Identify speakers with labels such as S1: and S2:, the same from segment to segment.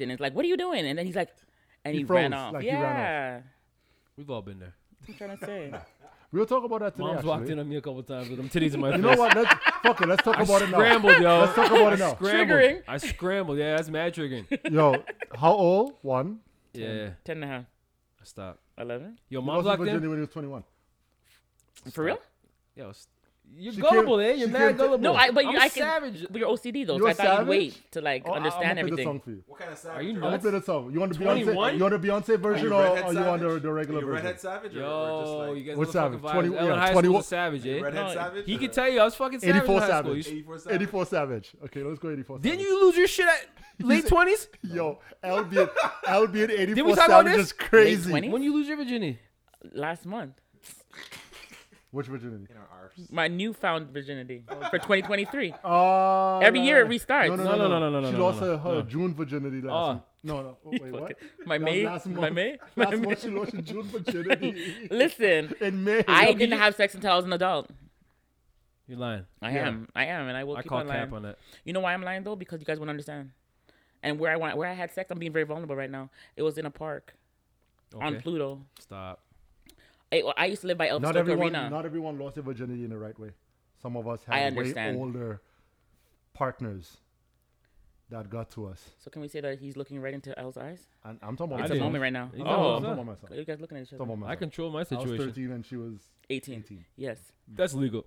S1: interrupted and like, "What are you doing?" And then he's like, and
S2: He
S1: he, ran
S2: froze,
S1: off.
S2: like he
S1: yeah,
S2: ran off.
S3: We've all been there.
S1: I'm trying to say.
S2: We'll talk about that today.
S3: Mom's
S2: actually.
S3: walked in on me a couple times with them titties in my face.
S2: You know what? Let's fuck it. Let's talk
S3: I
S2: about it now.
S3: scrambled, yo.
S2: Let's talk about
S3: I
S2: it now.
S3: Scrambled.
S1: Triggering.
S3: I scrambled. Yeah, that's mad triggering.
S2: Yo, how old? One.
S3: Yeah,
S1: Ten and a half,
S3: I stopped.
S1: eleven.
S3: Yo,
S2: He
S3: mom's
S2: lost his
S3: locked
S2: virginity
S3: in.
S2: when he was 21.
S1: For real?
S3: Yo, s- you're
S2: She
S3: gullible,
S2: can't-
S3: eh? You're
S2: she
S3: mad
S2: can't-
S3: gullible.
S1: No, I. But you,
S3: I'm
S1: I can.
S3: savage.
S1: But you're OCD though.
S2: You're
S1: so I thought
S2: savage?
S1: you'd wait to like
S2: Oh, I-
S1: understand
S2: I'm gonna play the
S1: everything.
S2: song for you.
S4: What kind of savage?
S3: Are you
S2: I'm gonna
S3: nuts?
S2: play the song. You want the
S3: 21?
S2: Beyonce? You want the Beyonce
S4: Are
S2: version,
S4: you
S2: or,
S4: redhead
S2: or oh, you want the,
S4: savage?
S2: the
S4: Are
S2: regular
S4: you
S2: version?
S4: redhead savage? Or,
S3: Yo,
S4: or
S3: you
S4: just like
S3: guys
S2: We're
S3: are fucking
S2: savage.
S3: vibes.
S2: 20
S3: Ellen
S2: yeah,
S3: high school
S2: 21
S3: was savage, eh?
S4: redhead
S1: No,
S4: savage?
S3: He
S4: or-
S3: could tell you I was fucking savage.
S2: 84
S3: in high school.
S2: savage.
S4: 84 savage.
S2: 84 Savage. Okay, let's go 84.
S3: Didn't
S2: Savage.
S3: you lose your shit at late twenties?
S2: Yo, Albion, Albion 84
S3: talk about
S2: Savage
S3: this?
S2: is crazy.
S1: Late 20s?
S3: When you lose your virginity?
S1: Last month,
S2: Which virginity?
S4: In our arse.
S1: my newfound virginity for 2023.
S2: Uh,
S1: Every year it restarts.
S2: Oh. No, no,
S3: No,
S2: no,
S3: no, no, no, no,
S2: She
S3: no,
S2: lost
S3: no,
S2: her, her
S3: no.
S2: June virginity last.
S3: Oh.
S2: No, no. Wait, what?
S1: My
S2: That was
S1: May,
S2: last
S1: my
S2: month.
S1: May, my
S2: Last
S1: May.
S2: month she lost her June virginity.
S1: Listen,
S2: In May.
S1: I didn't have sex until I was an adult.
S3: You're lying.
S1: I
S2: Yeah.
S1: am, I am, and I will
S3: I
S1: keep
S3: call
S1: on lying.
S3: cap on that.
S1: You know why I'm lying though? Because you guys won't understand. And where I want, where I had sex, I'm being very vulnerable right now. It was in a park on
S3: Okay.
S1: Pluto.
S3: Stop.
S1: I, I used to live by Elvis
S2: not
S1: Stoker
S2: everyone,
S1: Arena.
S2: not everyone lost their virginity in the right way. Some of us
S1: I
S2: had way
S1: understand.
S2: older partners that got to us.
S1: so can we say that he's looking right into Elle's eyes?
S2: And I'm talking about
S1: It's
S3: I
S1: a
S3: did.
S2: myself.
S1: moment right now.
S3: You
S2: I'm
S3: know
S2: talking-
S3: what
S2: I'm
S3: I'm
S2: talking
S3: saying?
S2: about myself.
S1: Are you guys looking at each
S2: Talking
S1: other?
S2: about
S3: I
S2: myself.
S3: control my
S2: I was
S3: situation.
S2: 13 and she was
S1: 18.
S2: 18.
S1: Yes.
S3: That's legal.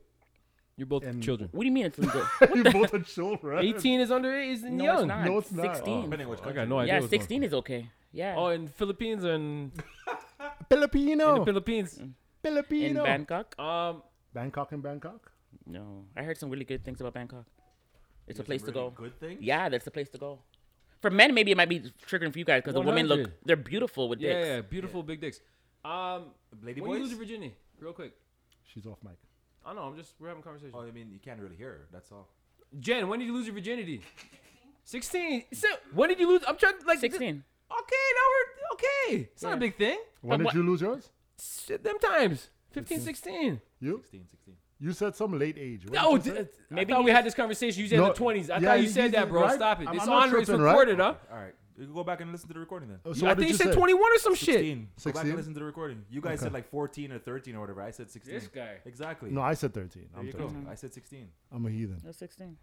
S3: You're both
S2: And-
S3: children.
S1: What do you mean it's legal?
S2: you both are children.
S3: 18 is underage. Is
S1: no,
S3: young.
S1: it's not.
S2: No, it's not.
S1: 16.
S4: Depending which
S3: I
S4: country.
S3: got no idea.
S1: yeah,
S3: what's going
S1: 16
S3: on.
S1: is okay. Yeah.
S3: Oh, in Philippines and in
S2: Filipino.
S3: the Philippines.
S1: Mm. in
S2: Filipino.
S1: Bangkok?
S3: Um,
S2: Bangkok and Bangkok.
S1: No. I heard some really good things about Bangkok. It's a
S4: Some
S1: place to
S4: really
S1: go.
S4: Good thing?
S1: Yeah, that's the place to go. For men, maybe it might be triggering for you guys because the women look,
S3: 100.
S1: they're beautiful with
S3: yeah,
S1: dicks.
S3: yeah, beautiful big dicks. Um,
S4: Lady
S3: when you lose
S4: boys?
S3: your virginity, real quick.
S2: She's off mic.
S3: I don't know. I'm just we're having a conversation.
S4: Oh, I mean, you can't really hear her. That's all.
S3: Jen, when did you lose your virginity? 16. So when did you lose? I'm trying like th-
S1: 16.
S3: Okay, now we're okay. It's not
S1: Yeah.
S3: a big thing.
S2: When
S1: But
S2: did you lose yours?
S3: S- them times. 15, 16.
S2: You?
S4: 16, 16.
S2: You said some late age. What did
S3: Oh,
S2: you say?
S3: maybe
S1: Maybe
S3: I thought we
S1: you-
S3: had this conversation. You said
S2: No,
S3: the 20s. I
S2: yeah,
S3: thought you
S2: you-
S3: said
S2: you-
S3: that, bro.
S2: right?
S3: Stop it.
S2: I'm-
S3: It's
S2: I'm not
S3: on. It's
S2: tripping, right?
S3: recorded, huh?
S4: All right. You can go back and listen to the recording then.
S2: Oh,
S3: I
S2: what did
S3: think you said
S2: say?
S3: 21 or some shit.
S4: 16. Go back
S2: 16?
S4: and listen to the recording. You guys said like 14 or 13 or whatever. I said 16.
S3: This guy.
S4: Exactly.
S2: No, I said 13.
S4: there
S2: I'm
S4: you go.
S2: 13.
S4: I said 16.
S2: I'm a heathen.
S1: I was 16.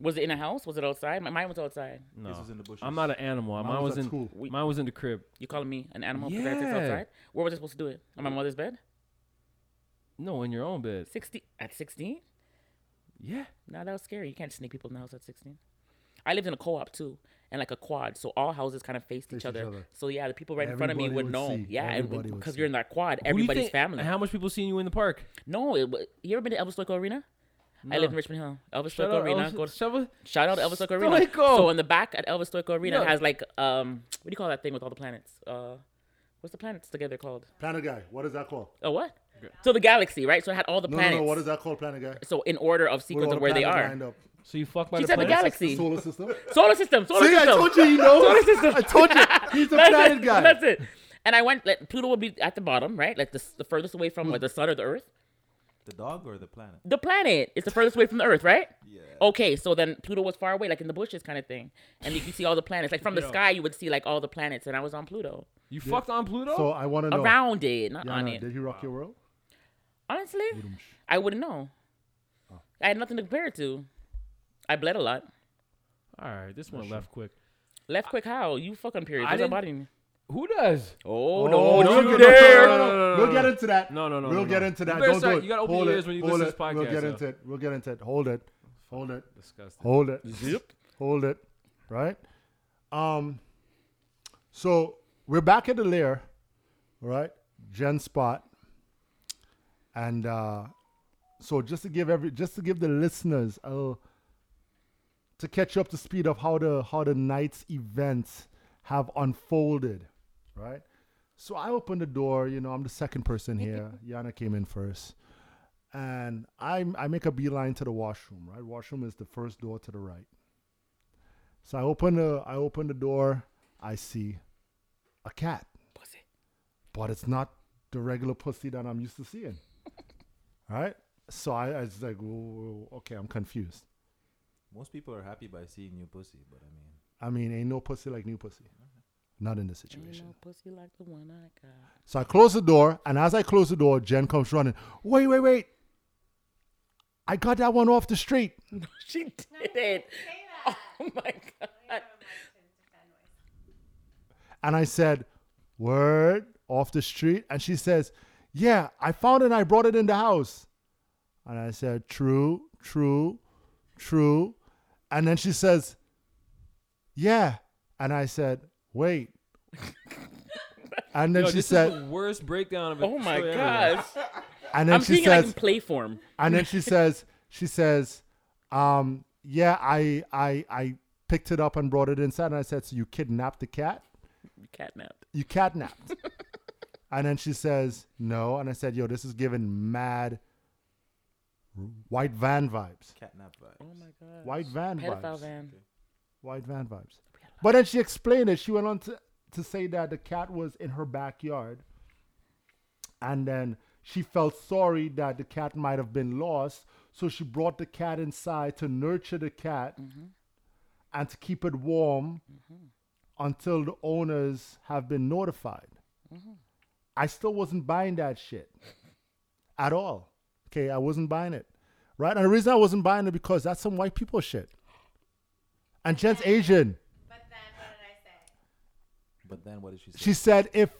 S1: Was it in a house? Was it outside? My mine was outside.
S4: This was in the bushes.
S3: I'm not an animal. Mine,
S2: Mine was
S3: was
S2: at
S3: in
S2: school.
S1: We-
S3: mine was in the crib.
S1: You calling me an animal because I had sex
S3: Yeah.
S1: outside? Where was I supposed to do it? On my mother's bed?
S3: No, in your own bed.
S1: 16 at 16?
S3: Yeah.
S1: No, that was scary. You can't sneak people in the house at 16. I lived in a co-op too, and like a quad, so all houses kind of faced each,
S2: Faced each
S1: other.
S2: other.
S1: So yeah, the people right in front of me
S2: Everybody
S1: would,
S2: would
S1: know.
S2: see.
S1: Yeah,
S2: Everybody would
S1: because
S2: see.
S1: you're in that quad,
S3: Who do you
S1: everybody's
S3: think-
S1: family.
S3: How much people seen you in the park?
S1: no, it, wa- you ever been to Elvis Stoker Arena? I lived in Richmond Hill. Elvis
S3: Shout
S1: Stoker
S3: out
S1: Arena.
S3: Elvis-
S1: go to-
S3: shout out-
S1: shout out to Elvis Stoker Arena.
S3: Stoico.
S1: So in the back at Elvis Stoker Arena,
S3: Yeah.
S1: it has like um, what do you call that thing with all the planets? Uh, what's the planets together called?
S2: Planet guy. What is that called?
S1: Oh what? So the galaxy, right? So it had all the
S2: No,
S1: planets.
S2: no, no. What is that called? Planet guy.
S1: So in order of
S2: With all
S1: sequence
S2: the
S1: of where they
S2: planets
S1: are.
S2: lined up.
S3: So you fuck by
S1: She
S3: the
S1: said the
S3: planets?
S1: galaxy,
S2: Solar system.
S1: solar system, solar
S2: See, I
S1: system.
S2: told you he knows.
S1: Solar system.
S2: I told you. He's a
S1: That's
S2: planet
S1: it.
S2: guy.
S1: That's it. And I went. Like, Pluto would be at the bottom, right? Like the, s- the furthest away from like, the sun or the Earth.
S4: The dog or the planet?
S1: The planet is the furthest away from the Earth, right?
S4: Yeah.
S1: Okay, so then Pluto was far away, like in the bushes, kind of thing, and you could see all the planets. Like from the
S3: Yo.
S1: sky, you would see like all the planets, and I was on Pluto,
S3: You fucked on Pluto?
S2: So I want to know.
S1: around it, not on
S2: Yana,
S1: it.
S2: Did he rock your world?
S1: Honestly, I wouldn't know.
S2: Oh.
S1: I had nothing to compare it to. I bled a lot.
S3: All right, this one left quick.
S1: Left quick, how you fucking period?
S3: I
S1: What's
S3: didn't-
S1: that body?
S3: Who does?
S1: Oh,
S2: Oh,
S1: no,
S2: we'll
S1: don't you
S2: get- no, no,
S1: dare!
S2: no, no,
S3: No, no,
S2: no,
S3: no,
S2: We'll
S3: no.
S2: get into that.
S3: No, no, no,
S2: We'll
S3: no,
S2: get
S3: no.
S2: into
S3: You
S2: that.
S3: better
S2: Don't
S3: start-
S2: do it.
S3: you gotta open
S2: Hold
S3: your
S2: it,
S3: ears when you
S2: hold
S3: listen to
S2: it.
S3: this podcast,
S2: We'll get
S3: yo.
S2: into it. We'll get into it. Hold it. Hold it.
S3: Disgusting.
S2: Hold it.
S1: Zip.
S2: Hold it. Right? Um so we're back at the lair, right? Gen spot. And uh so just to give every just to give the listeners a little- to catch you up to speed of how the how the night's events have unfolded, right? So I opened the door, you know, I'm the second person here. Yana came in first. And I I make a beeline to the washroom, right? Washroom is the first door to the right. So I open the I open the door. I see a cat,
S1: Pussy.
S2: but it's not the regular pussy that I'm used to seeing. All right. So I, I was like, "Whoa, whoa, whoa, okay, I'm confused.
S4: Most people are happy by seeing new pussy, but I mean,
S2: I mean, ain't no pussy like new pussy. Not in this
S1: Ain't
S2: situation.
S1: no pussy like the one I got.
S2: So I close the door, and as I close the door, Jen comes running. Wait, wait, wait. I got that one off the street.
S1: she did it. Oh my god.
S2: And I said, Word off the street. And she says, Yeah, I found it and I brought it in the house. And I said, True, true, true. And then she says, Yeah. And I said, Wait. and then
S3: Yo,
S2: she
S3: this is
S2: said,
S3: the worst breakdown of a
S1: Oh my
S3: story ever.
S1: gosh.
S2: and then
S1: I'm
S2: she
S1: seeing it like in
S2: says,
S1: play form.
S2: and then she says, she says, um, yeah, I, I, I picked it up and brought it inside. And I said, so you kidnapped the cat?
S1: Catnapped.
S2: you catnapped. and then she says, no. And I said, yo, this is giving mad white van vibes.
S4: Catnap vibes.
S1: Oh my god.
S2: White van
S1: Pedophile
S2: vibes.
S1: van.
S2: White van vibes. But then she explained it. She went on to, to say that the cat was in her backyard. And then she felt sorry that the cat might have been lost. So she brought the cat inside to nurture the cat and to keep it warm until the owners have been notified. I still wasn't buying that shit at all. Okay, I wasn't buying it. Right? And the reason I wasn't buying it because that's some white people shit. And Jen's Asian.
S5: But then what did I say?
S4: But then what did she say?
S2: She said, if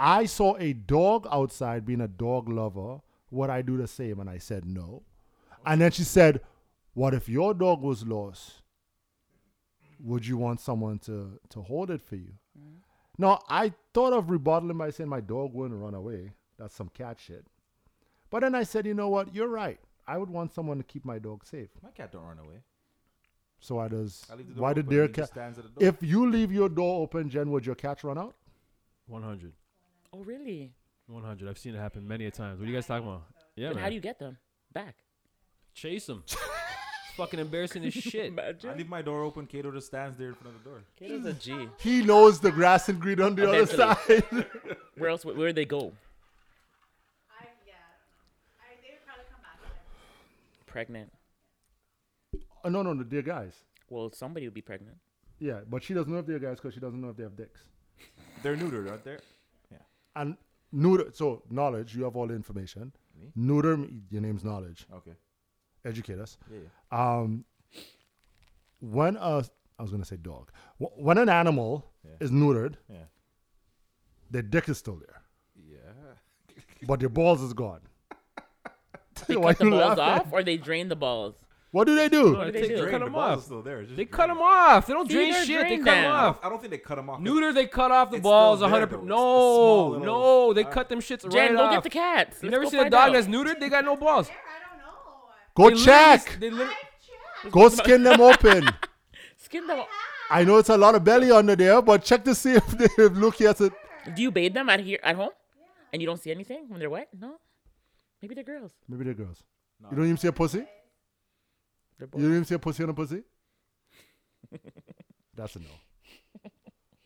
S2: I saw a dog outside being a dog lover, would I do the same? And I said, no. And then she said, what if your dog was lost? Would you want someone to, to hold it for you?
S4: Mm-hmm.
S2: Now, I thought of rebuttaling by saying my dog wouldn't run away. That's some cat shit. But then I said, you know what? You're right. I would want someone to keep my dog safe.
S4: my cat don't run away.
S2: So why does
S4: I leave the door
S2: why did
S4: open.
S2: their
S4: He just
S2: cat?
S4: stands at the door.
S2: If you leave your door open, Jen, would your cat run out?
S3: 100.
S1: Oh really?
S3: 100. I've seen it happen many a times. What are you guys talking about? Yeah,
S1: But
S3: man.
S1: how do you get them back?
S3: Chase them. it's fucking embarrassing as shit.
S4: I
S1: Imagine.
S4: leave my door open. Kato just stands there in front of the door.
S1: Kato's a G.
S2: He knows the grass and green on the other
S1: Eventually.
S2: side.
S1: Where else? Where would they go?
S5: I yeah. I, they would probably come back. Like,
S1: Pregnant.
S2: oh, no, no, no, they're guys.
S1: Well, somebody would be pregnant.
S2: Yeah, but she doesn't know if they're guys because she doesn't know if they have dicks.
S4: They're neutered, aren't they?
S2: And neuter, so knowledge, you have all the information.
S4: Me?
S2: Neuter, me- your name's knowledge.
S4: Okay.
S2: Educate us.
S4: Yeah. yeah.
S2: Um, when a, I was going to say dog, Wh- when an animal
S4: Yeah.
S2: is neutered,
S4: Yeah.
S2: their dick is still there,
S4: Yeah.
S2: but their balls is gone.
S1: They
S2: Why
S1: cut the
S2: you
S1: balls
S2: laughing?
S1: off, or they drain the balls.
S2: What do they do?
S3: No,
S1: do
S3: they
S1: they
S3: take-
S1: do?
S3: cut
S4: Drain, the
S3: them
S4: balls is
S3: off.
S4: Still there. It's just
S3: They
S4: drained.
S3: cut them off. They don't
S1: See,
S3: drain
S1: they're
S3: shit. They
S1: drained
S3: cut them
S1: now.
S3: off.
S4: I don't think they cut them off.
S3: Neuter, they cut off the
S4: It's
S3: balls
S4: still
S3: 100.
S4: there, though. It's a small
S3: no,
S4: little-
S3: no, they cut them
S1: Jen,
S3: shits right
S1: go
S3: off.
S1: get the cats.
S3: You
S1: Let's
S3: never
S1: go
S3: seen a
S1: find
S3: dog
S1: out.
S3: that's neutered? They got no balls.
S5: There, I don't know.
S2: Go
S3: They literally-
S2: check.
S3: They literally,
S5: I checked.
S2: Go skin them open.
S1: Skin them. all-
S2: I know it's a lot of belly under there, but check to see if they if Luke has it.
S1: Do you bathe them at here at home? And you don't see anything when they're wet? No. Maybe they're girls.
S2: Maybe they're girls. You don't even see a pussy?
S1: They're
S2: You
S1: boys.
S2: don't even see a pussy on a pussy? That's a no.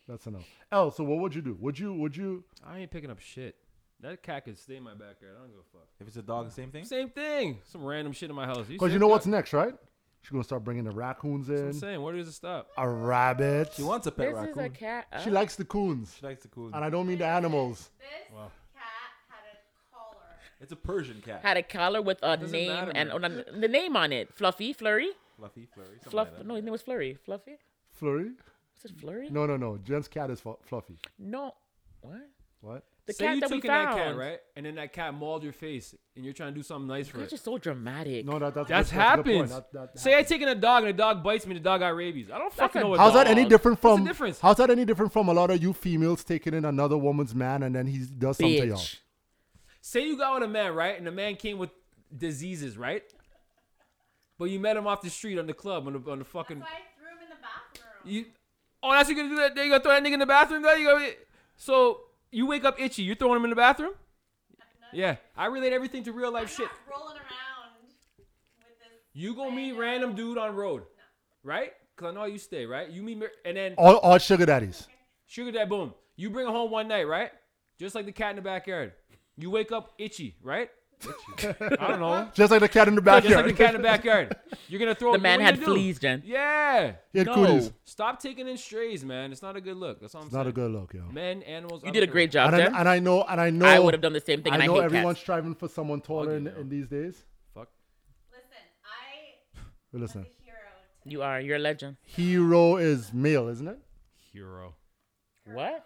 S2: That's a no. L, so what would you do? Would you would you
S3: I ain't picking up shit. That cat could stay in my backyard. I don't give a fuck.
S4: If it's a dog, same thing.
S3: Same thing. Some random shit in my house.
S2: because
S3: said
S2: you know
S3: that.
S2: what's next, right? She's gonna start bringing the raccoons
S3: That's what I'm
S2: in.
S3: saying. Where does it stop?
S2: A rabbit.
S4: She wants a pet
S1: This is
S4: raccoon.
S1: a cat.
S2: She
S1: Oh.
S2: likes the coons.
S4: she likes the cool.
S2: And I don't mean the animals.
S5: This
S3: Wow.
S5: cat had a collar.
S4: It's a Persian cat.
S1: had a collar with a
S3: Doesn't
S1: name
S3: matter,
S1: and
S3: man.
S1: oh, no, the name on it. Fluffy, Flurry,
S4: Fluffy, flurry, something
S1: Fluff.
S4: like that.
S1: No, his name was Flurry. Fluffy.
S2: Flurry?
S1: Was it Flurry? No.
S2: No, no, no. Jen's cat is fu- fluffy.
S1: What?
S2: What?
S1: The
S3: Say
S1: cat
S3: you
S1: that we
S3: took in that
S1: found.
S3: cat, right? And then that cat mauled your face, and you're trying to do something nice for
S1: That's
S3: it.
S1: just so dramatic.
S2: No, that, that's that's
S3: That's
S2: a good point.
S3: happens.
S2: That- that
S3: Say I taken a dog and a dog bites me, the dog got rabies. I don't fucking
S1: a
S3: know what.
S1: dog.
S2: How's that any
S1: dog.
S2: different
S3: What's the
S2: from
S3: difference?
S2: How's that any different from a lot of you females taking in another woman's man and then he does something to y'all?
S1: Bitch.
S3: Say you got on a man, right? And the man came with diseases, right? But you met him off the street on the club on the on the
S5: That's
S3: fucking.
S5: why I threw him in the bathroom.
S3: You, oh, that's what you gonna do that? You gonna throw that nigga in the bathroom? though? You gonna, so you wake up itchy, you're throwing him in the bathroom? Yeah, I relate everything to real
S5: I'm
S3: life shit.
S5: not rolling around with this.
S3: You gonna meet random dude on road, right? Cause I know how you stay, right? You meet mer- and then
S2: All, all sugar daddies.
S3: Sugar dad boom. You bring it home one night, right? Just like the cat in the backyard. You wake up itchy, right? I don't know.
S2: Just like the cat in the
S3: Just
S2: backyard.
S3: like the cat in the backyard. You're gonna throw.
S1: The man
S3: what are you
S1: had
S3: gonna do?
S1: fleas, Jen.
S3: Yeah.
S2: he had
S1: No.
S2: cooties.
S3: Stop taking in strays, man. It's not a good look. That's all I'm
S2: It's
S3: saying.
S2: not a good look, yo.
S3: Men, animals.
S1: You
S3: other
S1: did a
S3: animals.
S1: great job,
S2: And I,
S1: Jen.
S2: and I know, and I know,
S1: I would have done the same thing, and I,
S2: I know
S1: hate
S2: everyone's
S1: cats.
S2: striving for someone taller in,
S3: Fucking
S2: in these days.
S3: Fuck.
S5: Listen, I
S2: But
S5: was
S2: listen,
S5: a hero. To
S1: You are. You're a legend.
S2: hero is male, isn't it?
S3: Hero.
S1: What?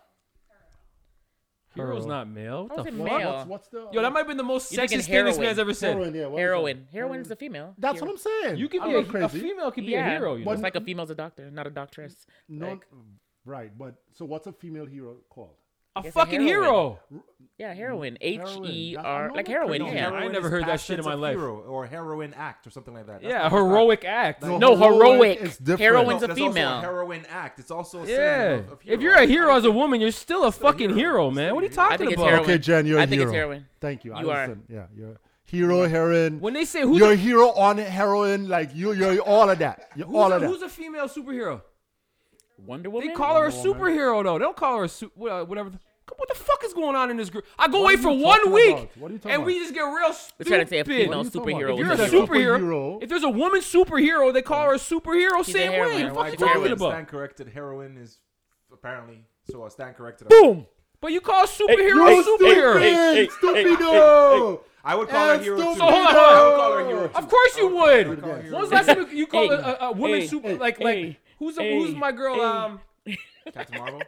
S3: Hero's
S2: Hero.
S3: not male. What
S1: How's
S3: the
S1: it
S3: fuck?
S2: What-
S1: Male.
S2: What's, what's the
S3: Yo, that might have been the most
S1: You're thinking
S3: sexist thing this
S1: heroin.
S3: man's ever said.
S2: heroin? Yeah, what is it?
S1: Heroin. Heroin is a female.
S2: That's
S1: Hero.
S2: what I'm saying.
S3: You could
S2: I'm
S3: be a,
S2: not
S3: a female could be a hero. You know?
S1: It's like a female's a doctor, not a doctress.
S2: No,
S1: Like,
S2: right. But so, what's a female hero called?
S3: a
S1: It's a
S3: fucking
S1: heroin.
S3: hero.
S1: yeah, heroin. H
S2: Heroin.
S1: E
S2: That's-
S1: R.
S2: I'm
S1: Like
S2: not
S1: heroin.
S2: criminal.
S1: Yeah.
S3: Mm-hmm. Heroin. I
S4: is
S3: never heard that
S4: past
S3: shit in
S4: tense
S3: my
S4: of
S3: life.
S4: Hero or heroin act or something like that. That's
S3: Yeah,
S4: not-
S3: heroic act.
S2: No,
S1: No,
S2: heroic
S1: heroic.
S2: is different.
S1: Heroin's
S4: No,
S1: a
S4: that's also
S1: female.
S4: heroin act. It's also a
S3: Yeah.
S4: synonym of- of
S3: If you're a hero as a woman, you're still a fucking
S4: hero.
S3: hero, man.
S4: Still
S3: What are you
S4: a hero.
S1: I think
S3: talking
S1: it's
S3: about?
S1: heroin.
S2: Okay, Jen, you're a
S1: I think
S2: hero.
S1: it's heroin.
S2: Thank you. I
S1: You are.
S2: listen. Yeah, you're a hero, heroin.
S3: When they say who's
S2: You're a
S3: a,
S2: hero on heroin, like you, you're all of that. You're
S3: who's,
S2: all
S3: a,
S2: of that.
S3: who's a female superhero?
S1: Wonder
S3: They
S1: Woman.
S3: call her a superhero though. They don't call her a su- wha- whatever. the- What the fuck is going on in this group? I go
S2: What
S3: away
S2: are
S3: for
S2: you
S3: one
S2: talking
S3: week,
S2: about? What are you
S3: and
S2: talking
S3: we
S2: about?
S3: just get real
S1: They're
S3: stupid.
S1: trying to say a female
S2: What are you talking
S1: superhero.
S2: about?
S1: is
S3: If you're a
S2: Is that
S1: hero.
S3: superhero,
S2: superhero? Oh.
S3: if there's a woman superhero, they call her a superhero.
S1: She's a
S3: same
S1: heroine.
S3: way. What
S1: Why
S3: the fuck
S1: do
S3: you
S4: Correct,
S3: talking
S1: heroin.
S3: about?
S4: Stand corrected. Heroin is apparently so. I stand corrected.
S3: Boom. But you call a superhero
S2: You're
S3: a superhero.
S2: stupid, stupido.
S4: I would call her
S2: And
S4: hero too.
S2: stupid.
S3: So hold on, hold
S4: I
S3: on.
S4: would call her hero.
S3: Of course you would.
S4: would call
S2: her
S3: When
S2: hero.
S3: was the last time you called
S1: Hey.
S3: a, a, a woman
S1: Hey.
S3: super like like
S1: Hey.
S3: who's a,
S1: Hey.
S3: who's my girl?
S1: Hey.
S3: Um,
S4: Captain Marvel.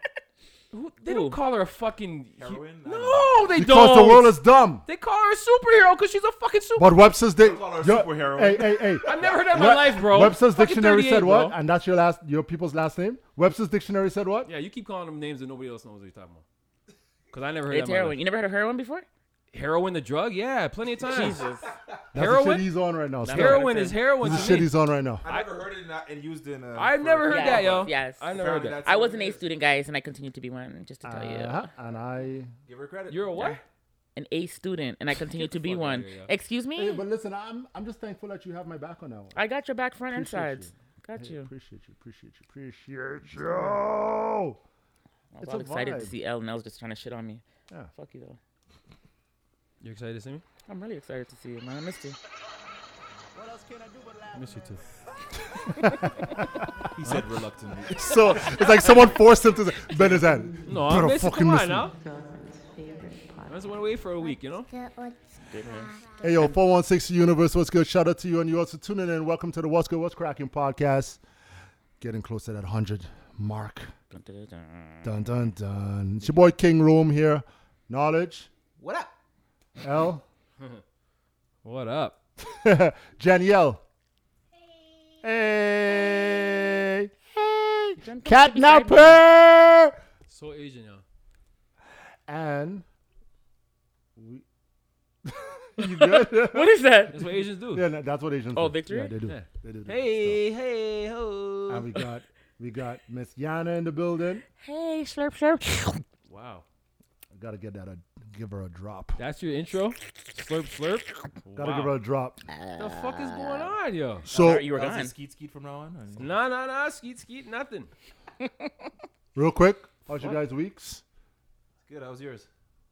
S3: who, they don't
S1: Who?
S3: call her a fucking he-
S4: Heroin? I don't
S3: No, they
S2: Because
S3: don't.
S2: the world is dumb.
S3: They call her a superhero because she's a fucking super.
S2: But Webster's dic-
S4: call her a
S2: you're-
S4: superhero.
S2: Hey, hey, hey.
S3: I've never heard that in my life, bro.
S2: Webster's
S3: Fucking
S2: dictionary
S3: 38,
S2: said what?
S3: bro.
S2: And that's your last, your people's last name. Webster's dictionary said what?
S3: Yeah, you keep calling them names that nobody else knows what you're talking about. Because I never heard
S1: It's
S3: that. in my
S1: heroin.
S3: life.
S1: You never heard of heroin before?
S3: Heroin, the drug? Yeah, plenty of times.
S1: Jesus.
S2: That's the
S3: Heroin?
S2: shit he's on right now. Stop.
S3: Heroin is heroin.
S2: This is the
S3: to
S2: shit
S3: me.
S2: he's on right now.
S4: I never heard it in that- and used in. uh,
S3: I've
S4: for-
S3: never heard
S1: Yes,
S3: that, yo.
S1: yes.
S3: I never heard
S4: Apparently
S3: that.
S4: that's
S1: I
S4: what
S1: was
S4: it
S1: an A
S4: is.
S1: student, guys, and I continue to be one. Just to tell you,
S2: Uh-huh. And I.
S4: Give her credit.
S3: You're a what?
S1: an A student, and I continue
S3: Get the
S1: to be
S3: fuck outta
S1: one.
S3: here, yo.
S1: Excuse me.
S2: Hey, but listen, I'm I'm just thankful that you have my back on that one.
S1: I got your back, front, and
S2: Appreciate
S1: sides. Got
S2: Hey,
S1: you.
S2: Appreciate you. Appreciate you. Appreciate you.
S1: I
S2: It's
S1: was
S2: a
S1: all excited to
S2: vibe.
S1: see L. Nell's just trying to shit on me.
S2: Yeah.
S1: Fuck you though.
S3: You're excited to see me?
S1: I'm really excited to see you, man. I missed you.
S3: I miss you too.
S4: He said reluctantly.
S2: So it's like someone forced him to say, bend his hand.
S3: No,
S2: Brother,
S3: I miss you.
S2: fucking
S3: Come
S2: miss
S3: on
S2: you.
S3: now. I just went away for a week, you know?
S2: Hey yo, 416 Universe, what's good? Shout out to you and you also tuning in. Welcome to the What's Good, What's Cracking podcast. Getting close to that 100 mark.
S1: Dun, dun, dun, dun.
S2: Dun dun dun. It's your boy King Rome here. Knowledge,
S4: What up?
S2: L,
S3: What up?
S2: Janielle. Hey. Hey.
S1: Jen, don't take a side button.
S2: Catnapper.
S3: So Asian, yo.
S2: And we You good?
S1: What is that?
S3: That's what Asians do.
S2: yeah, no, that's what Asians
S1: Oh,
S2: do.
S1: victory?
S2: Yeah, they do.
S3: Yeah.
S2: They do.
S3: Hey, hey, ho.
S2: So, and we got we got Miss Yana in the building.
S1: Hey, slurp, slurp.
S3: wow.
S2: Gotta get that a give her a drop.
S3: That's your intro? Slurp, slurp.
S2: Gotta
S3: wow.
S2: give her a drop.
S3: What the fuck is going on, yo?
S2: So
S1: you were
S4: That was a
S1: gone.
S4: skeet skeet from now on. or-
S3: Nah, nah, nah. Skeet, skeet, nothing.
S2: real quick, how's your guys' weeks?
S4: Good. That was yours.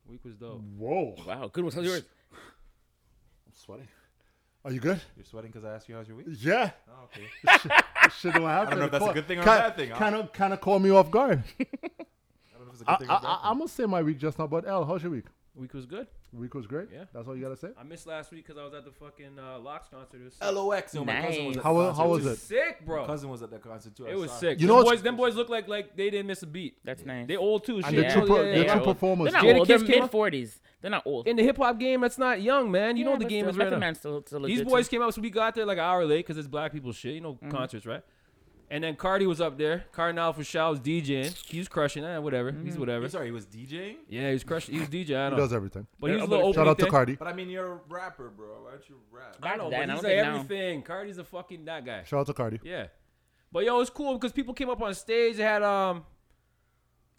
S3: Week was dope.
S2: Whoa.
S1: Wow, good one. How's yours?
S2: I'm sweating. Are you good?
S4: You're sweating because I asked you how's your week.
S2: Yeah.
S4: Oh, okay.
S2: Shit don't happen.
S4: I don't know if that's a good thing or a
S2: Kind-
S4: bad thing, huh?
S2: Kind of, kind of caught me off guard.
S4: I don't know if it's a
S2: I,
S3: Uh,
S4: good thing or
S2: I, I,
S4: bad thing.
S2: I'm gonna say my week just now, but L, how's your week?
S3: Week was good.
S2: Week was great.
S3: Yeah.
S2: That's all you gotta say.
S3: I missed last week because I was at the fucking uh, Locks concert. It was sick,
S4: LOX. No, my cousin was
S1: Nice.
S4: at
S2: How
S4: the
S2: wa- how
S4: concert
S2: was
S4: too.
S2: it?
S3: sick,
S4: My
S3: bro.
S4: cousin was at that concert too. I
S3: It was
S4: saw
S3: sick.
S2: You
S3: You
S2: know
S3: know,
S2: what's-
S3: boys, them boys look like like they didn't miss a beat.
S1: That's nice.
S3: They old too.
S2: And
S3: shit.
S2: the
S1: Yeah.
S2: two,
S3: Oh,
S2: per-
S3: yeah,
S2: the
S3: yeah.
S2: two
S1: They're old.
S2: performers.
S1: They're not
S3: Jada
S1: old. They're
S3: Kiss came
S1: mid
S3: out-
S1: forties. They're not old.
S3: In the hip hop game, that's not young, man. You know
S1: Yeah,
S3: what the
S1: but
S3: game
S1: still,
S3: is right
S1: Method
S3: now.
S1: Man's still- still
S3: These
S1: legit, too.
S3: boys
S1: Mm-hmm.
S3: came out, so we got there like an hour late because it's black people shit. You know, concerts, right? And then Cardi was up there. Cardinal for Shaw was DJing. He was crushing. Eh, whatever.
S1: Mm-hmm.
S3: He's whatever.
S4: I'm sorry, he was DJing.
S3: Yeah, he was crushing. He was DJing. I
S2: He
S3: know.
S2: does everything.
S3: But he was a
S1: Shout
S3: little
S2: Shout
S3: opening
S2: out to
S3: thing.
S2: Cardi.
S4: But I mean, you're a rapper, bro. Why don't you rap?
S3: I
S1: Back then,
S3: know, but
S1: I
S3: he's
S1: don't
S3: like
S1: think now.
S3: everything. Cardi's the fucking that guy.
S2: Shout out to Cardi.
S3: Yeah. But yo, it's cool because people came up on stage. They had um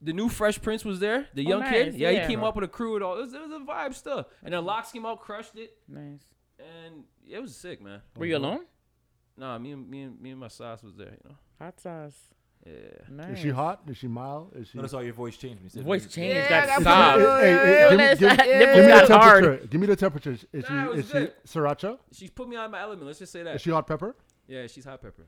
S3: the new Fresh Prince was there, the young
S1: Oh, nice,
S3: kid. Yeah,
S1: yeah.
S3: he came up with a crew and all. It was, it was a vibe stuff. And then Locks came out, crushed it,
S1: Nice.
S3: and it was sick, man.
S1: Were you alone?
S3: Nah, me and me and me and my sauce was there, you know.
S1: Hot sauce.
S2: Is she
S1: Nice.
S2: hot? Is she mild? Is she?
S4: Notice all your voice change when you said
S1: Voice change
S3: Yeah,
S1: got
S3: that
S1: soft.
S3: was-
S2: Hey, hey,
S1: Yeah,
S2: give, me,
S1: that's-
S2: give,
S1: that-
S2: give me the
S1: nipples got hard.
S2: temperature. Give me the temperature. Is she,
S3: Nah, it was
S2: is she
S3: good.
S2: sriracha?
S3: She's put me on my element. Let's just say
S2: Is
S3: that.
S2: she hot pepper?
S3: yeah, she's hot pepper.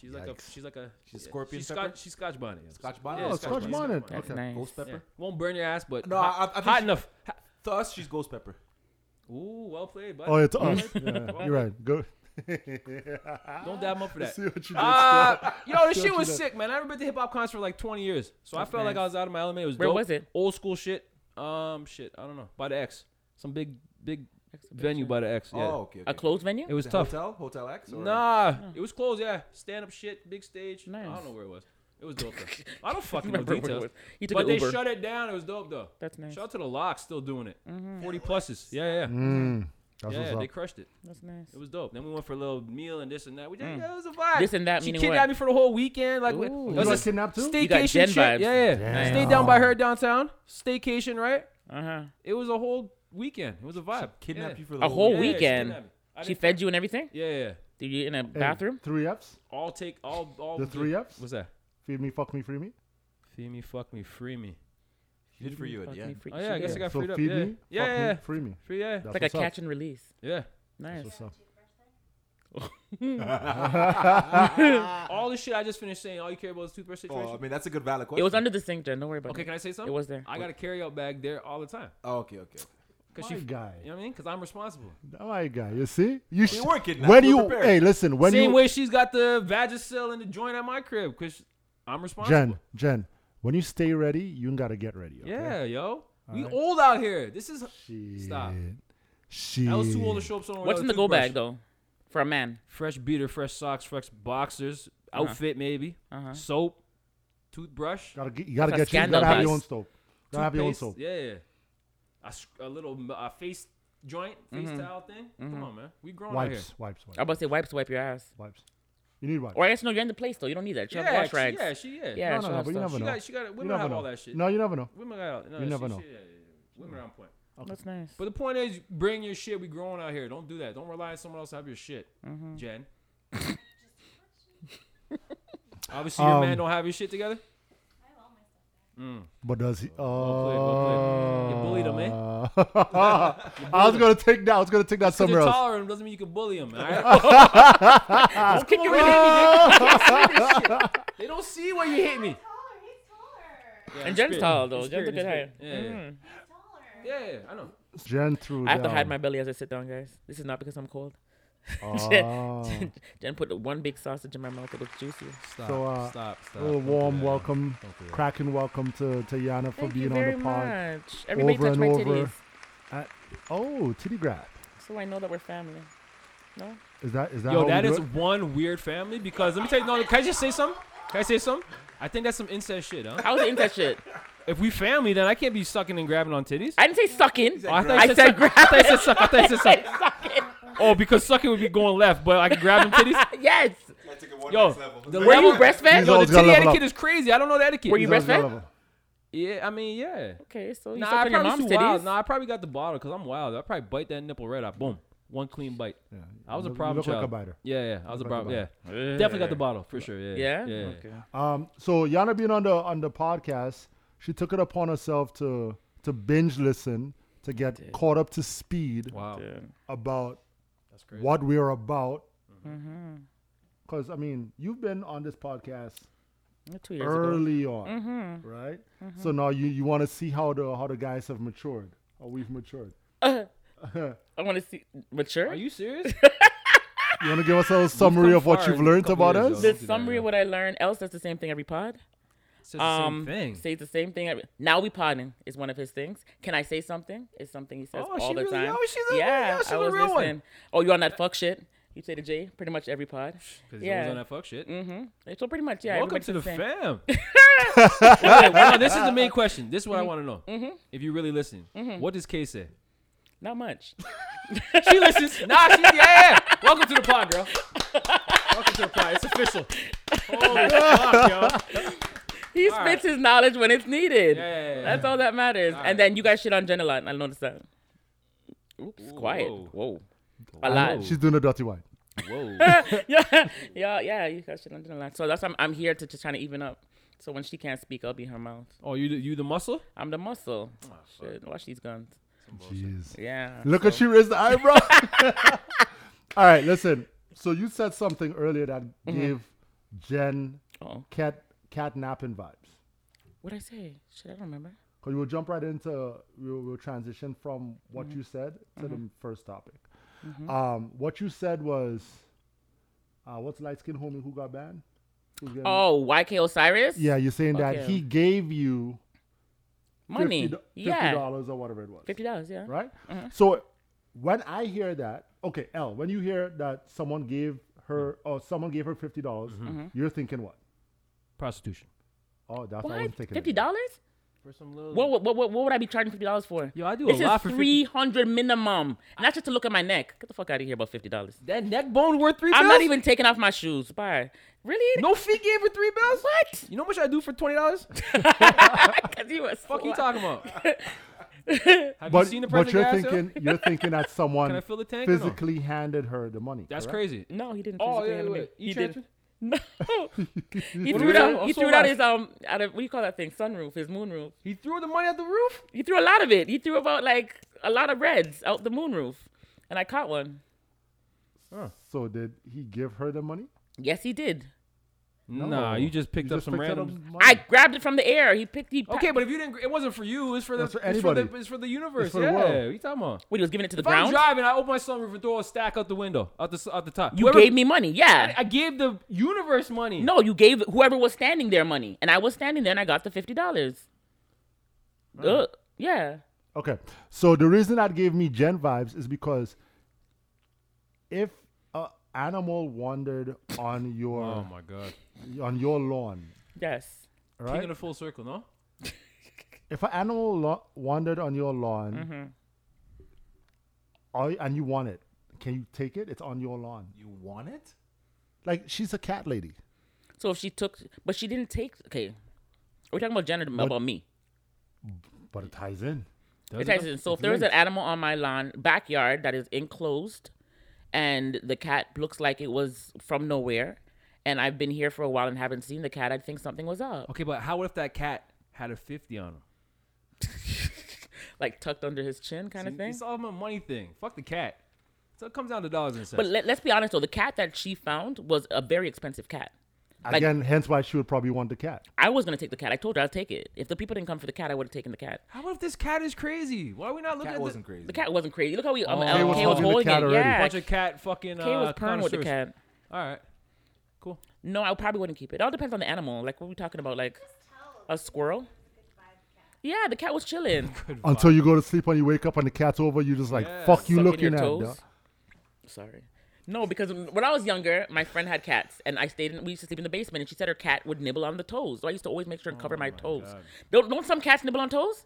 S3: She's like a. She's like a.
S4: She's
S3: yeah,
S4: scorpion
S3: She's
S4: pepper?
S3: Scotch. She's Scotch bonnet. yeah.
S4: Scotch bonnet.
S3: Yeah,
S2: oh,
S3: it's
S2: Scotch
S3: Scotch
S2: bonnet.
S1: That's
S2: Okay.
S1: nice.
S4: Ghost
S3: Yeah.
S4: pepper.
S3: Won't burn your ass, but
S4: No, I- I
S3: hot,
S4: think
S3: hot
S4: she-
S3: enough. Ha-
S4: To us, she's ghost pepper.
S3: Ooh, well played, bud.
S2: Oh, it's us.
S3: Well
S2: Yeah,
S3: played. Well
S2: you're right. Go.
S3: played. Don't dab 'em up for that.
S2: See what you did.
S3: Uh, yo, this
S2: Don't
S3: shit
S2: you
S3: was
S2: know.
S3: sick, man. I haven't been to hip hop cons for like 20 years, so I felt like I
S1: nice.
S3: was out of my element. It was
S1: Where
S3: dope.
S1: was it?
S3: Old school shit. Um, shit, I don't know. By the X, some big, big
S1: Exhibition.
S3: venue by the X. Yeah,
S4: Oh, okay. okay.
S1: A closed venue?
S3: it was
S4: The
S3: tough.
S4: Hotel? Hotel X? Or
S3: Nah, it was closed. Yeah, stand up shit, big stage. I
S1: Nice.
S3: don't know where it was. It was dope. though. I don't fucking know
S1: Remember where it
S3: details.
S1: was. He took
S3: But
S1: an
S3: they
S1: Uber.
S3: shut it down. It was dope though.
S1: That's nice. Mm-hmm.
S3: Shout out to the Locks still doing it. 40 pluses. Yeah, yeah, yeah.
S2: Mm, that's
S3: yeah,
S2: what's
S3: they
S2: up.
S3: crushed it.
S1: That's nice.
S3: It was dope. Then we went for a little meal and this and that. We just, yeah, it was a vibe.
S1: Mm. This and that
S3: she
S1: meaning
S3: kidnapped
S1: what?
S3: me for the whole weekend. Like,
S1: Ooh.
S3: it
S1: You
S2: You
S3: was
S2: got
S3: a
S2: kidnapped too?
S1: got
S3: staycation
S1: Jen
S3: shit.
S1: vibes.
S3: Yeah, yeah.
S2: Damn.
S3: Stayed down by her downtown. Staycation, right?
S1: Uh huh.
S3: It was a whole weekend. It was a vibe.
S4: Kidnap
S3: yeah.
S4: you for the
S1: A whole
S3: Yeah, she
S1: weekend.
S3: kidnapped me. I
S1: She
S3: didn't-
S1: fed you and everything?
S3: Yeah, yeah.
S1: Did you in a
S2: Hey,
S1: bathroom?
S2: Three F's.
S3: All take all all
S2: The three F's.
S3: What's that?
S2: Feed me, fuck me, free me.
S3: Feed me, fuck me, free me.
S4: She did for you at the end.
S3: Oh yeah, I guess I got
S2: So
S3: freed up.
S2: feed
S3: yeah.
S2: me,
S3: yeah,
S2: fuck
S3: yeah,
S2: me, free me.
S3: free, yeah,
S2: That's
S1: It's like a
S2: what's up.
S1: catch and release.
S3: yeah.
S1: Nice.
S2: That's what's up.
S3: All this shit I just finished saying. All you care about is toothbrush situation.
S4: Oh, I mean, that's a good valid question.
S1: It was under the sink, Jen. Don't worry about
S3: okay,
S1: it.
S3: can I say something?
S1: It was there.
S3: I got a carryout bag there all the time.
S4: Oh, okay, okay.
S3: Cause
S2: My
S3: she,
S2: guy.
S3: you know what I mean? Cause I'm responsible.
S2: My guy. You see? You sh-
S4: were kidnapped.
S2: When
S4: We were
S2: you
S4: prepared.
S2: hey, listen. When
S3: Same
S2: you
S3: way she's got the Vagisil and the joint at my crib. Cause I'm responsible.
S2: Jen, Jen, when you stay ready, you gotta get ready. Okay?
S3: Yeah, yo. we old out here. This is
S2: Shit.
S3: Stop.
S2: Shit.
S3: I was too old to show up somewhere.
S1: What's in
S3: without
S1: the
S3: a
S1: go bag
S3: toothbrush.
S1: though, for a man?
S3: Fresh beater, fresh socks, fresh boxers, outfit maybe,
S1: Uh-huh.
S3: soap, toothbrush,
S2: Gotta get, you gotta
S1: That's a
S2: get you gotta
S1: scandal,
S2: have your
S1: guys.
S2: own soap. Gotta have your own
S3: toothpaste.
S2: soap.
S3: Yeah, yeah. A, sc- a little m- a face joint, face
S1: Mm-hmm.
S3: towel thing. Come on, man. We grown out here.
S2: Wipes, wipes,
S1: I was
S2: wipes,
S1: about to say wipes, wipe your ass.
S2: wipes. You need wipes.
S1: Or I guess no, you're in the place though. You don't need that. You have
S3: yeah,
S1: wash
S3: she,
S1: rags.
S3: yeah, she, yeah.
S1: Yeah,
S2: No, no,
S1: she'll
S2: no,
S1: have
S2: but you
S1: stuff.
S2: never
S3: She
S2: know.
S3: got, she got,
S2: You
S3: women
S2: never
S3: have
S2: know.
S3: all that shit.
S2: No, you never know.
S3: Women got all, no,
S2: You
S3: she-
S2: never
S3: she-
S2: know.
S3: yeah, yeah, yeah. Women are on point.
S1: That's nice.
S3: But the point is, bring your shit. We growing out here. Don't do that. Don't rely on someone else to have your shit,
S2: Mm-hmm.
S3: Jen. Obviously, your man
S2: Um,
S3: don't have your shit together.
S5: I have all my stuff.
S2: But does he? Oh,
S3: played, well played. You bullied him, eh?
S2: uh, I was gonna take that. I was gonna take that
S3: Because
S2: somewhere
S3: you're
S2: else.
S3: taller doesn't mean you can bully him. All right? don't come over here and hit me, nigga. Don't see this shit. They don't see why you hit me.
S5: He's taller. He's taller.
S3: Yeah,
S1: And
S3: I'm
S1: Jen's
S3: spitting.
S1: tall though.
S3: I'm
S1: Jen's a
S3: spitting,
S1: good
S3: I'm
S1: height.
S3: spitting. Yeah, yeah,
S1: Mm.
S5: He's taller.
S3: yeah. yeah, yeah, I know.
S2: Jen threw
S1: I have to
S2: down.
S1: hide my belly as I sit down, guys. This is not because I'm cold.
S2: Oh.
S1: Jen put one big sausage in my mouth. It looks juicy.
S3: Stop.
S2: So, uh,
S3: stop. Stop.
S2: A little
S3: Don't do
S2: warm
S3: that.
S2: welcome,
S3: Don't do that.
S2: cracking welcome to to Yana for
S1: Thank
S2: being
S1: you
S2: on
S1: very
S2: the pod.
S1: much. Everybody
S2: Over
S1: touch
S2: and
S1: my
S2: over.
S1: titties,
S2: At- oh, titty grab.
S1: so I know that we're family. No,
S2: Is that is that? how
S3: Yo,
S2: we
S3: that
S2: do
S3: is
S2: it?
S3: one weird family because let me tell you. No, can I just say something? Can I say something? I think that's some incest shit, huh?
S1: I was into that shit.
S3: If we family, then I can't be sucking and grabbing on titties.
S1: I didn't say sucking.
S3: Oh, I thought
S1: I
S3: you said,
S1: said
S3: suck. I thought you said suck. I thought you said suck.
S1: Sucking.
S3: Oh, because sucking would be going left, but I can grab them titties.
S1: yes.
S3: Yo, the
S1: Were you
S3: level-
S1: breastfed?
S2: These are-
S3: Yo, the
S2: Always gotta
S3: titty
S2: level
S3: etiquette
S2: up.
S3: is crazy. I don't know the etiquette.
S1: Were you
S2: That was
S1: breastfed?
S2: relevant.
S3: Yeah, I mean, yeah.
S1: Okay, so you
S3: Nah,
S1: suck
S3: I
S1: on your
S3: probably
S1: mom's
S3: too
S1: titties.
S3: wild. Nah, I probably got the bottle because I'm wild. I probably bite that nipple right out. Boom, one clean bite.
S2: Yeah,
S3: I was
S2: you look-
S3: a
S2: you
S3: problem
S2: look like
S3: child.
S2: a biter.
S3: Yeah, yeah, I was a
S2: Look like a
S3: problem. Yeah, definitely got the bottle for sure. Yeah,
S1: Yeah?
S3: yeah.
S1: Okay.
S2: Um, so Yana being on the on the podcast, she took it upon herself to to binge listen to get caught up to speed
S3: Wow,
S1: Dude.
S2: about
S3: that's crazy.
S2: what we are about. Because I mean, you've been on this podcast
S1: Two years ago.
S2: early on, right? So now you you want to see how the how the guys have matured, how we've matured.
S1: I want to see mature.
S3: Are you serious?
S2: You want to give us a little summary of what
S3: far
S2: you've
S3: in a
S2: learned
S3: couple
S2: about
S3: years,
S2: us?
S1: the
S3: though. Don't do that,
S1: summary
S3: yeah.
S1: of what I learned. Elle says the same thing every pod.
S3: It's the Um, same thing.
S1: Says Um, the same thing. Every, now we podding is one of his things. Can I say something? Is something he says
S3: Oh,
S1: all
S3: she
S1: the
S3: really-
S1: time.
S3: oh, she's a-
S1: yeah,
S3: yeah, she's
S1: I
S3: a
S1: was
S3: real one.
S1: listening. Oh, you on that fuck shit? You say to Jay pretty much every pod.
S3: 'Cause you're always
S1: Yeah.
S3: on that fuck shit.
S1: Mm-hmm. So pretty much yeah.
S3: Welcome
S1: everybody's
S3: to
S1: same.
S3: the fam. Wait, wait, no, this is the main question. This is what I want to know. If you really listen, what does Kay say?
S1: Not much.
S3: She listens. Nah, she yeah, yeah. Welcome to the pod, girl. Welcome to the pod. It's official. Holy fuck, yo.
S1: He
S3: All
S1: spits his knowledge when it's needed.
S3: Yeah, yeah, yeah.
S1: That's all that matters. and then you guys shit on Jen a lot. I noticed that. Oops, quiet.
S3: Whoa.
S1: Whoa. A lot.
S2: She's doing a dirty wine.
S3: Whoa.
S1: yeah, yeah, yeah. You guys should learn a lot. So that's why I'm, I'm here to just trying to even up. So when she can't speak, I'll be her mouth.
S3: oh, you the, you the muscle?
S1: I'm the muscle.
S3: Oh,
S1: Shit, watch these guns.
S2: Jeez.
S1: Yeah.
S2: Look at she raised the eyebrow. All right, listen. So you said something earlier that
S1: Mm-hmm.
S2: gave Jen
S1: Oh,
S2: cat cat napping vibes.
S1: what I say? Shit, I don't remember.
S2: Cause we'll jump right into we'll, we'll transition from what
S1: Mm-hmm.
S2: you said to the first topic. Um, what you said was, uh, what's light skin homie who got banned? Who's getting-
S1: Oh, YK Osiris.
S2: Um, yeah, you're saying that
S1: Okay.
S2: he gave you
S1: Money.
S2: $50,
S1: yeah.
S2: dollars or whatever it was.
S1: Fifty dollars. Yeah.
S2: right?
S1: Uh-huh.
S2: So when I hear that, okay, L, when you hear that someone gave her
S3: Mm-hmm.
S2: or someone gave her fifty dollars,
S1: Mm-hmm.
S2: you're thinking what?
S3: Prostitution.
S2: Oh, that's what I was
S1: What?
S2: thinking.
S1: Fifty dollars?
S3: For some little.
S1: What, what what what what would I be charging fifty dollars for?
S3: Yo, I do a
S1: this
S3: lot
S1: is
S3: for 50
S1: three hundred minimum, and that's just to look at my neck. Get the fuck out of here about fifty dollars.
S3: That neck bone worth three.
S1: I'm
S3: bills?
S1: not even taking off my shoes. Bye. Really?
S3: No fee gave her three bills.
S1: What?
S3: You know how much I do for twenty dollars?
S1: Because you was
S3: Fuck you talking about? Have
S2: But,
S3: you seen the price
S2: but
S3: of
S2: you're
S3: gas, yo?
S2: thinking you're thinking that
S3: Can I
S2: someone
S3: fill the tank? or no?
S2: physically handed her the money.
S3: That's
S2: correct?
S3: crazy.
S1: No, he didn't.
S3: Oh
S1: physically
S3: yeah,
S1: hit me.
S3: wait.
S1: He
S3: You
S1: did.
S3: transferred?
S1: No. he
S3: What
S1: threw
S3: was
S1: it
S3: that?
S1: out. He
S3: Also
S1: threw it out
S3: last-
S1: his um out of what do you call that thing? Sunroof. His moonroof.
S3: He threw the money at the roof.
S1: He threw a lot of it. He threw about like a lot of reds out the moonroof, and I caught one.
S2: So did he give her the money?
S1: Yes, he did.
S3: No, nah, you just picked
S2: You
S3: up
S2: just
S3: some
S2: picked up
S3: random.
S2: his money.
S1: I grabbed it from the air. He picked. He
S3: Oh. Okay, but if you didn't, it wasn't for you. It's for the.
S2: That's for
S3: it's for the,
S2: anybody.
S3: it's for the universe.
S2: for the
S3: yeah,
S2: world.
S3: what you talking about?
S1: Wait, he was giving it to the
S3: If I'm
S1: ground.
S3: driving, I open my sunroof and throw a stack out the window, out the s- out the top.
S1: You
S3: Whoever-
S1: gave me money. Yeah.
S3: I gave the universe money.
S1: no, you gave whoever was standing there money, and I was standing there, and I got the fifty dollars. Ugh. Yeah.
S2: Okay. So the reason that gave me Gen vibes is because if an animal wandered on your
S3: Oh my god.
S2: on your lawn,
S1: Yes.
S2: right?
S3: Taking a full circle, no?
S2: if an animal lo- wandered on your lawn
S1: Mm-hmm.
S2: are you- and you want it can you take it it's on your lawn
S4: You want it?
S2: like she's a cat lady
S1: So if she took, but she didn't take. Okay, are we talking about Jen or about me?
S2: but it ties in
S1: It ties in. So if there was an animal on my lawn backyard that is enclosed, and the cat looks like it was from nowhere, and I've been here for a while and haven't seen the cat, I'd think something was up,
S3: Okay, but how if that cat had a fifty on him?
S1: like tucked under his chin, kind of thing.
S3: It's all my money thing. Fuck the cat. So it comes down to dollars and cents.
S1: But let, let's be honest though, the cat that she found was a very expensive cat. Like-
S2: again hence why she would probably want the cat
S1: I was gonna take the cat. I told her I'll take it. If the people didn't come for the cat, I would have taken the cat.
S3: how if this cat is crazy? Why are we not looking
S4: Cat
S3: at
S4: wasn't
S3: the
S4: crazy.
S1: The cat wasn't crazy. Look how we um,
S3: Oh.
S1: oh,
S3: Kay
S1: Kay
S3: was
S1: was,
S2: holding the
S1: holding
S2: cat
S1: it.
S2: already.
S1: Yeah,
S3: bunch of cat fucking?
S1: Kay
S3: uh,
S1: was purring with the
S3: connoisseurs?
S1: cat.
S3: All right, cool.
S1: No, I probably wouldn't keep it. It all depends on the animal. Like, what are we talking about? Like, a squirrel? Yeah, the cat was chilling.
S2: until you go to sleep and you wake up and the cat's over you just like
S3: Yeah.
S2: fuck you
S1: Sucking
S2: looking
S1: your
S2: at
S1: toes.
S2: duh.
S1: Sorry. No, because when I was younger, my friend had cats, and I stayed. In, we used to sleep in the basement, and she said her cat would nibble on the toes. So I used to always make sure and cover
S3: Oh
S1: my, toes. Don't, don't some cats nibble on toes?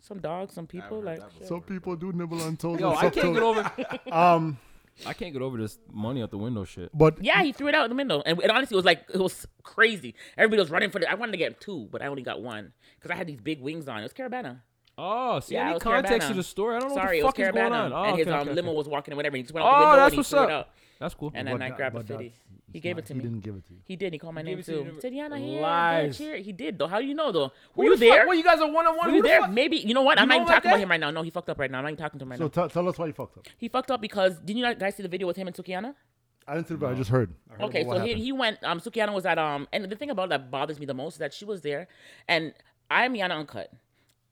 S1: Some dogs, some people, like
S2: some people do nibble on toes
S3: Yo,
S2: and
S3: I
S2: suck
S3: can't
S2: toes.
S3: get over.
S2: um
S3: I can't get over this money out the window shit.
S2: but
S1: yeah, he threw it out in the middle, and, and honestly, it was like it was crazy. Everybody was running for the. I wanted to get two, but I only got one because I had these big wings on. It was Carabana.
S3: Oh, see
S1: Yeah, it
S3: any
S1: was
S3: context
S1: Caravana.
S3: to the story? I don't know
S1: Sorry,
S3: what the
S1: it
S3: fuck
S1: was
S3: is going
S1: Carabana,
S3: on. Oh,
S1: and his
S3: okay,
S1: um,
S3: okay,
S1: limo
S3: okay.
S1: was walking and whatever. He just went out the
S3: Oh,
S1: window
S3: that's
S1: and he
S3: what's
S1: threw
S3: up.
S1: it out.
S3: That's cool.
S1: And
S2: but
S1: then I
S2: that-
S1: grabbed the
S2: but that's-
S1: fifty. He
S2: it's
S1: gave
S2: not-
S1: it to
S2: he
S1: me.
S2: didn't give it to you
S1: He did. He called my
S3: He gave
S1: name
S3: it to you
S1: too.
S3: to-
S1: Said Yana here,
S3: Lies.
S1: bitch, here. He did though. How you know though? Were
S3: Who
S1: you
S3: the fuck-
S1: there?
S3: What, you guys are one on one.
S1: Were you there? Maybe you know what?
S3: You
S1: I'm not
S3: know
S1: even
S3: him like
S1: talking about
S3: that?
S1: him right now. No, he fucked up right now. I'm not even talking to him right
S2: so
S1: now.
S2: t- tell us why you fucked up
S1: He fucked up because did you not guys see the video with him and Sukiana?
S2: i didn't see the video, i just heard, I heard
S1: Okay,
S2: about what
S1: so he,
S2: happened.
S1: he went. Um, Sukiana was at um, and the thing about that bothers me the most is that she was there, and I'm Yana Uncut.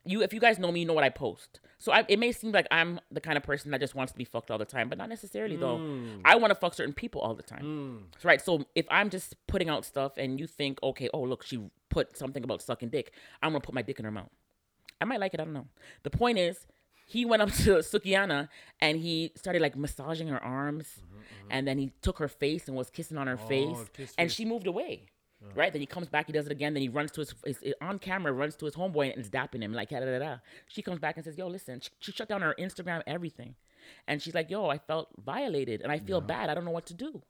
S1: You, if you guys know me, you know what I post. So I, it may seem like I'm the kind of person that just wants to be fucked all the time, but not necessarily
S3: Hmm.
S1: though. I want to fuck certain people all the time, right? So if I'm just putting out stuff and you think, okay, oh look, she put something about sucking dick, I'm gonna put my dick in her mouth. I might like it. I don't know. The point is, he went up to Sukiana and he started like massaging her arms, and then he took her face and was kissing on her face, and she moved away. Right? Then he comes back, he does it again. Then he runs to his, his, his- on camera, runs to his homeboy and is dapping him like da da da. da. She comes back and says, "Yo, listen." She, she shut down her Instagram, everything, and she's like, "Yo, I felt violated and I feel bad. I don't know what to do."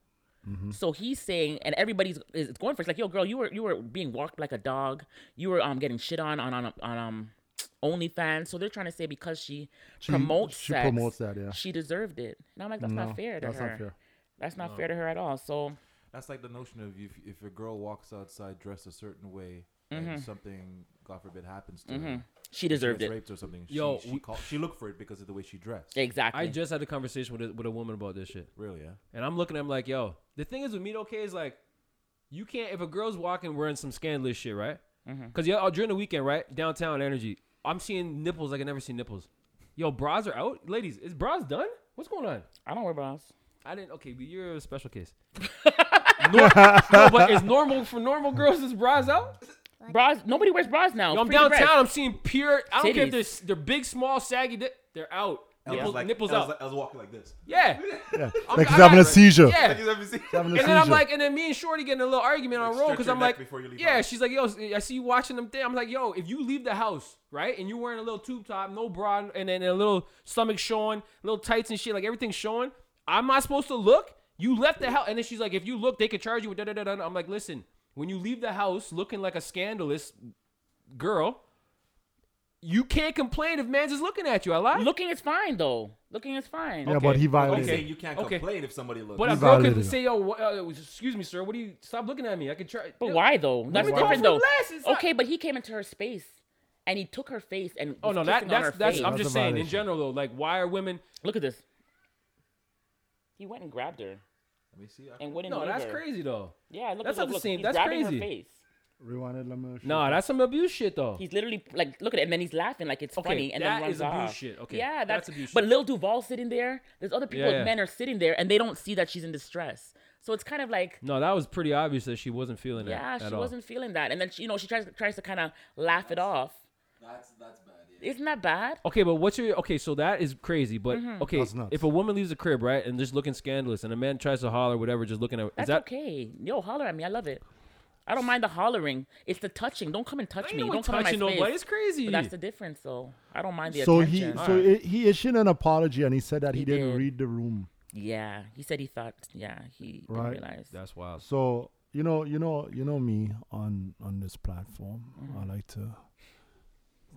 S2: Mm-hmm.
S1: So he's saying, and everybody's is going for it. It's like, yo, girl, you were you were being walked like a dog. You were um getting shit on on on, on um OnlyFans. So they're trying to say because she, promotes
S2: she
S1: sex,
S2: promotes that, yeah.
S1: she deserved it. And I'm like, that's
S2: No,
S1: not fair to
S2: that's
S1: her.
S2: not fair.
S1: That's not fair to her at all. So
S4: That's like the notion of if if a girl walks outside dressed a certain way
S3: Mm-hmm.
S4: and something, God forbid, happens to her,
S1: she
S4: she
S1: deserved
S4: gets
S1: it.
S4: raped or something.
S3: Yo,
S4: she
S3: we-
S4: she, call, she looked for it because of the way she dressed.
S1: Exactly.
S3: I just had a conversation with a, with a woman about this shit.
S4: Really, yeah.
S3: And I'm looking at him like, yo, the thing is with me, okay, is like, you can't, if a girl's walking wearing some scandalous shit, right?
S1: Mm-hmm.
S3: Because yeah, uh, during the weekend, right? Downtown energy, I'm seeing nipples like I never seen nipples. Yo, bras are out. Ladies, is bras done? What's going on?
S1: I don't wear bras.
S3: I didn't, okay, but you're a special case. Nor- no, but it's normal for normal girls, is bras out?
S1: Bras. Nobody wears bras now.
S3: Yo, I'm
S1: Free the
S3: downtown,
S1: breast.
S3: I'm seeing pure, I don't care if
S1: Titties.
S3: they're, s- they're big, small, saggy, di- they're out. Nipples, nipples
S4: I
S3: out.
S4: was, like, I was walking like this.
S3: yeah.
S2: Yeah.
S3: I'm-
S2: Like he's
S3: I'm
S2: having a
S3: not-
S2: seizure.
S3: Yeah.
S4: Like, you ever seen-
S2: Having a
S3: And then I'm
S2: seizure.
S3: like, and then me and Shorty getting a little argument on
S4: Like,
S3: roll
S4: stretch
S3: because
S4: your
S3: I'm
S4: neck
S3: like,
S4: before you leave
S3: yeah,
S4: out.
S3: she's like, yo, I see you watching them thing. I'm like, yo, if you leave the house, right, and you're wearing a little tube top, no bra, and then a little stomach showing, little tights and shit, like everything's showing, I'm not supposed to look. You left the house, and then she's like, if you look, they could charge you with da da da da. I'm like, listen, when you leave the house looking like a scandalous girl, you can't complain if man's is looking at you. I lie.
S1: Looking is fine though. Looking is fine.
S3: Oh,
S2: yeah, but he
S4: I'm
S2: violated.
S4: saying you can't
S3: Okay.
S4: complain if somebody looks.
S3: But a
S2: You
S3: girl could
S2: violated
S3: say, yo, wh- uh, excuse me, sir, what do you stop looking at me? I could try.
S1: But why though? That's
S3: women
S1: different
S3: go
S1: though.
S3: for less. It's not-
S1: Okay, but he came into her space and he took her face and
S3: Oh
S1: was
S3: no, that,
S1: kissing on her
S3: that's that's.
S1: face.
S3: I'm
S2: That's
S3: just
S2: a
S3: saying in
S2: violation.
S3: general though, like why are women?
S1: Look at this. He went and grabbed her
S4: Let me see. I-
S1: and wouldn't.
S3: No,
S1: leave
S3: that's
S1: her.
S3: crazy though.
S1: Yeah, look. look,
S3: That's not the
S1: look,
S3: same.
S1: He's
S3: That's
S1: grabbing
S3: crazy.
S1: Her face.
S2: Rewinded, let me show
S3: Nah,
S2: you.
S3: that's some abuse shit though.
S1: He's literally like, look at it, and then he's laughing like it's
S3: Okay,
S1: funny, and
S3: that
S1: then runs
S3: is abuse
S1: off.
S3: shit. Okay,
S1: yeah,
S3: that's
S1: that's,
S3: abuse
S1: But
S3: shit.
S1: Lil Duval sitting there. There's other people,
S3: Yeah.
S1: men are sitting there, and they don't see that she's in distress. So it's kind of like,
S3: No, that was pretty obvious that she wasn't feeling it.
S1: yeah,
S3: at
S1: she
S3: all.
S1: wasn't feeling that, and then she, you know, she tries tries to kind of laugh it off.
S4: That's that's bad. Yeah.
S1: Isn't that bad?
S3: Okay, but what's your okay? So that is crazy. But
S1: Mm-hmm.
S3: okay,
S2: That's nuts.
S3: if a woman leaves the crib right and just looking scandalous, and a man tries to holler, whatever, just looking at
S1: That's
S3: is that
S1: okay. Yo, holler at me. I love it. I don't mind the hollering. It's the touching. Don't come and touch me.
S3: Ain't no one
S1: Don't come in my
S3: touching
S1: space.
S3: nobody. It's crazy.
S1: But that's the difference, though. I don't mind the
S2: so he
S1: attention.
S2: so
S3: Alright.
S2: it, he issued an apology and he said that he,
S1: He
S2: didn't
S1: did.
S2: read the room.
S1: yeah, he said he thought. Yeah, he didn't
S2: Right.
S1: realize.
S3: That's wild.
S2: So you know, you know, you know me on on this platform. I like to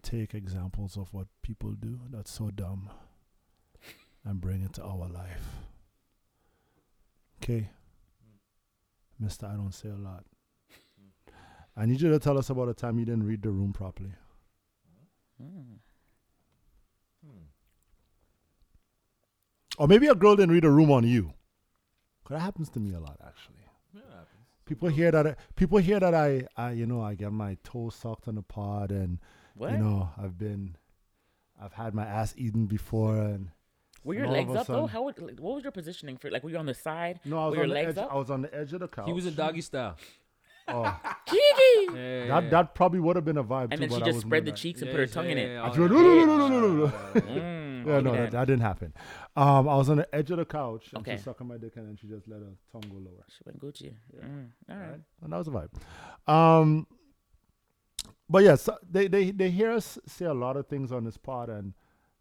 S2: take examples of what people do that's so dumb and bring it to our life. Okay, Mister, I don't say a lot. I need you to tell us about a time you didn't read the room properly. Or maybe a girl didn't read a room on you. 'Cause that happens to me a lot, actually. People hear that. I, people hear that I, I, you know, I get my toes sucked on the pod, and
S1: What?
S2: you know, I've been, I've had my ass eaten before, and
S1: Were your
S2: all of
S1: legs
S2: a
S1: up though?
S2: sudden-
S1: How would, like, what was your positioning for? Like, were you on the side?
S2: no, I was
S1: were your
S2: on the
S1: legs
S2: edge. I
S1: up?
S2: was on the edge of the couch.
S3: He was in doggy style.
S2: Oh,
S1: Kiki.
S3: Yeah, yeah, yeah.
S2: that that probably would have been a vibe
S1: And
S2: too.
S1: then she
S2: but I
S1: just
S2: was
S1: spread the
S2: not-
S1: cheeks and
S3: Yeah,
S1: put her
S3: yeah,
S1: tongue in
S3: yeah,
S1: it.
S3: yeah, oh,
S2: I
S3: all
S2: drew,
S3: that.
S2: no, no, no, no, no, no, no, no.
S1: Mm,
S2: Yeah,
S1: look
S2: no,
S1: at
S2: that, that didn't happen. Um, I was on the edge of the couch, and
S1: Okay.
S2: she sucking my dick, and then she just let her tongue go lower.
S1: She went Gucci. Mm, all right.
S2: and that was a vibe. Um, but yes, uh, they, they they hear us say a lot of things on this pod, and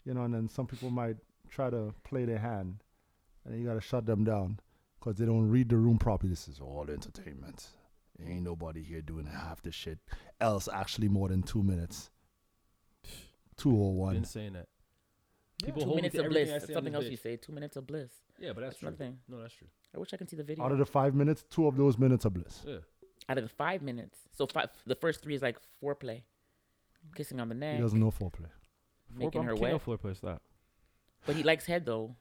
S2: you know, and then some people might try to play their hand, and you gotta shut them down because they don't read the room properly. This is all entertainment. Ain't nobody here doing half the shit. Else, actually, more than two minutes. Two or one.
S3: Been saying that. People
S1: Two
S3: hold me
S1: minutes
S3: to
S1: of
S3: everything
S1: bliss.
S3: I
S1: That's
S3: say on
S1: something
S3: this
S1: else
S3: bitch.
S1: you say. Two minutes of bliss.
S3: Yeah, but that's,
S1: That's my
S3: true.
S1: thing.
S3: No, that's true.
S1: I wish I can see the video.
S2: Out of the five minutes, two of those minutes are bliss.
S3: Yeah.
S1: Out of the five minutes. So five. The first three is like foreplay, kissing on the
S2: He
S1: neck,
S2: doesn't know foreplay.
S1: making her
S3: wet.
S1: wet.
S3: Floor play stop.
S1: But he likes head though.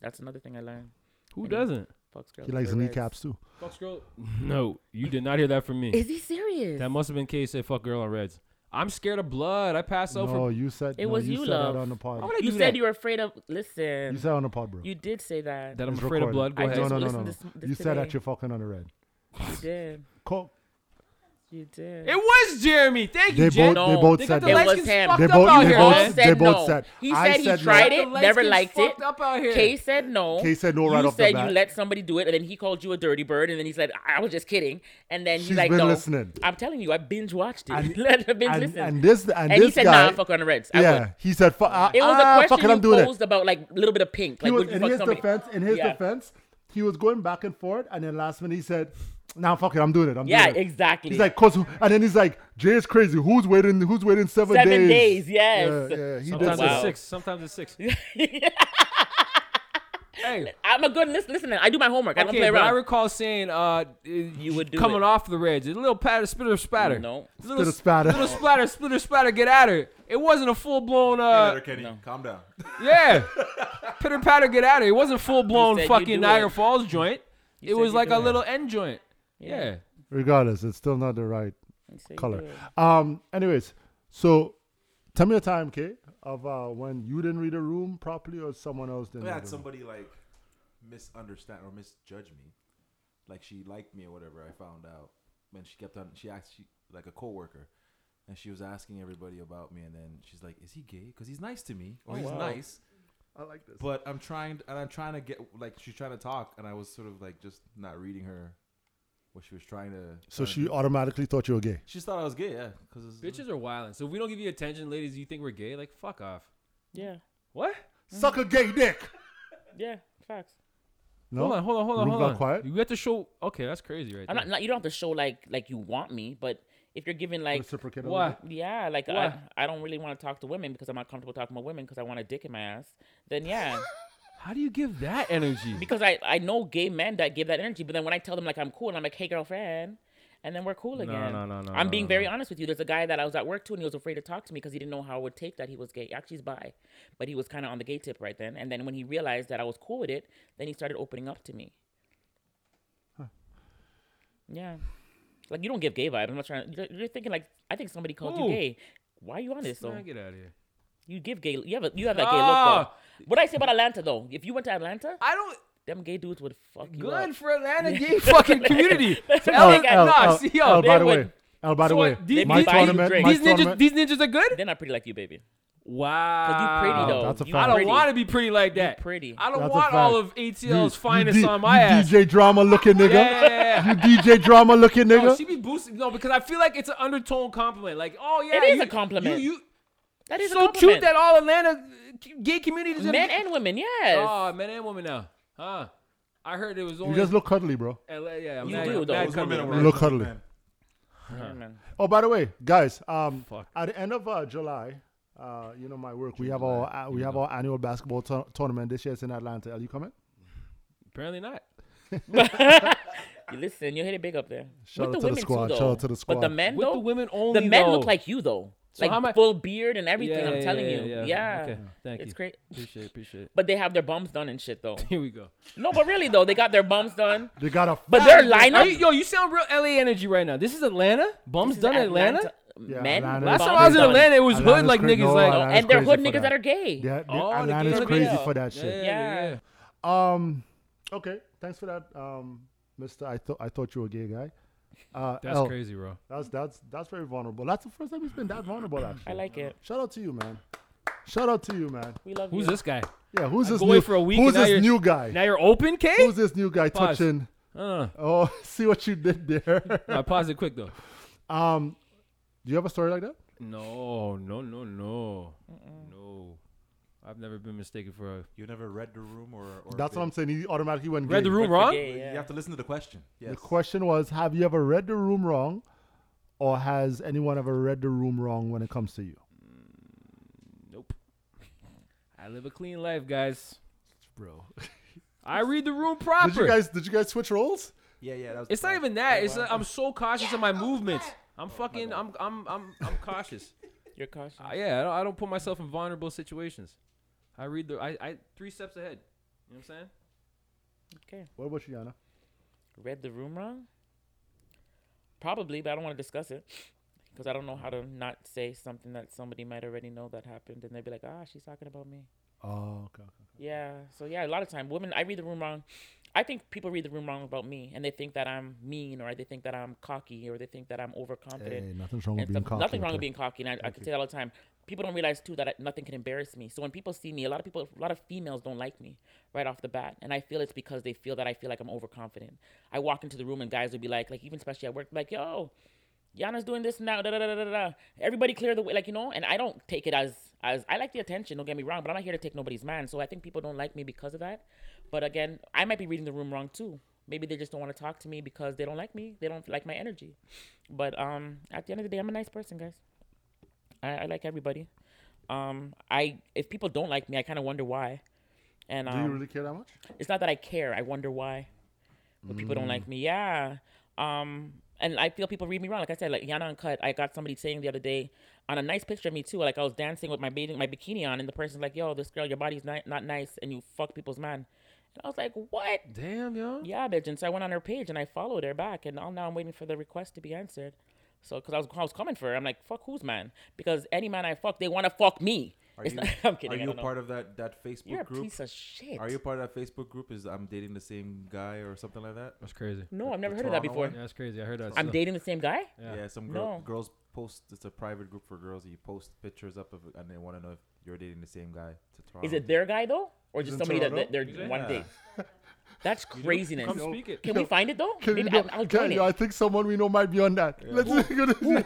S1: That's another thing I learned.
S3: Who
S1: Anyway.
S3: doesn't?
S1: Fucks girls
S2: He
S1: with
S2: likes
S1: their legs.
S2: kneecaps too.
S3: Fuck girl. No, you did not hear that from me.
S1: Is he serious?
S3: That must have been K said fuck girl on reds. I'm scared of blood. I pass out
S2: no,
S3: for.
S2: you said
S1: It
S2: no,
S1: was
S2: you,
S1: you,
S2: said
S1: love.
S2: that on the pod.
S3: Why would I
S1: you
S3: do
S1: said
S3: that?
S1: you were afraid of. Listen,
S2: You
S1: you,
S2: said on the pod, bro.
S1: did say that.
S3: That I'm
S2: It's
S3: afraid of
S2: recorded.
S3: blood. Go
S1: I
S3: ahead.
S1: just
S2: no, no, no,
S1: listened
S2: no.
S1: this- this
S2: you said
S1: today.
S2: that you're fucking on the red.
S1: you did.
S2: Co-
S1: You did.
S3: It was Jeremy. Thank you,
S2: They
S3: Jen.
S2: both- they both
S3: they
S2: said
S3: got
S2: that.
S3: the
S2: It
S3: light
S1: was
S3: skins
S1: him.
S3: fucked
S2: They
S3: up
S2: both-
S3: out
S2: they
S3: here,
S2: both
S3: man.
S2: said- they both said-
S1: He
S2: I
S1: said he
S2: said no.
S1: tried
S3: The
S1: it,
S3: light
S1: never
S3: skins
S1: liked it.
S3: fucked up out here.
S1: Kay said no.
S2: Kay said no
S1: you
S2: right off the
S1: said
S2: bat.
S1: you let somebody do it, and then he called you a dirty bird, and then he said, "I was just kidding." And then
S2: She's
S1: he's like,
S2: been
S1: "No,
S2: listening.
S1: I'm telling you, I binge watched it.
S2: And-
S1: Let her binge
S2: and,
S1: listen."
S2: and this and,
S1: And
S2: this
S1: he said,
S2: guy,
S1: "Nah, fuck on the Reds." I
S2: yeah,
S1: would.
S2: he said, "Fuck,
S1: It was a
S2: ah, fuck it,
S1: question
S2: I'm doing
S1: you
S2: it."
S1: posed about like a little bit of pink.
S2: He
S1: Like,
S2: was,
S1: would you
S2: in
S1: fuck
S2: his
S1: somebody?
S2: defense, in his
S1: Yeah.
S2: defense, he was going back and forth, and then last minute he said, "Nah, fuck it, I'm doing it. I'm
S1: Yeah,
S2: doing it."
S1: exactly.
S2: He's like, "Cause," who-" and then he's like, "Jay is crazy. Who's waiting? Who's waiting seven,
S1: seven days.
S2: days?
S1: yes.
S2: Yeah, yeah. He did
S3: Sometimes
S2: say
S1: Wow.
S3: it's
S2: that.
S3: six. Sometimes it's six. Hey.
S1: I'm a good listen. Listener. I do my homework. I don't play
S3: but I
S1: around.
S3: recall saying uh, you
S1: would do
S3: coming
S1: it.
S3: off the ledge. A little patter, spitter, spatter.
S1: No.
S3: little
S2: Spitter, spatter.
S3: little splatter, splitter, spatter. Get at her. It wasn't a full blown.
S4: Better,
S3: Uh,
S4: Kenny, calm down.
S3: yeah, pitter patter, get at her. It wasn't full blown
S1: said you do
S3: fucking
S1: it.
S3: Niagara Falls joint. It
S1: said
S3: was
S1: you
S3: like
S1: do
S3: a
S1: it.
S3: little end joint. Yeah.
S2: Regardless, it's still not the right
S1: Say
S2: color.
S1: good.
S2: Um. Anyways, so tell me a time, K, of uh, when you didn't read a room properly or someone else didn't.
S4: I
S2: read
S4: had
S2: the
S4: somebody like misunderstand or misjudge me, like she liked me or whatever. I found out when she kept on. She asked she, like a coworker, and she was asking everybody about me. And then she's like, "Is he gay? Because he's nice to me, or he's nice."
S2: room. Oh, I like this.
S4: But I'm trying, and I'm trying to get like she's trying to talk, and I was sort of like just not reading her what she was trying to.
S2: So
S4: trying to
S2: she
S4: do.
S2: automatically thought you were gay.
S4: she just thought I was gay, yeah, because
S3: Bitches are wild. So if we don't give you attention, ladies, you think we're gay? Like fuck off.
S1: Yeah.
S3: What?
S2: Suck a gay dick.
S1: Yeah. Facts.
S2: No.
S3: Hold on, hold on, hold on,
S2: Room
S3: hold
S2: got
S3: on.
S2: quiet?
S3: You have to show. Okay, that's crazy, right?
S1: I'm
S3: there.
S1: not, not. You don't have to show like like you want me, but if you're giving like
S2: Reciprocate a little
S3: Why?
S2: bit.
S1: Yeah, like I,
S3: Why?
S1: I don't really want to talk to women because I'm not comfortable talking about women because I want a dick in my ass. Then yeah,
S3: How do you give that energy?
S1: because I, I know gay men that give that energy, but then when I tell them like I'm cool, and I'm like, hey girlfriend, and then we're cool again.
S3: no, no, no,
S1: I'm
S3: no,
S1: being
S3: no,
S1: very
S3: no.
S1: honest with you. There's a guy that I was at work to, and he was afraid to talk to me because he didn't know how I would take that he was gay. Actually, he's bi, but he was kind of on the gay tip right then. And then when he realized that I was cool with it, then he started opening up to me. Yeah, like you don't give gay vibes. I'm not trying. You're, you're thinking like I think somebody called
S3: Who?
S1: you gay. Why are you honest though?
S3: Man, get out of here.
S1: You give gay. You have a, you have that gay look
S3: Ah.
S1: though. What I say about Atlanta though? If you went to Atlanta,
S3: I don't.
S1: them gay dudes would fuck you up.
S3: Good for Atlanta gay fucking community.
S1: That's
S3: Tell
S1: what
S3: it-
S1: they got.
S3: nah,
S2: L,
S3: see,
S2: L,
S3: yo,
S1: they
S2: by the way,
S1: would-
S2: L, by the
S3: So
S2: way,
S3: what, these-
S2: my
S3: these-
S2: tournament,
S1: these
S2: my
S3: these ninjas,
S2: tournament.
S3: these ninjas are good.
S1: They're not pretty like you, baby.
S3: Wow,
S1: Cause you pretty though.
S2: that's a
S1: You
S2: fact.
S3: Ah. I don't
S1: pretty.
S3: want to be pretty like that.
S1: pretty.
S3: I don't
S2: That's a
S3: want all
S2: fact.
S3: of ATL's
S2: You- you
S3: finest
S2: D-
S3: on my
S2: you
S3: ass.
S2: DJ drama looking nigga.
S3: Yeah, yeah, yeah.
S2: You DJ drama looking nigga.
S3: No, she be boosting. No, because I feel like it's an undertone compliment. Like, oh yeah,
S1: It is
S3: you-
S1: a compliment.
S3: You, you
S1: That is a
S3: so cute
S1: compliment.
S3: that all Atlanta uh, gay communities.
S1: men and women. Yes.
S3: oh, men and women now, huh? I heard it was
S2: you
S3: only
S2: just look cuddly, bro.
S3: LA. Yeah, I'm
S1: You
S3: mad-
S1: do,
S3: I'm
S1: though.
S3: mad
S1: Those
S3: cuddly,
S1: women
S3: I'm
S4: are
S3: mad
S2: Look
S4: Right.
S2: cuddly.
S1: Yeah, man.
S2: Oh, by the way, guys, um,
S3: Fuck.
S2: at the end of uh, July, uh, you know my work. We have our uh, we have our annual basketball tour- tournament this year. It's in Atlanta. Are you coming?
S3: Apparently not.
S1: You listen, you hit it big up there.
S2: Shout out
S1: With
S2: to the
S1: women
S2: squad,
S1: Too, though.
S2: shout out to the squad.
S1: But the men
S3: With
S1: though,
S3: the women
S1: the
S3: only.
S1: men look
S3: though.
S1: like you though.
S3: So how am I-
S1: like full beard and everything.
S3: Yeah,
S1: I'm
S3: yeah,
S1: telling
S3: yeah,
S1: you.
S3: Yeah.
S1: Yeah.
S3: Okay. Thank you.
S1: It's great.
S3: Appreciate. Appreciate.
S1: But they have their bums done and shit though.
S3: Here we go.
S1: no, but really though, they got their bums done.
S2: They got a
S1: But their
S3: Are you,
S1: lineup.
S3: yo, you sound real LA energy right now. This is Atlanta.
S1: This
S3: Bums
S1: is
S3: done in Atlanta.
S2: Yeah,
S1: Men.
S2: Atlanta.
S3: Last
S1: bums
S3: time I was in
S1: done.
S3: Atlanta, it was hood
S2: Atlanta's
S3: like
S2: crazy.
S3: niggas
S2: No,
S1: No,
S3: like.
S2: Atlanta's
S1: and they're
S2: crazy
S1: hood
S2: for
S1: niggas
S2: that.
S1: that are gay.
S2: yeah, they-
S3: Oh, the
S2: Atlanta's
S3: gays are
S2: crazy
S1: real.
S2: for that shit.
S1: Yeah.
S2: Um, okay, thanks for that, um, Mister. I thought I thought you were a gay guy. Uh,
S3: That's
S2: L,
S3: crazy, bro.
S2: That's that's that's very vulnerable. That's the first time he's been that vulnerable. Actually,
S1: I like it.
S2: Shout out to you, man. Shout out to you, man.
S1: We love
S3: Who's
S1: you.
S3: this guy?
S2: Yeah, who's this
S3: go away
S2: new?
S3: for a week
S2: who's
S3: and now
S2: this
S3: you're-
S2: new guy?
S3: Now you're open, K?
S2: Who's this new guy
S3: Pause.
S2: touching?
S3: uh,
S2: Oh, see what you did there.
S3: I paused it quick, though.
S2: um, do you have a story like that?
S3: No, no, no, no. No. I've never been mistaken for a.
S4: You never read the room or, or
S2: That's what I'm saying. He automatically went.
S3: Read
S2: gay.
S3: the room
S1: Good for
S3: wrong?
S1: gay,
S4: You
S1: yeah.
S4: have to listen to the question. Yes.
S2: The question was: Have you ever read the room wrong, or has anyone ever read the room wrong when it comes to you?
S3: Nope. I live a clean life, guys.
S2: Bro,
S3: I read the room
S2: did you
S3: proper.
S2: guys did you guys switch roles?
S4: Yeah, yeah. That was
S3: it's not even that. It's uh, I'm so cautious of my movements.
S1: Oh,
S3: I'm fucking. I'm. I'm. I'm. I'm cautious.
S1: You're cautious.
S3: Uh, yeah, I don't, I don't put myself in vulnerable situations. I read the. I. I three steps ahead. You know what I'm saying?
S1: Okay.
S2: What about you, Yana?
S1: Read the room wrong? Probably, but I don't want to discuss it because I don't know how to not say something that somebody might already know that happened, and they'd be like, "Ah, she's talking about me."
S2: Oh, okay.
S1: Yeah. So yeah, a lot of time women, I read the room wrong. I think people read the room wrong about me, and they think that I'm mean, or they think that I'm cocky, or they think that I'm overconfident.
S2: Hey, nothing's wrong with
S1: and
S2: being
S1: stuff.
S2: cocky.
S1: Nothing wrong with
S2: okay?
S1: being cocky, and I, I can say that all the time. People don't realize too that I, nothing can embarrass me. So when people see me, a lot of people, a lot of females don't like me right off the bat, and I feel it's because they feel that I feel like I'm overconfident. I walk into the room and guys would be like, like even especially at work, like, "Yo, Yana's doing this now." Da, da, da, da, da, da. Everybody clear the way, like you know. And I don't take it as as I like the attention. Don't get me wrong, but I'm not here to take nobody's man. So I think people don't like me because of that. But again, I might be reading the room wrong too. Maybe they just don't want to talk to me because they don't like me. They don't like my energy. But um, at the end of the day, I'm a nice person, guys. I, I like everybody. Um, I if people don't like me, I kind of wonder why. And
S2: Do you
S1: um,
S2: really care that much?
S1: it's not that I care. I wonder why when people don't
S2: Mm.
S1: like me. Yeah. Um, and I feel people read me wrong. Like I said, like Yana Uncut, I got somebody saying the other day on a nice picture of me too. Like I was dancing with my bathing, my bikini on, and the person's like, "Yo, this girl, your body's not not nice, and you fuck people's man." And I was like, "What?"
S3: Damn, yo.
S1: Yeah, bitch. And so I went on her page and I followed her back, and all now I'm waiting for the request to be answered. So, because I was, I was coming for her, I'm like, fuck who's man? Because any man I fuck, they want to fuck me.
S4: Are
S1: It's
S4: you,
S1: not, I'm kidding.
S4: Are
S1: I
S4: you
S1: don't know.
S4: part of that that Facebook
S1: You're a
S4: group?
S1: piece of shit.
S4: Are you part of that Facebook group? Is I'm dating the same guy or something like that?
S3: That's crazy.
S1: No, I've never
S4: the
S1: heard of that
S4: Toronto
S1: before.
S4: one?
S3: Yeah, that's crazy. I heard that.
S1: I'm
S3: still.
S1: dating the same guy?
S4: Yeah,
S3: Yeah.
S4: some girl,
S1: No.
S4: girls post. It's a private group for girls. You post pictures up of, and they want to know if you're dating the same guy to Toronto.
S1: Is it their guy though, or
S2: Is
S1: just
S2: it
S1: somebody that, that
S2: Toronto?
S1: they're
S4: Yeah.
S1: one date? That's craziness.
S3: Come speak it.
S1: Can we find it though?
S2: Can you
S1: Maybe
S2: know-
S1: I'll, I'll
S2: can
S1: join
S2: you- I
S1: it.
S2: think someone we know might be on that. Let's go to- uh,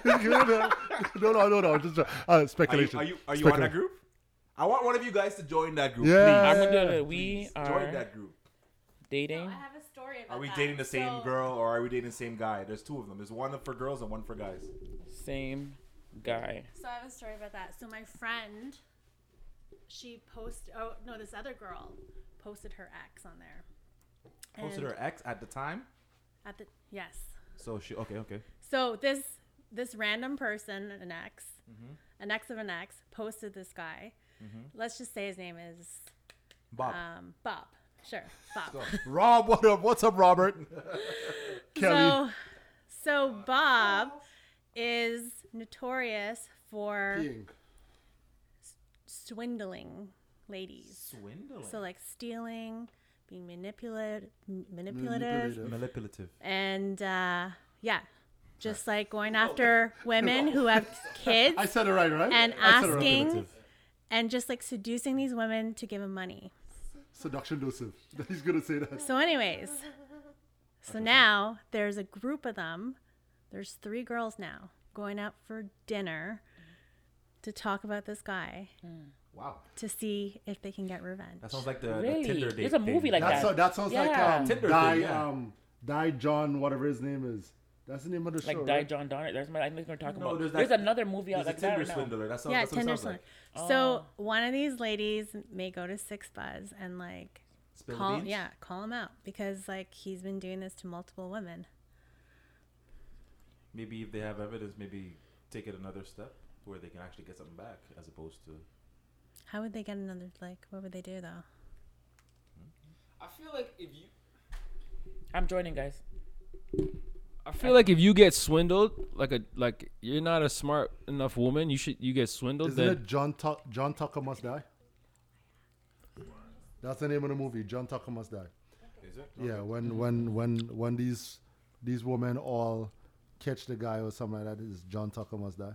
S2: no, no, no, no. Just uh, uh,
S4: Are you
S2: speculation.
S4: are you, are you on that
S2: Speculation.
S4: group? I want one of you guys to join that group.
S2: Yeah.
S1: I'm
S4: please.
S1: gonna do it.
S4: Please,
S1: We
S4: join
S1: are
S4: that group.
S5: No,
S1: dating.
S5: I have a story about
S4: Are we
S5: that.
S4: dating the same
S5: So,
S4: girl or are we dating the same guy? There's two of them. There's one for girls and one for guys.
S1: Same guy.
S5: So I have a story about that. So my friend, she posted. Oh no, this other girl posted her ex on there.
S4: Posted
S5: And
S4: her ex at the time.
S5: at the yes.
S4: So she okay okay.
S5: So this this random person, an ex,
S2: Mm-hmm.
S5: an ex of an ex, posted this guy. Let's just say his name is
S4: Bob.
S5: um, Bob. Sure, Bob.
S2: Rob, what up? What's up, Robert? Kelly.
S5: So, so Bob is notorious for swindling ladies.
S4: Swindling.
S5: So like stealing, being manipulated, manipulative,
S2: Manipulative.
S4: Manipulative.
S5: and uh, yeah, just like going after women who have kids
S2: Oh. I said it right, right?
S5: and
S2: I said it right.
S5: asking and just like seducing these women to give him money.
S2: Seduction Joseph. He's going to say that.
S5: So, anyways, so now there's a group of them. There's three girls now going out for dinner to talk about this guy
S4: Hmm. Wow.
S5: to see if they can get revenge.
S4: That sounds like the, the
S1: Really?
S4: Tinder date.
S1: There's a
S4: thing.
S1: movie like
S2: That's
S1: that.
S2: so- that sounds like
S1: Yeah.
S2: um,
S4: Tinder thing,
S2: Die,
S4: yeah.
S2: um, Die John, whatever his name is. That's the name of the
S1: Like
S2: show.
S1: Die
S2: right?
S1: John Donner. That's my. I think we're talking
S4: No,
S1: about.
S4: there's
S1: There's,
S4: that-
S1: another movie out
S4: There's a
S1: like that
S4: Tinder
S1: right now.
S4: swindler. That's,
S5: yeah,
S4: that's what it
S5: Tinder
S4: sounds like. Oh.
S5: swindler. So one of these ladies may go to Six Buzz and like
S4: Spill the
S5: call,
S4: beans?
S5: yeah, call him out because like he's been doing this to multiple women.
S4: Maybe if they have evidence, maybe take it another step where they can actually get something back as opposed to
S5: How would they get another? Like, what would they do though?
S3: I feel like if you.
S1: I'm joining, guys.
S3: I feel like if you get swindled, like a like you're not a smart enough woman, you should you get swindled.
S2: Isn't
S3: Then
S2: it John, Tu- John Tucker Must Die? That's the name of the movie, John Tucker Must Die.
S4: Is it?
S2: Yeah, when when when when these these women all catch the guy or something like that, it's John Tucker Must Die.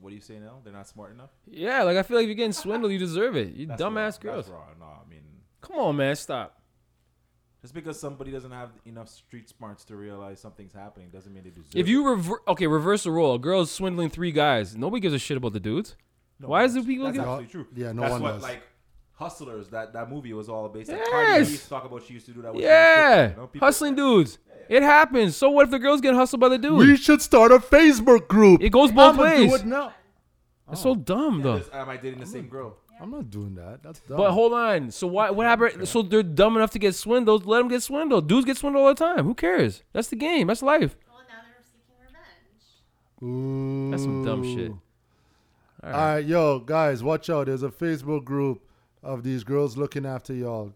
S4: What do you say now? They're not smart enough?
S3: yeah, like I feel like if you're getting swindled, you deserve it. You
S4: That's
S3: dumbass
S4: wrong.
S3: girls.
S4: That's wrong. No, I mean,
S3: Come on, man, stop.
S4: just because somebody doesn't have enough street smarts to realize something's happening doesn't mean they deserve
S3: If you rever- okay, reverse the role. A girl's swindling three guys. Nobody gives a shit about the dudes. Why is the people?
S4: That's
S3: get-
S4: absolutely true.
S2: yeah, no
S4: That's
S2: one
S4: what,
S2: does.
S4: like, Hustlers, that, that movie was all based. Like, Cardi B
S3: Yes.
S4: used to talk about she used to do that. with her
S3: yeah,
S4: sister, you know? People-
S3: hustling dudes. It happens. So what if the girls get hustled by the dude?
S2: We should start a Facebook group.
S3: It goes both
S2: I'ma Do
S3: ways.
S2: it now.
S3: It's so dumb though.
S4: Am I dating the same girl?
S2: I'm not doing that. That's dumb.
S3: But hold on. So why? What happened? So they're dumb enough to get swindled. Let them get swindled. Dudes get swindled all the time. Who cares? That's the game. That's life.
S5: Well, now they're seeking revenge.
S2: Ooh.
S3: That's some dumb shit.
S2: All right. yo, guys, watch out. There's a Facebook group of these girls looking after y'all.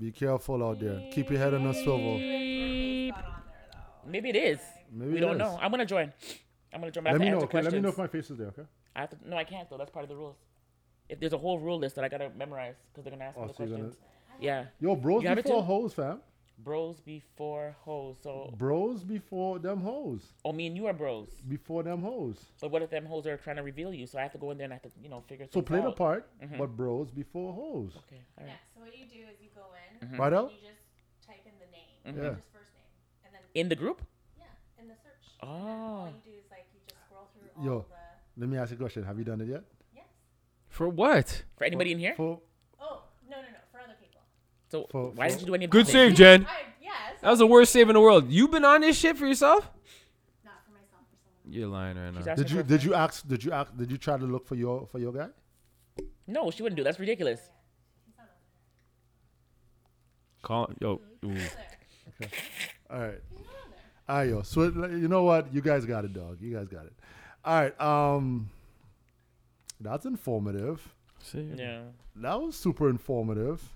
S2: Be careful out there. Keep your head on a swivel.
S1: Maybe it is.
S2: Maybe
S1: we
S2: it
S1: don't
S2: is.
S1: know. I'm gonna join. I'm gonna join. But I have
S2: Let me
S1: to
S2: know.
S1: answer
S2: Okay, let me
S1: questions.
S2: know if my face is there. Okay.
S1: I have to, no, I can't though. That's part of the rules. If there's a whole rule list that I gotta memorize because they're gonna ask
S2: Oh,
S1: me the
S2: so you're gonna-
S1: questions. Yeah,
S2: Yo, bros
S1: You have it
S2: before
S1: too?
S2: hoes, fam.
S1: bros before hoes. So,
S2: Bros before them hoes.
S1: oh, me and you are bros.
S2: Before them hoes.
S1: But what if them hoes are trying to reveal you? So I have to go in there and I have to, you know, figure
S2: So
S1: things
S2: play the
S1: out.
S2: part, but bros before hoes.
S1: Okay, all right.
S5: Yeah. So what you do is you go in.
S4: Mm-hmm.
S2: Right out?
S5: You just type in the name,
S2: Yeah.
S5: just first name, and then
S1: In the group?
S5: yeah, in the search.
S1: Oh.
S5: All you do is like you just scroll through
S2: Yo.
S5: all the
S2: Let me ask you a question. Have you done it yet?
S5: yes.
S3: For what?
S1: For anybody in here?
S2: For,
S5: Oh no no no for other people.
S1: so
S2: for-
S1: why
S2: for-
S1: did you do any of
S3: Good
S1: these
S3: save,
S1: things?
S3: Jen. Oh.
S5: I yes.
S3: That was the worst save in the world. You been on this shit for yourself?
S5: Not for myself for someone.
S3: You're lying right
S1: She's
S3: now.
S1: asking
S2: did you
S1: for-
S2: did you ask did you ask did you try to look for your for your guy?
S1: No, she wouldn't do. That's ridiculous.
S3: Call yo. ooh.
S2: All right. All right, yo. So like, you know what? You guys got it, dog. You guys got it. All right. Um, that's informative.
S3: See?
S1: Yeah.
S2: That was super informative.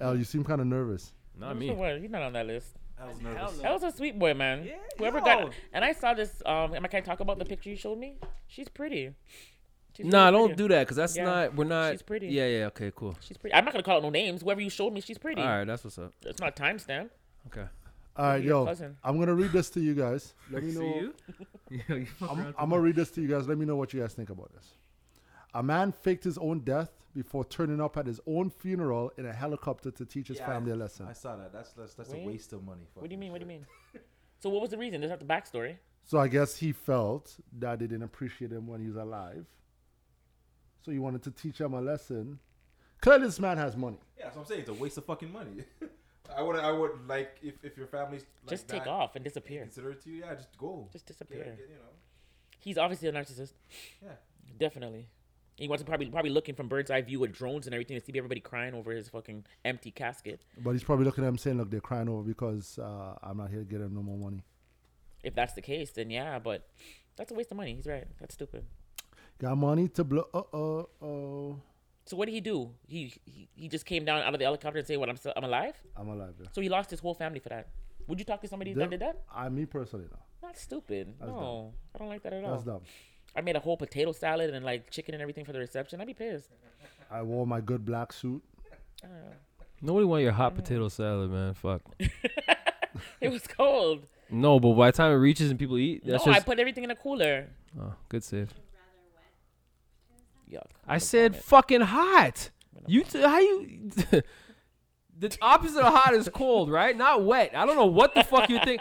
S2: El, you seem kind of nervous.
S3: Not
S1: So
S3: me.
S1: what? He's not on that list.
S4: I was nervous.
S1: That was a sweet boy, man.
S3: Yeah,
S1: Whoever
S3: yo.
S1: got and I saw this. Um, am I can I talk about the picture you showed me? She's pretty. She's
S3: Nah,
S1: really
S3: don't
S1: pretty.
S3: do that because that's
S1: Yeah.
S3: not. We're not.
S1: She's pretty.
S3: Yeah, yeah. Okay, cool.
S1: She's pretty. I'm not gonna call out no names. Whoever you showed me, she's pretty.
S3: All right, that's what's up.
S1: It's not a timestamp.
S3: Okay.
S2: All right,
S1: be your
S2: yo.
S1: cousin.
S2: I'm gonna read this to you guys. Let me know.
S6: you? Yo, you fuck
S2: I'm,
S6: around.
S2: I'm gonna read this to you guys. Let me know what you guys think about this. A man faked his own death before turning up at his own funeral in a helicopter to teach his
S4: Yeah,
S2: family a
S4: I-
S2: lesson.
S4: I saw that. That's that's, that's a
S1: Wait.
S4: waste of money.
S1: What do you mean? What do you mean? So what was the reason? There's not the backstory.
S2: So I guess he felt that they didn't appreciate him when he was alive. So he wanted to teach him a lesson. Clearly, this man has money.
S4: Yeah, that's what I'm saying. It's a waste of fucking money. I would I would like if, if your family's like
S1: just take
S4: that,
S1: off and disappear.
S4: Consider it to you. Yeah, just go.
S1: Just disappear.
S4: Get, get, you know.
S1: He's obviously a narcissist.
S4: Yeah.
S1: Definitely. He wants to probably probably looking from bird's eye view with drones and everything to see everybody crying over his fucking empty casket.
S2: But he's probably looking at him saying, "Look, they're crying over because uh, I'm not here to get him no more money."
S1: If that's the case, then yeah, but that's a waste of money. He's right. That's stupid.
S2: Got money to blow. Uh oh oh.
S1: So what did he do? He he, he just came down out of the helicopter and say, "What? I'm still, I'm alive."
S2: I'm alive. Yeah.
S1: So he lost his whole family for that. Would you talk to somebody that
S2: Them-
S1: did that?
S2: I, me personally, no.
S1: Not stupid.
S2: That's
S1: no, I don't like that at all.
S2: That's dumb.
S1: I made a whole potato salad and like chicken and everything for the reception. I'd be pissed.
S2: I wore my good black suit.
S3: Nobody want your
S5: Mm.
S3: hot potato salad, man. Fuck.
S1: It was cold.
S3: No, but by the time it reaches and people eat, that's
S1: no, I
S3: just.
S1: put everything in a cooler.
S3: oh, good save.
S1: Yuck.
S3: I said fucking hot. You t- how you? the opposite of hot is cold, right? Not wet. I don't know what the fuck you think.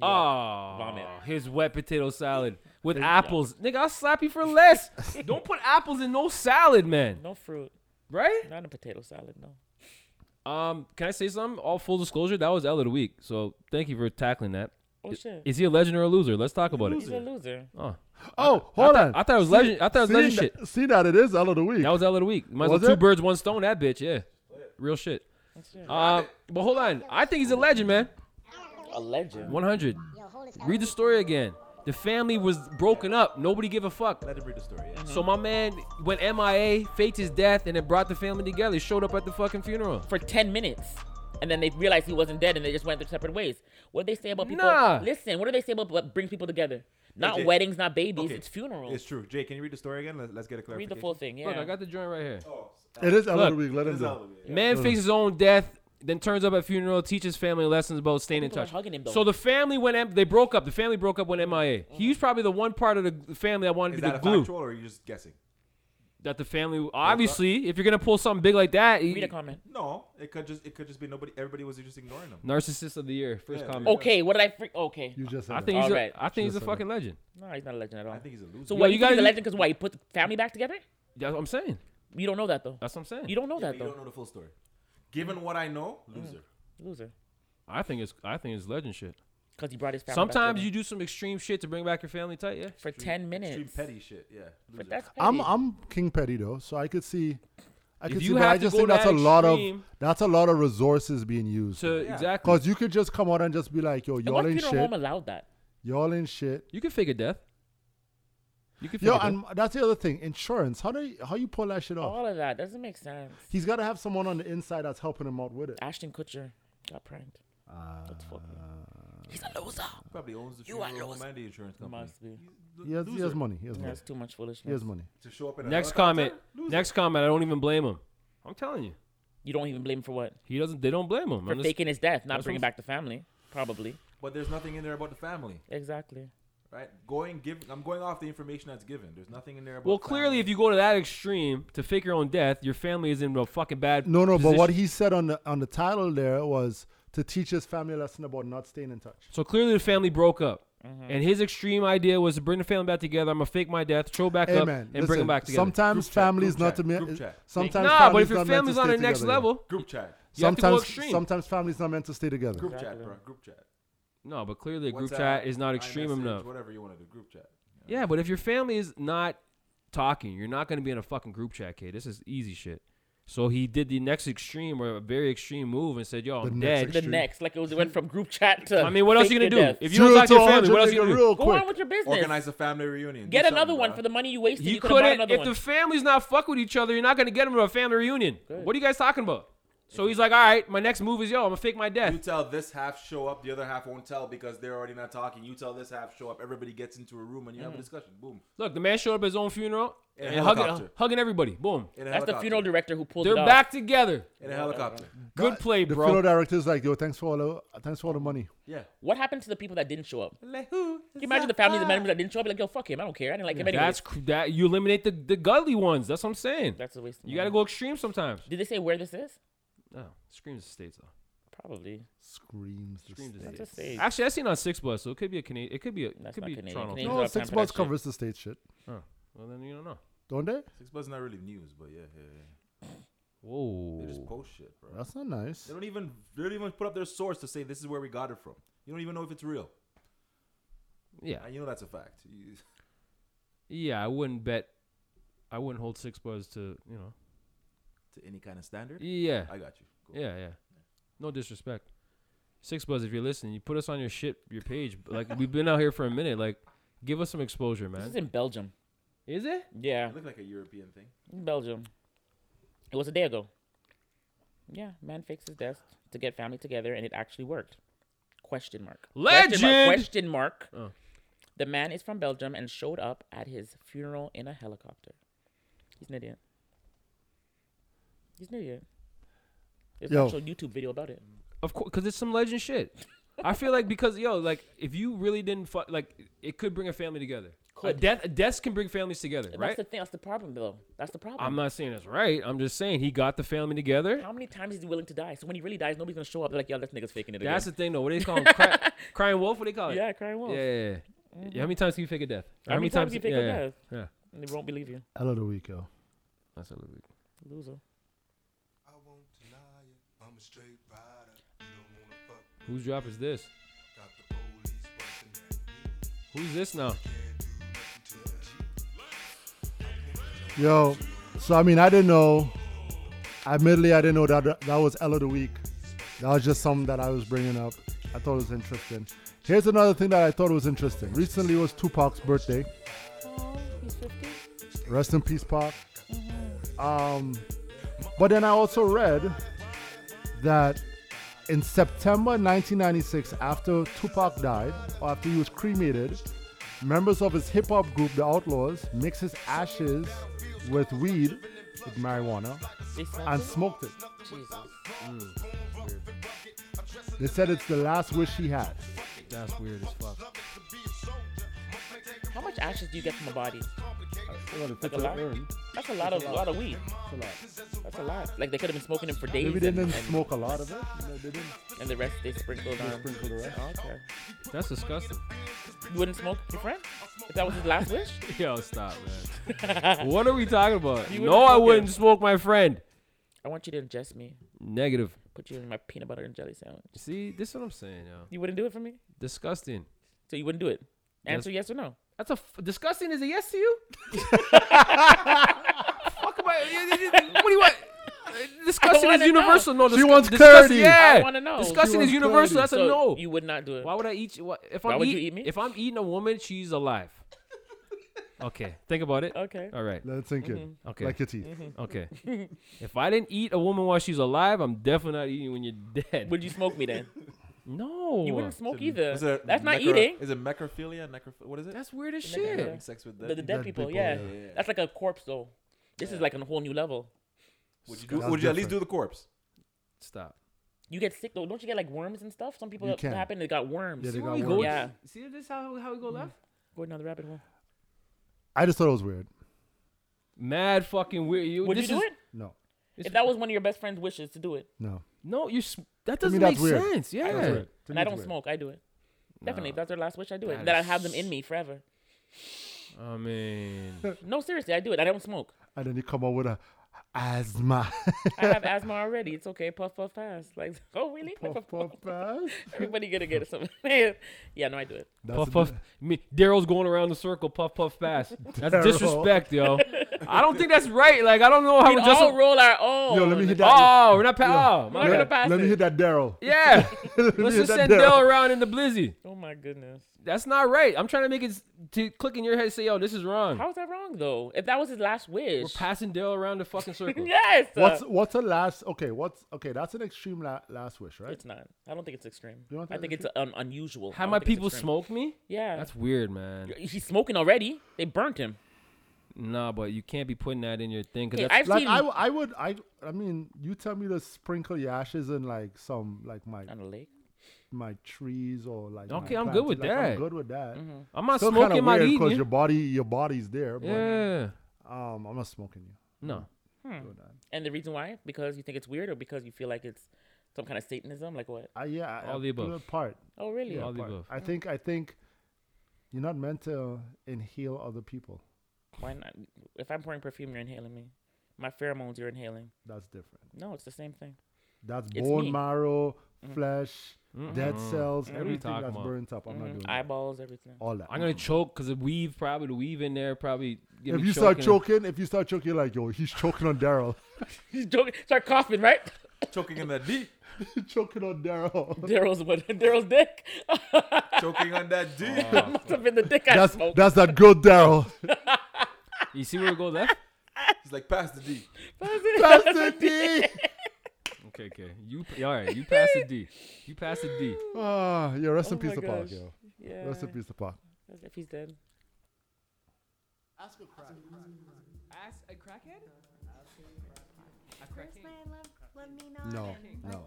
S3: Oh,
S1: vomit.
S3: his wet potato salad with apples, nigga. I'll slap you for less. don't put apples in no salad, man.
S1: No fruit.
S3: Right?
S1: Not a potato salad. No.
S3: Um, can I say something? All full disclosure, that was L of the week. So thank you for tackling that.
S1: Oh shit.
S3: Is he a legend or a loser? Let's talk about
S1: He's a
S3: it.
S1: loser.
S3: Oh,
S2: Oh,
S3: I
S2: hold
S3: thought,
S2: on.
S3: I thought it was legend. I thought it was
S2: see,
S3: legend
S2: tha-
S3: shit.
S2: see that it is out of the week.
S3: That was L of the week. Might as well
S2: Was
S3: two
S2: it?
S3: birds, one stone. That bitch, yeah. Real shit.
S1: That's it.
S3: Uh, but hold on. I think he's a legend, man.
S1: A legend.
S3: 100. Read the story again. The family was broken up. Nobody give a fuck.
S4: Let him read the story. Yeah.
S3: So my man went MIA, faked his death, and then brought the family together. He Showed up at the fucking funeral.
S1: for 10 minutes. And then they realized he wasn't dead and they just went their separate ways. What do they say about people?
S3: Nah.
S1: Listen, what do they say about what brings people together? Not
S4: Okay.
S1: weddings, not babies,
S4: Okay.
S1: it's funerals.
S4: It's true. Jay, can you read the story again? Let's, let's get a
S1: Read
S4: clarification.
S1: the full thing, yeah.
S3: Look, I got the joint right here.
S4: Oh,
S2: it is out
S3: Look,
S2: of the week. Let
S4: it
S2: him
S4: is
S2: know.
S4: Oliver, yeah.
S3: Man fakes his own death, then turns up at funeral, teaches family lessons about staying in
S1: People are
S3: touch.
S1: hugging him, though.
S3: so the family went, em- they broke up. The family broke up when MIA. He was probably the one part of the family I wanted
S4: Is
S3: to be
S4: that
S3: the
S4: a
S3: glue.
S4: factual or are you just guessing?
S3: That the family, obviously, if you're gonna pull something big like that,
S1: Read a
S3: you-
S1: comment.
S4: No, it could just it could just be nobody. Everybody was just ignoring him.
S3: narcissist of the year, first
S4: Yeah.
S3: comment.
S1: Okay, what did I freak? Okay.
S2: You just said
S3: I
S2: that.
S3: think he's
S1: Alright.
S3: a, I think he's a
S2: Should've said
S3: fucking legend.
S1: No, he's not a legend at all.
S4: I think he's a loser.
S1: So
S3: Yo,
S1: what,
S3: you
S1: you,
S3: gotta
S1: think he's a
S3: do-
S1: legend because why? You put the family back together?
S3: That's what I'm saying.
S1: You don't know that, though.
S3: That's what I'm saying.
S1: You don't know
S4: Yeah, but
S1: that,
S4: you
S1: though.
S4: don't know the full story. Given what I know, loser.
S1: Loser.
S3: I think it's I think it's legend shit.
S1: Because he brought his family
S3: Sometimes you do some extreme shit to bring back your family tight, yeah.
S1: For 10
S4: Extreme
S1: minutes.
S4: petty shit. Yeah. Loser.
S1: But that's petty.
S2: I'm I'm King Petty though, so I could see. I
S3: If
S2: could
S3: you
S2: see, but
S3: have
S2: I
S3: to
S2: just
S3: go
S2: think that's a
S3: that
S2: lot of
S3: extreme-
S2: that's a lot of resources being used.
S3: So
S4: Yeah.
S3: exactly,
S2: Cause you could just come out and just be like, "Yo,
S1: And
S2: y'all
S1: what
S2: in
S1: funeral
S2: shit,
S1: home allowed that?
S2: y'all in shit."
S3: you can fake a death. You can fake
S2: Yo,
S3: a death.
S2: and that's the other thing. Insurance. How do you, how you pull that shit off?
S1: All of that doesn't make sense.
S2: He's got to have someone on the inside that's helping him out with it.
S1: Ashton Kutcher got pranked.
S3: Ah,
S1: That's fucked up.
S2: Uh,
S1: He's a loser.
S4: Probably owns the
S1: You are
S4: funeral home
S1: loser.
S4: and the insurance company.
S1: Must be.
S4: Lo-
S2: He has, he has
S4: loser.
S2: money. He has money.
S1: That's too much
S2: He
S1: foolishness.
S2: has money.
S4: To show up in a
S3: Next
S4: helicopter?
S3: comment.
S4: Loser.
S3: Next comment. I don't even blame him. I'm telling you,
S1: You don't even blame him for what?
S3: he doesn't. They don't blame him.
S1: for
S3: I'm just-
S1: faking his death, not
S3: that's
S1: bringing
S3: what I'm-
S1: back the family. Probably.
S4: But there's nothing in there about the family,
S1: Exactly.
S4: right? Going give. I'm going off the information that's given. There's nothing in there about.
S3: well, clearly, if you go to that extreme to fake your own death, your family is in a fucking bad.
S2: No, no. But what
S3: position.
S2: he said on the on the title there was to teach his family a lesson about not staying in touch.
S3: So clearly, the family broke up.
S1: Mm-hmm.
S3: And his extreme idea was to bring the family back together. I'm gonna fake my death, throw back
S2: Hey
S3: up,
S2: man,
S3: and bring them back together.
S2: Sometimes
S4: Group chat,
S2: families
S4: group
S2: not
S4: chat,
S2: to me.
S4: group chat.
S2: Sometimes
S3: nah, but
S2: families
S3: if your
S2: not meant to
S3: family's on
S2: stay
S3: the next
S2: together, yo.
S3: level,
S4: group chat,
S3: you have to go
S2: Sometimes
S3: extreme.
S2: sometimes families not meant to stay together.
S4: group
S1: Exactly.
S4: chat, bro, group chat.
S3: No, but clearly a group
S4: WhatsApp,
S3: chat is not extreme
S4: iMessage,
S3: enough.
S4: Whatever you want to do, group chat.
S3: Yeah, but if your family is not talking, you're not going to be in a fucking group chat, kid. This is easy shit. So he did the next extreme or a very extreme move and said, "Yo,
S2: The
S3: I'm
S2: next
S3: dead."
S1: The
S2: True.
S1: next, like it was, it went from group chat to.
S3: I mean, what else
S1: fake
S3: you gonna do
S1: your death.
S3: if you don't talk to your family? What else you
S2: nigga,
S3: gonna do?
S2: real
S1: Go
S2: quick.
S1: on with your business.
S4: Organize a family reunion.
S1: Get
S4: Do something,
S1: another one
S4: bruh.
S1: for the money you wasted.
S3: You,
S1: You, could have bought
S3: couldn't.
S1: another
S3: If
S1: one.
S3: the families not fuck with each other, you're not gonna get them to a family reunion. What are you guys talking about? So he's like, "All right, my next move is yo, I'm gonna fake my death."
S4: You tell this half show up, the other half won't tell because they're already not talking. You tell this half show up, everybody gets into a room and you have
S1: Mm.
S4: a discussion. Boom.
S3: Look, the man showed up at his own funeral
S4: In a
S3: and hugging,
S4: helicopter.
S3: hugging everybody. Boom.
S4: In
S1: That's
S4: a
S1: the
S4: helicopter.
S1: funeral director who pulled
S3: They're
S1: it off.
S3: back together.
S4: In a helicopter.
S3: Good play,
S2: The
S3: bro.
S2: funeral director's like, yo, thanks for all the, thanks for all the money.
S4: Yeah.
S1: What happened to the people that didn't show up? Can you imagine the families, the members that didn't show up? Be Like, yo, fuck him. I don't care. I didn't like him anyway.
S3: That's
S1: That's,
S3: cr- that you eliminate the, the godly ones. That's what I'm saying.
S1: a waste. Of
S3: you got to
S1: money.
S3: go extreme sometimes.
S1: Did they say where this is?
S3: No, screams the states though.
S1: Probably.
S2: Screams. the
S3: Screams the
S2: state.
S1: That's a
S3: states.
S1: state.
S3: Actually, I seen on Six Bus, so it could be a Canadian. It could be a.
S1: That's
S3: could
S1: not
S3: be
S1: Canadian.
S3: Toronto.
S1: Canadian-
S2: No,
S1: There's no time
S2: six
S1: for
S2: bucks
S1: that shit.
S2: covers the state shit,
S3: Oh, well then you don't know.
S2: don't they?
S4: Six Buzz is not really news, but yeah, yeah, yeah. They just
S3: Whoa.
S4: post shit, bro.
S2: That's not nice.
S4: They don't even they don't even put up their source to say this is where we got it from. You don't even know if it's real,
S3: Yeah,
S4: and you know that's a fact. You-
S3: yeah. I wouldn't bet. I wouldn't hold Six Buzz to you know.
S4: to any kind of standard,
S3: Yeah,
S4: I got you. Cool.
S3: yeah, yeah. No disrespect. Six Buzz, if you're listening, you put us on your shit, your page. but, Like we've been out here for a minute. Like, give us some exposure,
S1: This is
S3: man.
S1: in Belgium.
S3: Is it?
S1: Yeah,
S4: It looked like a European thing.
S1: in Belgium. It was a day ago. Yeah, man fixed his desk to get family together, and it actually worked. Question mark. Question
S3: Legend!
S1: mark. Question mark.
S3: Oh.
S1: The man is from Belgium and showed up at his funeral in a helicopter. He's an idiot. He's an idiot. There's
S2: Yo.
S1: an actual YouTube video about it.
S3: Of course, because it's some legend shit. I feel like because yo, like if you really didn't fu- like, it could bring a family together. A
S1: Could.
S3: death, deaths can bring families together,
S1: And
S3: right?
S1: That's the thing. That's the problem, though. That's the problem.
S3: I'm not saying that's right. I'm just saying he got the family together.
S1: How many times is he willing to die? So when he really dies, nobody's gonna show up. They're like, "Yo, this nigga's faking it
S3: That's
S1: again."
S3: the thing, though. What do they call him? Cry- crying wolf? What do they call it?
S1: yeah, crying wolf.
S3: Yeah. yeah, yeah. How many times can you fake a death?
S1: How many times you fake a
S3: yeah,
S1: death?
S3: Yeah. yeah.
S1: And they won't believe you,
S2: Hell of the week, yo.
S3: That's a little bit.
S1: loser.
S6: I won't deny it. I'm a straight rider. You don't wanna fuck with
S3: Whose drop is this?
S6: got the police busting at me.
S3: Who's this now?
S6: Can't do nothing to the chief.
S2: Yo, so I mean, I didn't know. Admittedly, I didn't know that that was L of the week. That was just something that I was bringing up. I thought it was interesting. Here's another thing that I thought was interesting. Recently was Tupac's birthday. Rest in peace, Pac. Um, but then I also read that in September 1996, after Tupac died, or after he was cremated, members of his hip hop group, the Outlaws, mixed his ashes with weed, with marijuana,
S1: They sound-
S2: and smoked it.
S1: Jesus.
S3: Mm.
S2: They said it's the last wish he had.
S3: That's weird as fuck.
S1: How much ashes do you get from a body?
S3: Like
S1: a lot. That's a lot of lot of weed. That's a lot. Like they could have been smoking it for days.
S2: Maybe they
S1: and,
S2: didn't
S1: and-
S2: smoke a lot of it. No, they didn't
S1: and the rest they sprinkled on.
S2: sprinkle the rest.
S1: Oh, okay.
S3: That's disgusting.
S1: You wouldn't smoke with your friend if that was his last wish.
S3: Yo, stop, man. what are we talking about?
S1: You
S3: No,
S1: wouldn't
S3: I
S1: smoke it.
S3: wouldn't smoke my friend.
S1: I want you to ingest me.
S3: Negative.
S1: Put you in my peanut butter and jelly sandwich.
S3: See, this is what I'm saying, yo.
S1: You wouldn't do it for me.
S3: Disgusting.
S1: So you wouldn't do it. Answer yes, or no.
S3: That's a f- disgusting. Is a yes to you? Fuck about what do you want? Uh, Disgusting is
S1: wanna
S3: universal. No,
S2: She
S3: disgu-
S2: wants
S3: disgust-
S2: clarity.
S3: Yeah,
S1: I wanna know. She
S3: Disgusting is
S2: wants clarity.
S3: universal. That's
S1: So
S3: a no.
S1: You would not do it.
S3: Why would I eat you? What, if
S1: Why
S3: I'm
S1: would
S3: eat,
S1: you eat me?
S3: If I'm eating a woman, she's alive. Okay, think about it.
S1: Okay.
S3: All right.
S2: Let it sink in.
S3: Mm-hmm. Okay.
S2: Like your teeth.
S3: Okay. if I didn't eat a woman while she's alive, I'm definitely not eating you when you're dead.
S1: Would you smoke me then?
S3: no.
S1: You wouldn't smoke either.
S4: Is it
S1: That's not
S4: necro-
S1: eating.
S4: Is it necrophilia? Necroph- what is it?
S3: That's weird as
S1: Yeah.
S3: shit.
S4: Having sex with
S1: The,
S4: dead.
S1: the dead,
S2: Dead
S1: people,
S2: people,
S1: yeah.
S2: yeah.
S4: Yeah, yeah.
S1: That's like a corpse though. This is like a whole new level.
S4: would you, do,
S2: That's
S4: would you at least do
S2: different.
S4: the corpse?
S3: Stop.
S1: You get sick though, don't you get like worms and stuff? Some people
S2: You
S1: that
S2: can.
S1: happen they got worms.
S2: Yeah, they
S3: See where
S2: got
S3: we
S2: one.
S3: go?
S1: Yeah.
S3: See this how how we go left?
S1: Go down the rabbit hole.
S2: I just thought it was weird.
S3: Mad fucking weird. You,
S1: Would you
S3: this
S1: do
S3: is,
S1: it?
S2: No,
S1: If that was one of your best friend's wishes to do it.
S2: no.
S3: No, you. s- That
S2: To me,
S3: doesn't
S2: that's
S3: make
S2: weird.
S3: sense. Yeah.
S2: That's weird.
S1: And
S2: To me,
S1: I
S2: it's
S1: don't
S2: weird.
S1: smoke, I do it. Definitely. If that's their last wish, I do
S3: That
S1: it. That I
S3: is-
S1: have them in me forever.
S3: I mean,
S1: No, seriously, I do it. I don't smoke.
S2: And then you come up with a, asthma.
S1: I have asthma already. It's okay. Puff, puff, pass. Like, oh, really?
S2: puff, puff, pass.
S1: Everybody gonna get something. yeah, no, I do it.
S2: That's
S3: Puff
S2: a
S3: puff.
S2: good-
S3: Me, Daryl's going around the circle. Puff puff pass. That's
S2: Daryl.
S3: disrespect, yo. I don't think that's right. Like I don't know how
S1: We
S3: just.
S1: all roll our own.
S2: Yo, let me hit that.
S3: Oh, we're not. Pa- oh, my
S1: Yeah.
S3: bad.
S1: gonna pass
S2: let me
S1: it.
S2: hit that Daryl.
S3: Yeah.
S2: Let me
S3: Let's
S2: hit
S3: just
S2: that
S3: send Daryl around in the blizzy.
S1: Oh my goodness.
S3: That's not right. I'm trying to make it s- to click in your head. and Say, yo, this is wrong.
S1: How is that wrong though? If that was his last wish.
S3: We're passing Daryl around the fucking circle.
S1: yes. uh,
S2: What's what's a last? Okay, what's okay? That's an extreme la- last wish, right?
S1: It's not. I don't think it's extreme.
S2: You don't
S1: I
S2: think
S1: think it's un- unusual. I
S3: Have
S1: don't
S3: my
S1: think it's
S3: people
S1: extreme.
S3: smoke me?
S1: Yeah.
S3: That's weird, man.
S1: He's smoking already. They burnt him.
S3: Nah, but you can't be putting that in your thing because
S1: Okay,
S3: that's
S1: I've
S2: Like
S1: seen.
S2: I, w- I would I I mean you tell me to sprinkle your ashes in like some like my
S1: on the lake.
S2: my trees or like my
S3: Okay, I'm
S2: plants.
S3: good with
S2: Like,
S3: that.
S2: I'm good with that.
S3: I'm not
S2: Still kind
S3: smoking
S2: of
S3: my
S2: weird
S3: eating.
S2: because your body your body's there, but
S3: yeah.
S2: um I'm not smoking you.
S3: No.
S2: Good with that.
S1: And the reason why? Because you think it's weird, or because you feel like it's some kind of Satanism? Like what?
S2: I, yeah, I-
S3: All
S2: I-
S3: the above.
S2: good Part.
S1: Oh really?
S3: All the
S2: part.
S3: above.
S2: I think I think you're not meant to inhale other people.
S1: Why not? If I'm pouring perfume, you're inhaling me. My pheromones, you're inhaling.
S2: That's different.
S1: No, it's the same thing.
S2: That's
S1: It's
S2: bone
S1: me.
S2: marrow,
S3: Mm-hmm.
S2: flesh,
S1: Mm-hmm.
S2: dead cells,
S3: Talk
S2: everything that's
S3: about-
S2: burnt up. I'm not doing that.
S1: Eyeballs, everything.
S2: all that.
S3: I'm gonna choke because the weave probably the weave in there probably. Get
S2: if
S3: me
S2: you start
S3: choking.
S2: choking, if you start choking, you're like yo, he's choking on Daryl.
S1: He's joking. Start coughing, right?
S4: Choking on that D.
S2: choking on Daryl.
S1: Daryl's what? Daryl's dick.
S4: Choking on that D.
S1: Must have been the dick I
S2: That's
S1: smoked.
S2: that's that good Daryl.
S3: You see where it goes left?
S4: He's like, pass the D.
S2: That's the D.
S3: okay, okay. You all right? You pass the D. You pass the D.
S2: Ah, yo, rest in
S1: Oh
S2: peace,
S1: my
S2: the park,
S1: gosh.
S2: yo.
S1: yeah.
S2: Rest in peace, the park.
S1: If he's dead.
S3: Ass a crackhead?
S5: Where's my love? Let me know.
S2: No, no.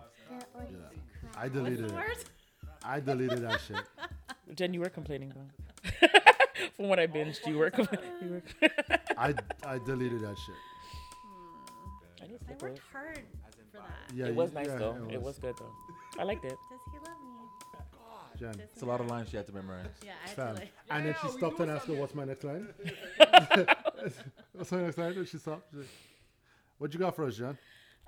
S5: What's
S2: I deleted it.
S5: the word?
S2: I deleted that shit.
S1: Jen, you were complaining though. From what I binged, you were complaining. You were.
S2: I I deleted that shit.
S1: I know it's
S5: I
S1: not
S5: worked
S1: good.
S5: hard for that.
S2: Yeah,
S1: It was nice
S2: yeah,
S1: though. It was. good though. I liked it.
S5: Does he love me?
S2: Jen.
S5: Does
S4: It's
S5: he
S4: a lot of
S5: not?
S4: lines she had to memorize.
S5: Yeah, I
S2: Fam.
S5: totally.
S2: And then she stopped and asked me, "What's my next line?" What's my next line? And she stopped. She's like, what you got for us, Jen?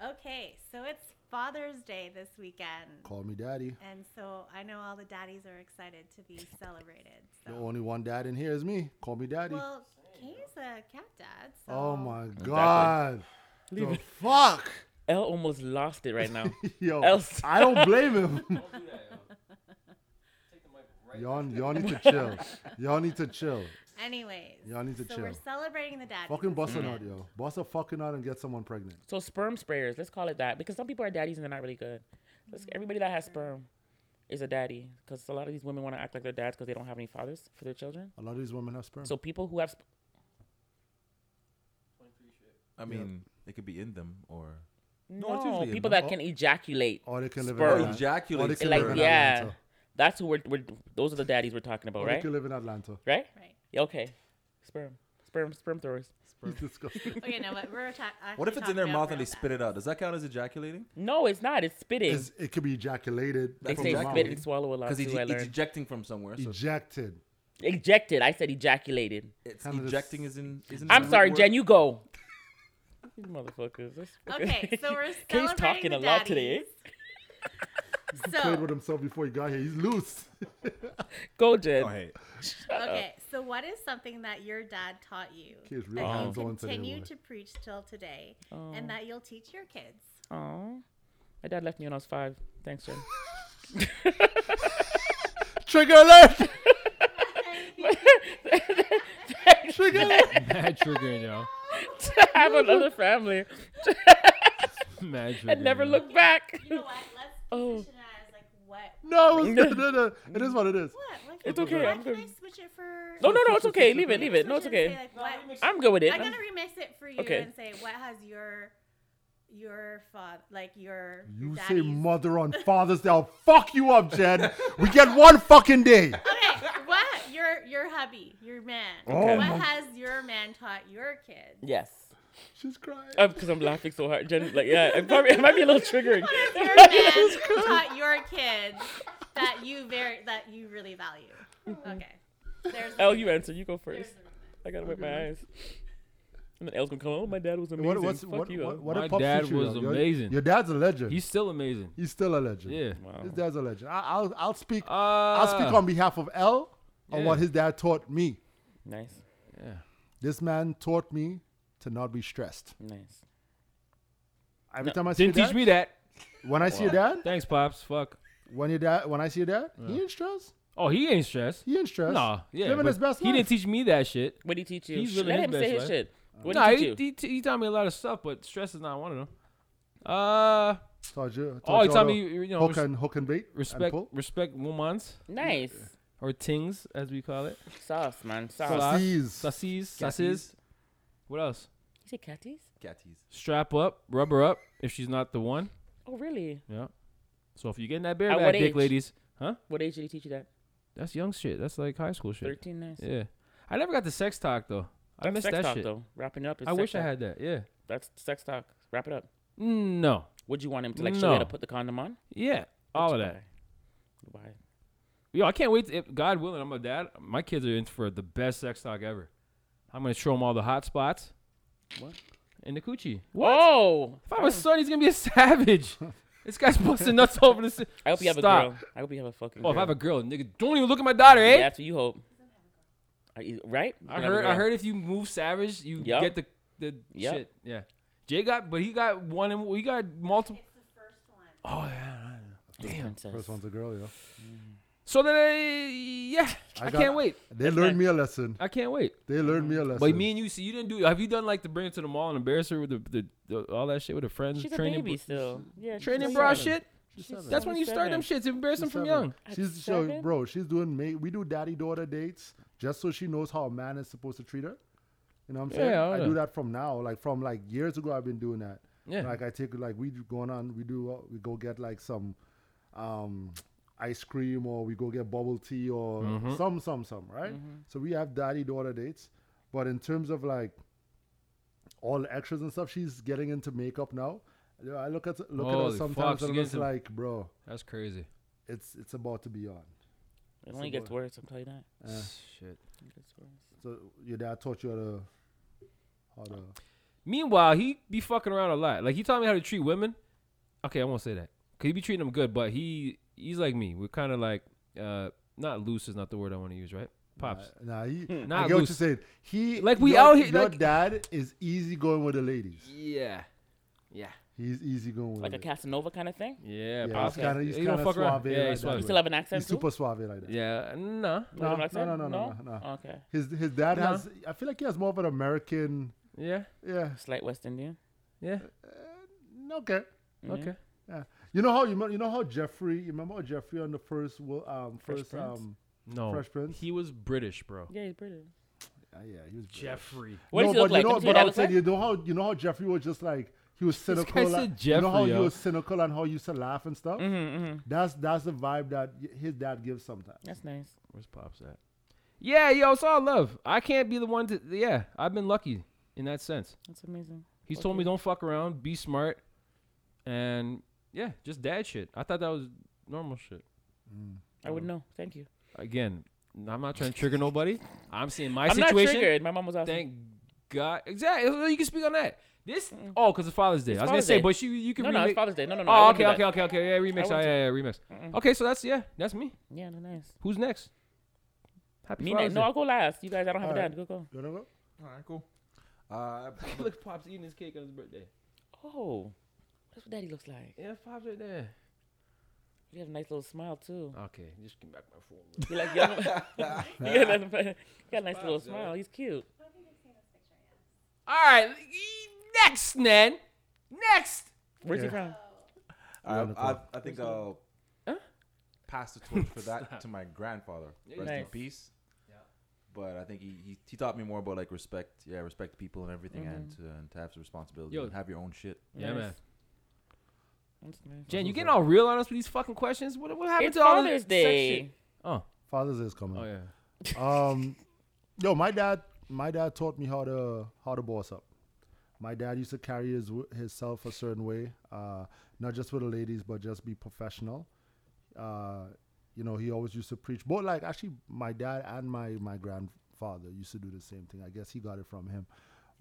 S5: Okay, so it's Father's Day this weekend.
S2: Call me daddy.
S5: And so I know all the daddies are excited to be celebrated.
S2: The
S5: So.
S2: only one dad in here is me. Call me daddy.
S5: Well, Kay's a cat dad. So
S2: oh my god.
S1: Leave
S2: The
S1: it.
S2: fuck.
S1: Elle almost lost it right now.
S2: Yo,
S1: Else-
S2: I don't blame him. y'all, y'all need to chill. Y'all need to chill.
S5: Anyways,
S2: Y'all need to
S5: so we're
S2: chill.
S5: celebrating the daddies.
S2: Fucking
S5: this
S2: bust her out,
S5: weekend.
S2: yo. Bust her fucking out and get someone pregnant.
S1: so sperm sprayers, let's call it that, because some people are daddies and they're not really good. Let's, everybody that has sperm is a daddy, because a lot of these women want to act like they're dads because they don't have any fathers for their children.
S2: A lot of these women have sperm.
S1: So people who have sp-
S4: I mean, it could be in them or. No, it's
S1: no,
S4: usually a
S1: people
S4: no.
S1: that can ejaculate,
S2: or they can live
S1: Sperm.
S2: in
S4: Or
S2: Atlanta.
S4: ejaculate.
S2: Or they can
S1: like
S2: live in
S1: yeah,
S2: Atlanta.
S1: that's who we're, we're those are the daddies we're talking about,
S2: Or they
S1: right?
S2: can live in Atlanta.
S1: Right?
S5: Right.
S1: Yeah, Okay, sperm, sperm, sperm throwers.
S2: It's disgusting.
S5: Okay, no, but we're ta- actually
S4: What if it's in their
S5: talking
S4: mouth
S5: about
S4: and they
S5: real
S4: spit it out? Does that count as ejaculating?
S1: No, it's not. It's spitting.
S2: It's- it could be ejaculated.
S1: they
S4: from
S1: say
S4: the
S2: mouth.
S4: mouth.
S1: spit and swallow a lot
S4: Because
S1: too.
S4: he's,
S1: I
S4: he's
S1: learned.
S4: ejecting from somewhere. So
S2: Ejected.
S1: Ejected. I said ejaculated.
S4: it's
S2: Kind of
S4: ejecting
S2: this-
S4: is in. Isn't
S1: I'm
S4: it
S1: sorry,
S4: word?
S1: Jen. You go. These motherfuckers. This fucking-
S5: Okay, so we're
S1: Kay's
S5: celebrating
S1: talking
S5: the
S1: a lot today.
S5: daddies.
S2: Played
S5: So
S2: with himself before he got here. He's loose.
S1: Go, Jen.
S4: Oh, hey.
S5: okay, so what is something that your dad taught you
S2: Kid's really
S1: Um,
S5: that you
S2: hands on today,
S5: continue
S2: boy. Oh.
S5: to preach till today, and that you'll teach your kids?
S1: Aw. My dad left me when I was five. Thanks, Jen.
S2: Trigger alert! Trigger alert!
S3: Mad triggering, yo.
S1: I have another family.
S3: Mad triggering.
S1: I never look back.
S5: You know what? Let's
S1: Oh.
S5: position it as like what?
S2: No, it's- no, no, no. It is what it is.
S5: What? Like,
S1: It's okay,
S5: Why
S1: I'm
S5: can I
S1: good.
S5: switch it for?
S1: No, no, no. It's okay. Leave it. Leave it.
S5: Switch
S1: No, it's
S5: and say,
S1: okay.
S5: like, what-
S1: I'm good with it.
S5: I'm gonna remix it for you
S1: Okay.
S5: and say what has your your father like your
S2: You say
S5: daddy's
S2: mother on Father's Day. I'll fuck you up, Jen. We get one fucking day.
S5: okay, what your your hubby, your man?
S2: Oh
S5: what
S2: my-
S5: has your man taught your kids?
S1: Yes.
S2: She's crying.
S3: Uh,
S1: Because Um, I'm laughing so hard. Jen, like, yeah, it, probably, it might be a little triggering.
S5: Your man taught your kids that you very that you really value.
S2: Mm-hmm.
S5: Okay, there's
S2: Oh.
S1: L, you answer. You go first.
S5: there's the
S1: I gotta wipe my eyes. And then Elle's gonna come. Oh, my dad was amazing.
S2: What, what's,
S1: Fuck
S2: what,
S1: you.
S2: what,
S1: Elle."
S2: what
S3: My
S2: did Pops
S3: dad
S2: teach you,
S3: was
S2: though? Your-
S3: amazing.
S2: Your dad's a legend.
S3: He's still amazing.
S2: He's still a legend.
S3: Yeah.
S2: His dad's a legend. I, I'll, I'll speak.
S3: Uh,
S2: I'll speak on behalf of L on
S3: Yeah.
S2: what his dad taught me.
S1: nice,
S3: Yeah.
S2: This man taught me to not be stressed.
S1: nice.
S2: Every time I see
S3: Didn't
S2: your
S3: teach
S2: dad,
S3: me that.
S2: when I see your dad,
S3: Thanks, pops. Fuck.
S2: when your dad, when I see your dad, he ain't stressed.
S3: Oh, he ain't stressed.
S2: He ain't stressed.
S3: Nah, yeah.
S2: living
S3: but
S2: his best
S3: He
S2: life.
S3: didn't teach me that shit.
S1: What did he teach you?
S3: He's
S1: Shh,
S3: living
S1: Let
S3: his
S1: him
S3: best
S1: say his
S3: life. Uh,
S1: shit. What
S3: nah,
S1: did
S3: he,
S1: he teach you?
S3: he, he taught me a lot of stuff, but stress is not one of them. Uh,
S2: Taught you,
S3: oh,
S2: all
S3: he taught
S2: the
S3: me, you know,
S2: hook
S3: res-
S2: and hook and bait. and
S3: respect,
S2: pull.
S3: respect woman's
S1: Nice.
S3: or tings as we call it.
S1: Sauce, man. Sauce.
S3: Sauce.
S2: Sassies.
S3: Sassies,
S4: Catties.
S3: sasses. What else?
S1: You say catties?
S4: Catties.
S3: Strap up, rub her up if she's not the one.
S1: Oh, really?
S3: Yeah. So if you're getting that
S1: At what
S3: bareback dick,
S1: age?
S3: ladies, huh?
S1: What age did he teach you that?
S3: That's young shit. That's like high school shit.
S1: Thirteen. Nice.
S3: Yeah. I never got the sex talk though. I
S1: That's
S3: missed
S1: sex
S3: that
S1: talk,
S3: shit.
S1: Though wrapping it up. is
S3: I
S1: sex
S3: wish I
S1: talk.
S3: had that. Yeah.
S1: That's sex talk. Wrap it up.
S3: No.
S1: Would you want him to like show you how to
S3: No.
S1: put the condom on?
S3: Yeah. All of that.
S1: Why?
S3: Yo, I can't wait. To, if God willing, I'm a dad. My kids are in for the best sex talk ever. I'm gonna show them all the hot spots.
S1: What? Oh.
S3: In the coochie.
S1: Whoa!
S3: If I have a son, he's gonna be a savage. this guy's busting nuts over this.
S1: I hope you have
S3: Stop.
S1: a girl. I hope you have a fucking.
S3: Oh,
S1: girl.
S3: if I have a girl, nigga, don't even look at my daughter, eh?
S1: Yeah, that's what you hope. Are you- right?
S3: I
S1: You have a
S3: heard. I
S1: girl.
S3: heard if you move savage, you
S1: Yup.
S3: get the the
S1: Yup.
S3: shit. Yeah. Jay got, but he got one, and we got multiple.
S5: It's the first one.
S3: Oh yeah. Damn.
S1: Princess.
S2: First one's a girl, yo.
S3: So then, I, yeah, I,
S2: got-
S3: can't wait.
S2: They learned me a lesson.
S3: I can't wait.
S2: They learned me a lesson.
S3: But me and you, see, you didn't do. Have you done like the bring her to the mall and embarrass her with the, the, the all that shit with the friends
S1: She's
S3: training
S1: a baby still. Yeah, she's
S3: training
S1: only
S3: bra
S1: seven.
S3: shit?
S2: She's
S1: She's
S2: seven.
S3: That's when you start them
S1: Seven.
S3: shits. Embarrass them
S2: She's
S3: from
S2: seven.
S3: young.
S1: At
S2: She's so
S1: seven?
S2: bro. She's doing. ma- We do daddy daughter dates just so she knows how a man is supposed to treat her. You know what I'm saying?
S3: Yeah,
S2: I
S3: yeah.
S2: do that from now, like from like years ago. I've been doing that.
S3: Yeah.
S2: Like I take like we do- going on. We do. uh, We go get like some um ice cream or we go get bubble tea or
S3: Mm-hmm.
S2: some some some right.
S1: Mm-hmm.
S2: So we have daddy daughter dates, but in terms of like all the extras and stuff, she's getting into makeup now. You know, I look at look at
S3: Holy
S2: her
S3: fuck,
S2: sometimes
S3: she
S2: and I'm
S3: gets
S2: just
S3: in-
S2: like, bro,
S3: That's crazy.
S2: it's it's about to be on.
S1: It only gets worse. I'm telling you that.
S3: Shit.
S1: It gets worse.
S2: So your dad taught you how to, how to.
S3: Meanwhile, he be fucking around a lot. Like he taught me how to treat women. Okay, I won't say that. Cause he be treating them good, but he he's like me. We're kind of like uh not loose is not the word I want to use, right? Pops.
S2: Nah, he.
S3: Nah,
S2: I get what
S3: loose.
S2: you said. He
S3: Like, we
S2: your-
S3: out here,
S2: Your
S3: like-
S2: dad is easy going with the ladies.
S3: Yeah. Yeah.
S2: He's easy going with.
S1: Like a
S2: it.
S1: Casanova kind of thing.
S3: Yeah.
S2: Yeah,
S3: Pops.
S2: he's kinda- he's
S3: he don't
S2: kinda
S3: fuck around.
S2: suave
S3: Yeah,
S2: like
S3: he's
S2: that,
S1: You
S3: suave.
S1: still have an accent
S2: He's
S1: too?
S2: super suave like that.
S3: Yeah. No.
S1: You have an
S2: No,
S1: accent?
S2: no, no, no, no, no.
S1: Okay.
S2: His his dad
S3: No.
S2: has. I feel like he has more of an American.
S3: Yeah.
S2: Yeah.
S1: Slight West Indian. Mm-hmm.
S3: Yeah.
S2: Okay.
S3: Okay.
S2: Yeah. You know how you mo- you know how Jeffrey. You remember how Jeffrey on the first wo- um
S1: Fresh
S2: first
S1: Prince?
S2: um
S3: No.
S1: Oh.
S2: Fresh Prince.
S3: He was British, bro.
S1: Yeah, he's British.
S2: uh, yeah he was.
S3: Jeffrey.
S1: What does
S2: no,
S1: he look
S2: but
S1: like?
S2: you
S1: Let
S2: know,
S1: me see what
S2: but
S1: that
S2: I'm
S1: looks
S2: saying
S1: like.
S2: you know how you know how Jeffrey was just like he was cynical.
S3: guy
S2: like-
S3: said
S2: you know how
S3: Jeffrey,
S2: he
S3: yo.
S2: was cynical and how he used to laugh and
S1: Mm.
S2: stuff.
S1: Mm-hmm,
S2: That's that's the vibe that y- his dad gives sometimes.
S1: That's nice.
S3: Where's Pops at? Yeah, yo, it's all love. I can't be the one to. Yeah, I've been lucky in that sense.
S1: That's amazing.
S3: He's told me don't fuck around, be smart, and yeah, just dad shit. I thought that was normal shit.
S1: I
S3: Mm.
S1: would know. Thank you.
S3: Again, I'm not trying to trigger nobody. I'm seeing my
S1: I'm not
S3: situation.
S1: triggered. My mom was awesome.
S3: Thank God. Exactly. You can speak on that. This oh, because it's Father's Day. I was
S1: Father's
S3: gonna say,
S1: Day.
S3: but you you can
S1: no, no,
S3: remake.
S1: it's Father's Day. No, no, no. I
S3: oh,
S1: wouldn't
S3: okay,
S1: do
S3: okay,
S1: that.
S3: okay, okay. Yeah, remix.
S1: I
S3: Yeah,
S1: wouldn't
S3: yeah, yeah, remix. Okay, so that's yeah, that's me.
S1: Yeah, no, nice.
S3: Who's next? Happy
S1: Me
S3: Father's
S1: next. No,
S3: Day.
S1: I'll go last. You guys, I don't have a dad.
S2: Alright.
S1: Go, go.
S2: You wanna go?
S4: All right, cool. Uh,
S3: Look, Pop's eating his cake on his birthday.
S1: Oh, that's what daddy looks like.
S3: Yeah, Pop's right there.
S1: You have a nice little smile too.
S3: Okay, just give me back my phone.
S1: You like young. you got a you got a nice little smile. He's cute.
S3: All right, e- next, Nan. Next.
S1: Where's he from?
S4: I,
S2: wanna
S4: I,
S2: go?
S4: I think I'll pass the torch for that to my grandfather. Rest in
S1: Nice.
S4: peace. But I think he, he, he taught me more about like respect, yeah, respect people and everything, and, to, and to have some responsibility
S3: Yo.
S4: and have your own shit.
S3: Yeah,
S1: Nice.
S3: man.
S1: That's nice.
S3: Jen, you getting all real on us with these fucking questions? What, what happened
S1: It's
S3: to all the
S1: Father's
S3: sex
S1: Day.
S3: shit? Oh,
S2: Father's Day is coming.
S3: oh yeah.
S2: Um, yo, my dad, my dad taught me how to how to boss up. My dad used to carry his himself a certain way, uh, not just with the ladies, but just be professional. Uh, you know, he always used to preach. But like, actually, my dad and my my grandfather used to do the same thing. I guess he got it from him,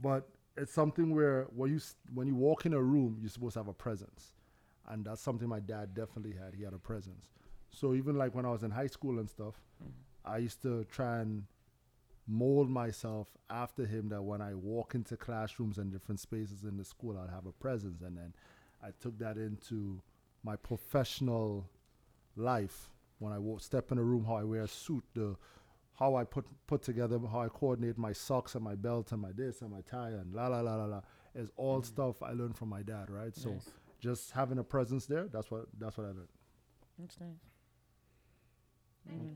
S2: but it's something where when you s- when you walk in a room, you're supposed to have a presence, and that's something my dad definitely had. He had a presence. So even like when I was in high school and stuff, I used to try and mold myself after him. That when I walk into classrooms and different spaces in the school, I'd have a presence, and then I took that into my professional life when I walk, step in a room, how I wear a suit, the how I put put together, how I coordinate my socks and my belt and my this and my tie and la la la la la is all
S1: Mm.
S2: stuff I learned from my dad, right? So just having a presence there, that's what that's what I learned.
S1: That's nice. Mm.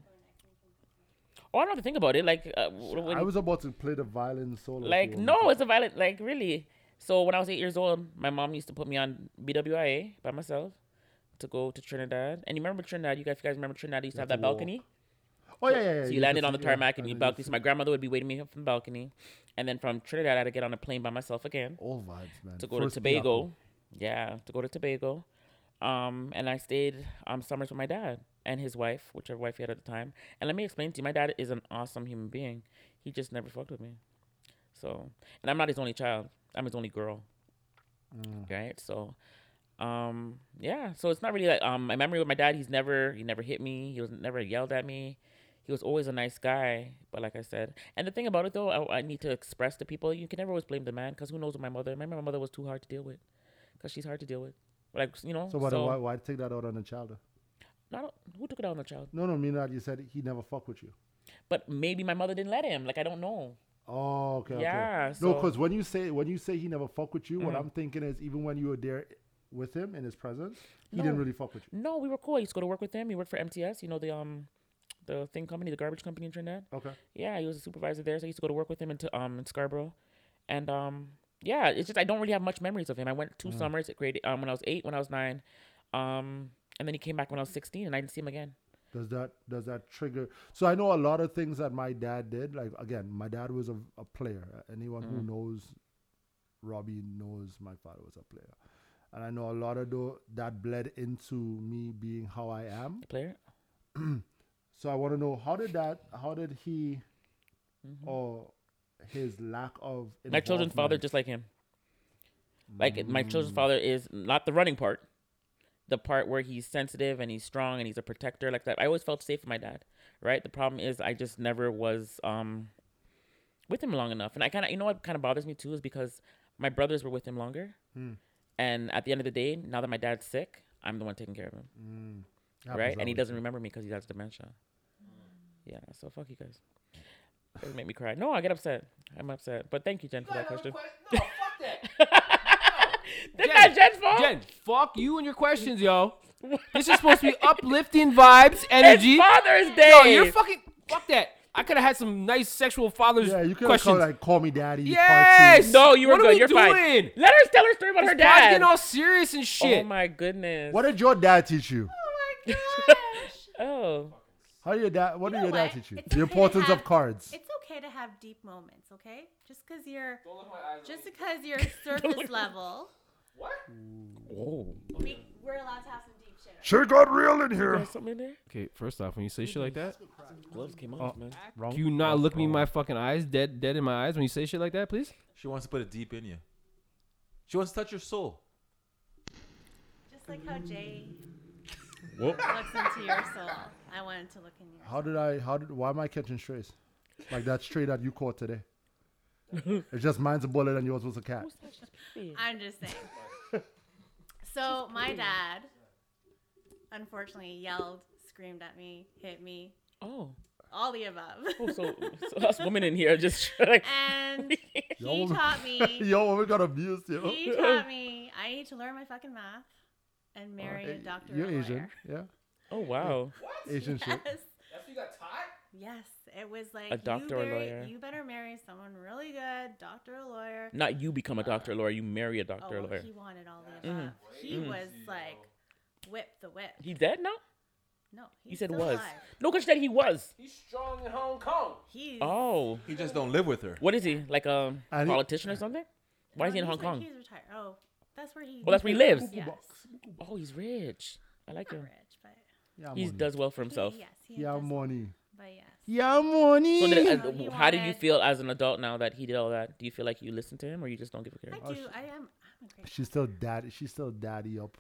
S1: Oh, I don't have to think about it. Like, uh, w- when,
S2: I was about to play the violin solo. if
S1: like
S2: you want
S1: no,
S2: me
S1: it's a violent. Like, really. So when I was eight years old, my mom used to put me on BWIA by myself to go to Trinidad. And you remember Trinidad? You guys, if you guys remember Trinidad? Used to have
S2: to
S1: that balcony.
S2: to. Oh yeah, yeah, yeah.
S1: So
S2: can
S1: you landed on the
S2: sit- yeah,
S1: tarmac and you
S2: landed,
S1: balcony.
S2: sit.
S1: So my grandmother would be waiting me up from the balcony, and then from Trinidad, I had to get on a plane by myself again
S2: All vibes, man.
S1: to go
S2: First
S1: to
S2: Pilapo.
S1: Tobago. Yeah, to go to Tobago. Um, and I stayed um summers with my dad and his wife, whichever wife he had at the time. And let me explain to you, my dad is an awesome human being. He just never fucked with me. So, and I'm not his only child. I'm his only girl. Right. So, um, yeah. So it's not really like um my memory with my dad. He's never he never hit me. He was never yelled at me. He was always a nice guy. But like I said, and the thing about it though, I, I need to express to people, you can never always blame the man because who knows what my mother. Remember, my mother was too hard to deal with because she's hard to deal with. Like you know.
S2: So, why, why why take that out on the child? though?
S1: no, I don't- who took it out on the child?
S2: No, no, me not. You said he never fuck with you.
S1: But maybe my mother didn't let him. Like I don't know.
S2: Oh, okay.
S1: Yeah,
S2: Okay. No,
S1: so- Mm-hmm.
S2: because when you say when you say he never fuck with you, what I'm thinking is even when you were there with him in his presence, he didn't
S1: No.
S2: really fuck with you.
S1: No, we were cool. I used to go to work with him. He worked for MTS. You know the um, the thing company, the garbage company in Trinidad.
S2: Okay.
S1: Yeah, he was a supervisor there, so I used to go to work with him in t- um in Scarborough, and um yeah, it's just I don't really have much memories of him. I went two summers at grade um when I was eight, when I was nine, um and then he came back when I was sixteen, and I didn't see him again.
S2: Does that does that trigger? So I know a lot of things that my dad did. Like again, my dad was a, a player. Anyone who
S1: Mm.
S2: knows Robbie knows my father was a player, and I know a lot of tho- that bled into me being how I am.
S1: The player,
S2: So I want to know how did that? How did he, or his lack of
S1: Mm-hmm. my children's father,
S2: involvement-
S1: just like him. Like my children's father is not the running part, the part where he's sensitive and he's strong and he's a protector like that. I always felt safe with my dad, right? The problem is I just never was um with him long enough, and I kind of you know what kind of bothers me too is because my brothers were with him longer, and at the end of the day, now that my dad's sick, I'm the one taking care of him,
S2: Happens
S1: right?
S2: that
S1: And he
S2: way.
S1: doesn't remember me because he has dementia. Yeah, so fuck you guys. It make me cry. No, I get upset. I'm upset. But thank you, Jen, for that question.
S3: No, fuck that.
S1: That's
S3: Jen,
S1: not Jen's fault.
S3: Jen, fuck you and your questions, yo. This is supposed to be uplifting vibes, energy.
S1: It's Father's Day.
S3: Yo, you're fucking fuck that. I could have had some nice sexual father's
S2: Yeah, you could have
S3: questions.
S2: called like call me daddy. part two.
S3: Yes!
S1: no, you were
S3: What are
S1: good.
S3: we
S1: you're
S3: doing?
S1: fine. Let her tell her story about her
S3: This pod's
S1: dad.
S3: getting all serious and shit.
S1: Oh my goodness.
S2: What did your dad teach you?
S1: Oh,
S2: How did your dad? What
S5: You
S2: did your
S5: know
S2: dad
S5: what?
S2: teach you?
S5: It's
S2: The
S5: okay to
S2: importance
S5: have-
S2: of cards.
S5: It's okay to have deep moments, okay? Just because you're just because you're surface level, we, we're allowed to have some deep shit.
S2: Sure got real in here.
S1: there's something in there.
S3: Okay, first off, when you say shit like that,
S1: Gloves came off,
S3: Oh.
S1: man.
S2: Wrong.
S4: Oh
S3: do you not look me in my fucking eyes, dead, dead in my eyes when you say shit like that, please?
S4: She wants to put it deep in you. She wants to touch your soul.
S5: Just like how Jay looks into your soul. I wanted to look in your
S2: How did I? How did? Why am I catching strays? Like that stray that you caught today. it's just mine's a bullet and yours was a cat.
S5: I'm just saying. so my dad, unfortunately, yelled, screamed at me, hit me,
S1: Oh,
S5: all the above.
S1: oh so, so us women in here just like.
S5: and he
S2: Yo.
S5: taught me.
S2: Yo, we got abused, yo.
S5: He taught me. I need to learn my fucking math and marry a
S2: Uh, Hey,
S5: doctor.
S2: You're
S5: or a
S2: Asian,
S5: lawyer.
S2: yeah.
S1: Oh wow.
S2: Asian shit.
S5: Yes.
S3: That's what you got taught?
S5: Yes, it was like
S1: A doctor
S5: you,
S1: or
S5: marry-
S1: lawyer.
S5: you better marry someone really good, doctor or lawyer.
S1: Not you become a doctor or lawyer. You marry a
S5: Oh,
S1: doctor or
S5: well,
S1: lawyer. Mm-hmm.
S5: he wanted all the above. He was like, whip the whip.
S1: He dead now?
S5: No, he's
S1: You said
S5: still
S1: was.
S5: alive.
S1: No, because she said he was.
S3: He's strong in Hong Kong.
S5: He's
S1: Oh,
S4: He just don't live with her.
S1: what is he like? A
S2: I think-
S1: politician or something? Why is he in
S5: he's
S1: Hong
S5: like-
S1: Kong?
S5: He's retired. Oh, that's where he.
S1: Well, that's where he lives.
S5: Yes.
S1: Oh, he's rich. I like
S5: Not
S1: him.
S5: rich, but
S2: Yeah,
S1: He
S2: money.
S1: does well for
S5: he,
S1: himself.
S5: yes, he
S2: Yeah,
S5: does,
S2: money.
S5: but yes.
S2: Yeah,
S1: So
S2: money.
S1: did,
S5: No, he
S1: uh, how do you
S5: wanted-
S1: feel as an adult now that he did all that? Do you feel like you listen to him or you just don't give a care?
S5: I do. I am. I'm a great.
S2: she's still daddy. She's still daddy up.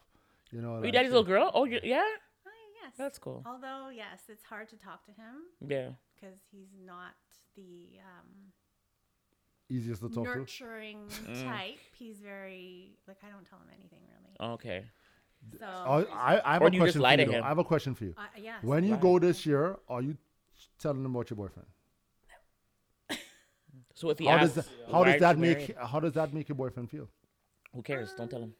S2: You know.
S1: Are you
S2: like,
S1: daddy's little girl? Oh, you yeah?
S5: Oh, yes.
S1: That's cool.
S5: Although, yes, it's hard to talk to him
S1: Yeah.
S5: because he's not the um,
S2: easiest to talk to.
S5: nurturing
S1: Mm.
S5: type. He's very like I don't tell him anything really.
S1: Okay.
S5: So
S2: Oh, I, I have
S1: Or
S2: a
S1: do you just
S2: question
S1: lie
S2: for you.
S1: to
S2: though.
S1: him?
S2: I have a question for you.
S5: uh, yes.
S2: When you
S1: lie.
S2: go this year, are you telling them about your boyfriend?
S1: So if he
S2: How does
S1: asks,
S2: that, how
S1: "Why
S2: does that
S1: aren't you
S2: make
S1: married?"
S2: how does that make your boyfriend feel?
S1: Who cares? Don't tell him.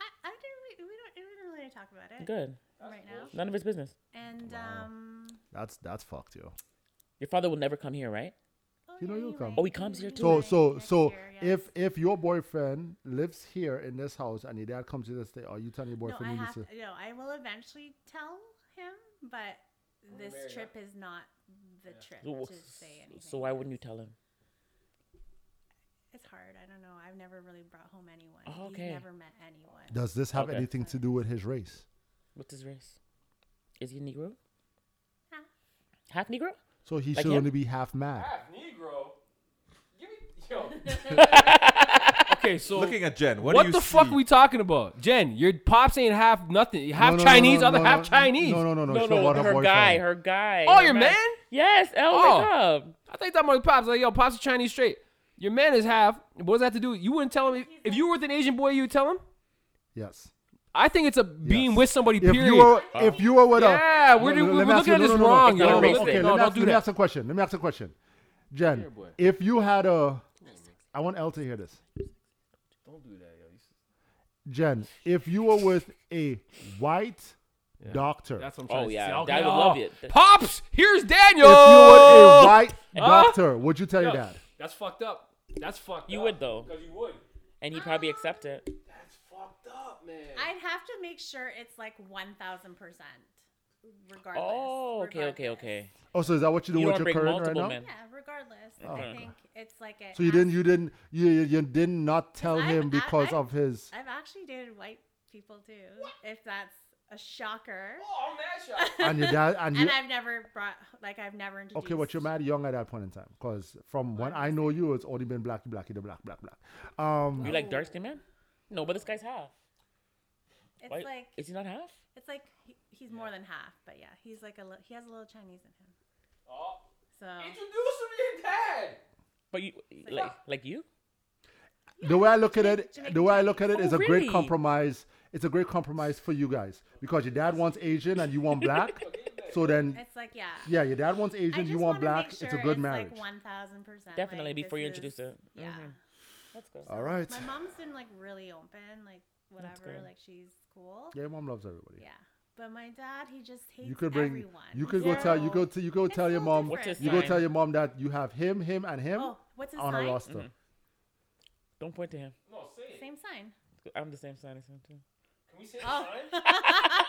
S5: I, I didn't. We, we don't. We didn't really talk about it
S1: Good.
S5: right now.
S1: None of his business.
S5: And um,
S2: That's that's fucked, yo.
S1: Your father will never come here, right?
S5: oh,
S2: You know
S5: yeah,
S2: you'll
S5: he
S2: come.
S5: might-
S1: Oh, he comes here too?
S2: So
S5: might
S2: so
S5: next
S2: so
S5: year, yes.
S2: if if your boyfriend lives here in this house and your dad comes to this day, are you telling your
S5: no, I
S2: boyfriend you need
S5: have
S2: to?
S5: to- no, I will eventually tell him, but this trip is not the trip
S1: So wh-
S5: to say anything.
S1: So why wouldn't you tell him?
S5: It's hard. I don't know. I've never really brought home anyone.
S1: Oh,
S5: He's
S1: okay.
S5: never met anyone.
S2: Does this have
S1: Okay.
S2: anything to do with his race?
S1: What's his race? Is he Negro?
S5: Half.
S1: Half Negro?
S2: So he
S1: Like
S2: should
S1: him?
S2: only be half mad.
S3: Half Negro. Give me yo. okay, so
S4: Looking at Jen, what,
S3: what
S4: do you
S3: the fuck
S4: see?
S3: we talking about, Jen? Your pops ain't half nothing. Half
S2: No, no, no,
S3: Chinese,
S2: no,
S3: other
S2: no,
S3: half
S2: no,
S3: Chinese.
S2: No, no, no, no.
S1: No,
S2: Show
S1: no,
S2: what
S1: her,
S2: boyfriend.
S1: guy, her guy.
S3: Oh,
S1: her
S3: your man?
S1: Yes. Oh,
S3: Oh.
S1: wake up.
S3: I think that my pops like yo, pops is Chinese straight. Your man is half. What does that have to do? You wouldn't tell him if, if you were with an Asian boy. You would tell him.
S2: Yes.
S3: I think it's a being
S2: Yes.
S3: with somebody.
S2: If
S3: period.
S2: you were
S1: Oh.
S2: if you were with a
S3: Yeah, we're-
S2: No, no,
S3: we're
S2: let me ask
S3: looking at
S2: you-
S3: this
S2: no, no, no,
S1: yo.
S2: No,
S3: wrong,
S2: no, no,
S1: Don't
S2: okay,
S1: do
S2: let me
S3: that.
S2: ask, let me ask a question. Let me ask a question. Jen, if you had a I want Elle to hear this.
S3: Don't do that, yo.
S2: Jen, if you were with a white doctor,
S3: That's what I'm
S1: Oh,
S3: trying to
S1: yeah,
S3: say. Okay.
S1: I would
S3: oh.
S1: love it.
S3: Pops, here's Daniel.
S2: if you were a white
S3: Huh?
S2: doctor, would you tell your
S3: Ah! Yo,
S2: dad?
S3: That's fucked up. That's fucked
S1: You
S3: up.
S1: would, though.
S3: Because you would.
S1: And he'd probably accept it.
S3: That's fucked up, man.
S5: I'd have to make sure it's like one thousand percent, regardless.
S1: Oh, okay, okay,
S5: regardless.
S1: okay.
S2: Oh, so is that what you do
S1: You
S2: with
S1: don't
S2: your
S1: bring
S2: current right
S1: multiple
S2: now?
S1: men.
S5: Yeah, regardless. I think it's like a.
S2: So you didn't, you didn't, you you, you did not tell
S5: I've-
S2: him
S5: I-
S2: because
S5: I've-
S2: of his.
S5: I've actually dated white people too. If that's a shocker.
S3: Oh, I'm mad shot.
S2: And your dad, and you.
S5: and I've never brought like I've never introduced.
S2: Okay, but you're mad young at that point in time, because from when I know you, it's only been blacky, blacky, the black, black, black. Um,
S1: You like dark skinned man? No, but this guy's half.
S5: It's
S1: Why-
S5: like
S1: is he not half?
S5: it's like he, he's more than half, but yeah, he's like a li- he has a little Chinese in him.
S3: Oh.
S5: So
S3: Introduce him to your dad.
S1: But you like like you?
S2: the way I look at it,
S5: Jamaican
S2: the way I look at it is
S1: Oh,
S2: a
S1: really?
S2: great compromise. It's a great compromise for you guys because your dad wants Asian and you want black. so then,
S5: it's like yeah.
S2: yeah, your dad wants
S5: I
S2: Asian,
S5: just
S2: you want
S5: wanna
S2: black.
S5: make
S2: it's a
S5: sure
S2: good marriage.
S5: Like one thousand percent.
S1: Definitely before you introduce it.
S5: Yeah.
S1: That's good.
S2: All right.
S5: My mom's been like really open, like whatever,
S1: good.
S5: like she's cool. Yeah.
S2: Yeah, mom loves everybody.
S5: But my dad, he just hates
S2: You could bring.
S5: everyone.
S2: You could go tell. You go. T- you go
S5: It's
S2: tell your
S5: so
S2: mom.
S5: different.
S1: What's his
S2: You go
S1: sign? Mm-hmm.
S2: tell your mom that you have him, him, and him
S5: Oh, what's his
S2: on a
S5: sign?
S2: roster.
S1: Don't point to him.
S3: No, say it.
S5: Same sign.
S1: I'm the same sign as him too.
S3: Can we say the
S5: Oh.
S3: sign?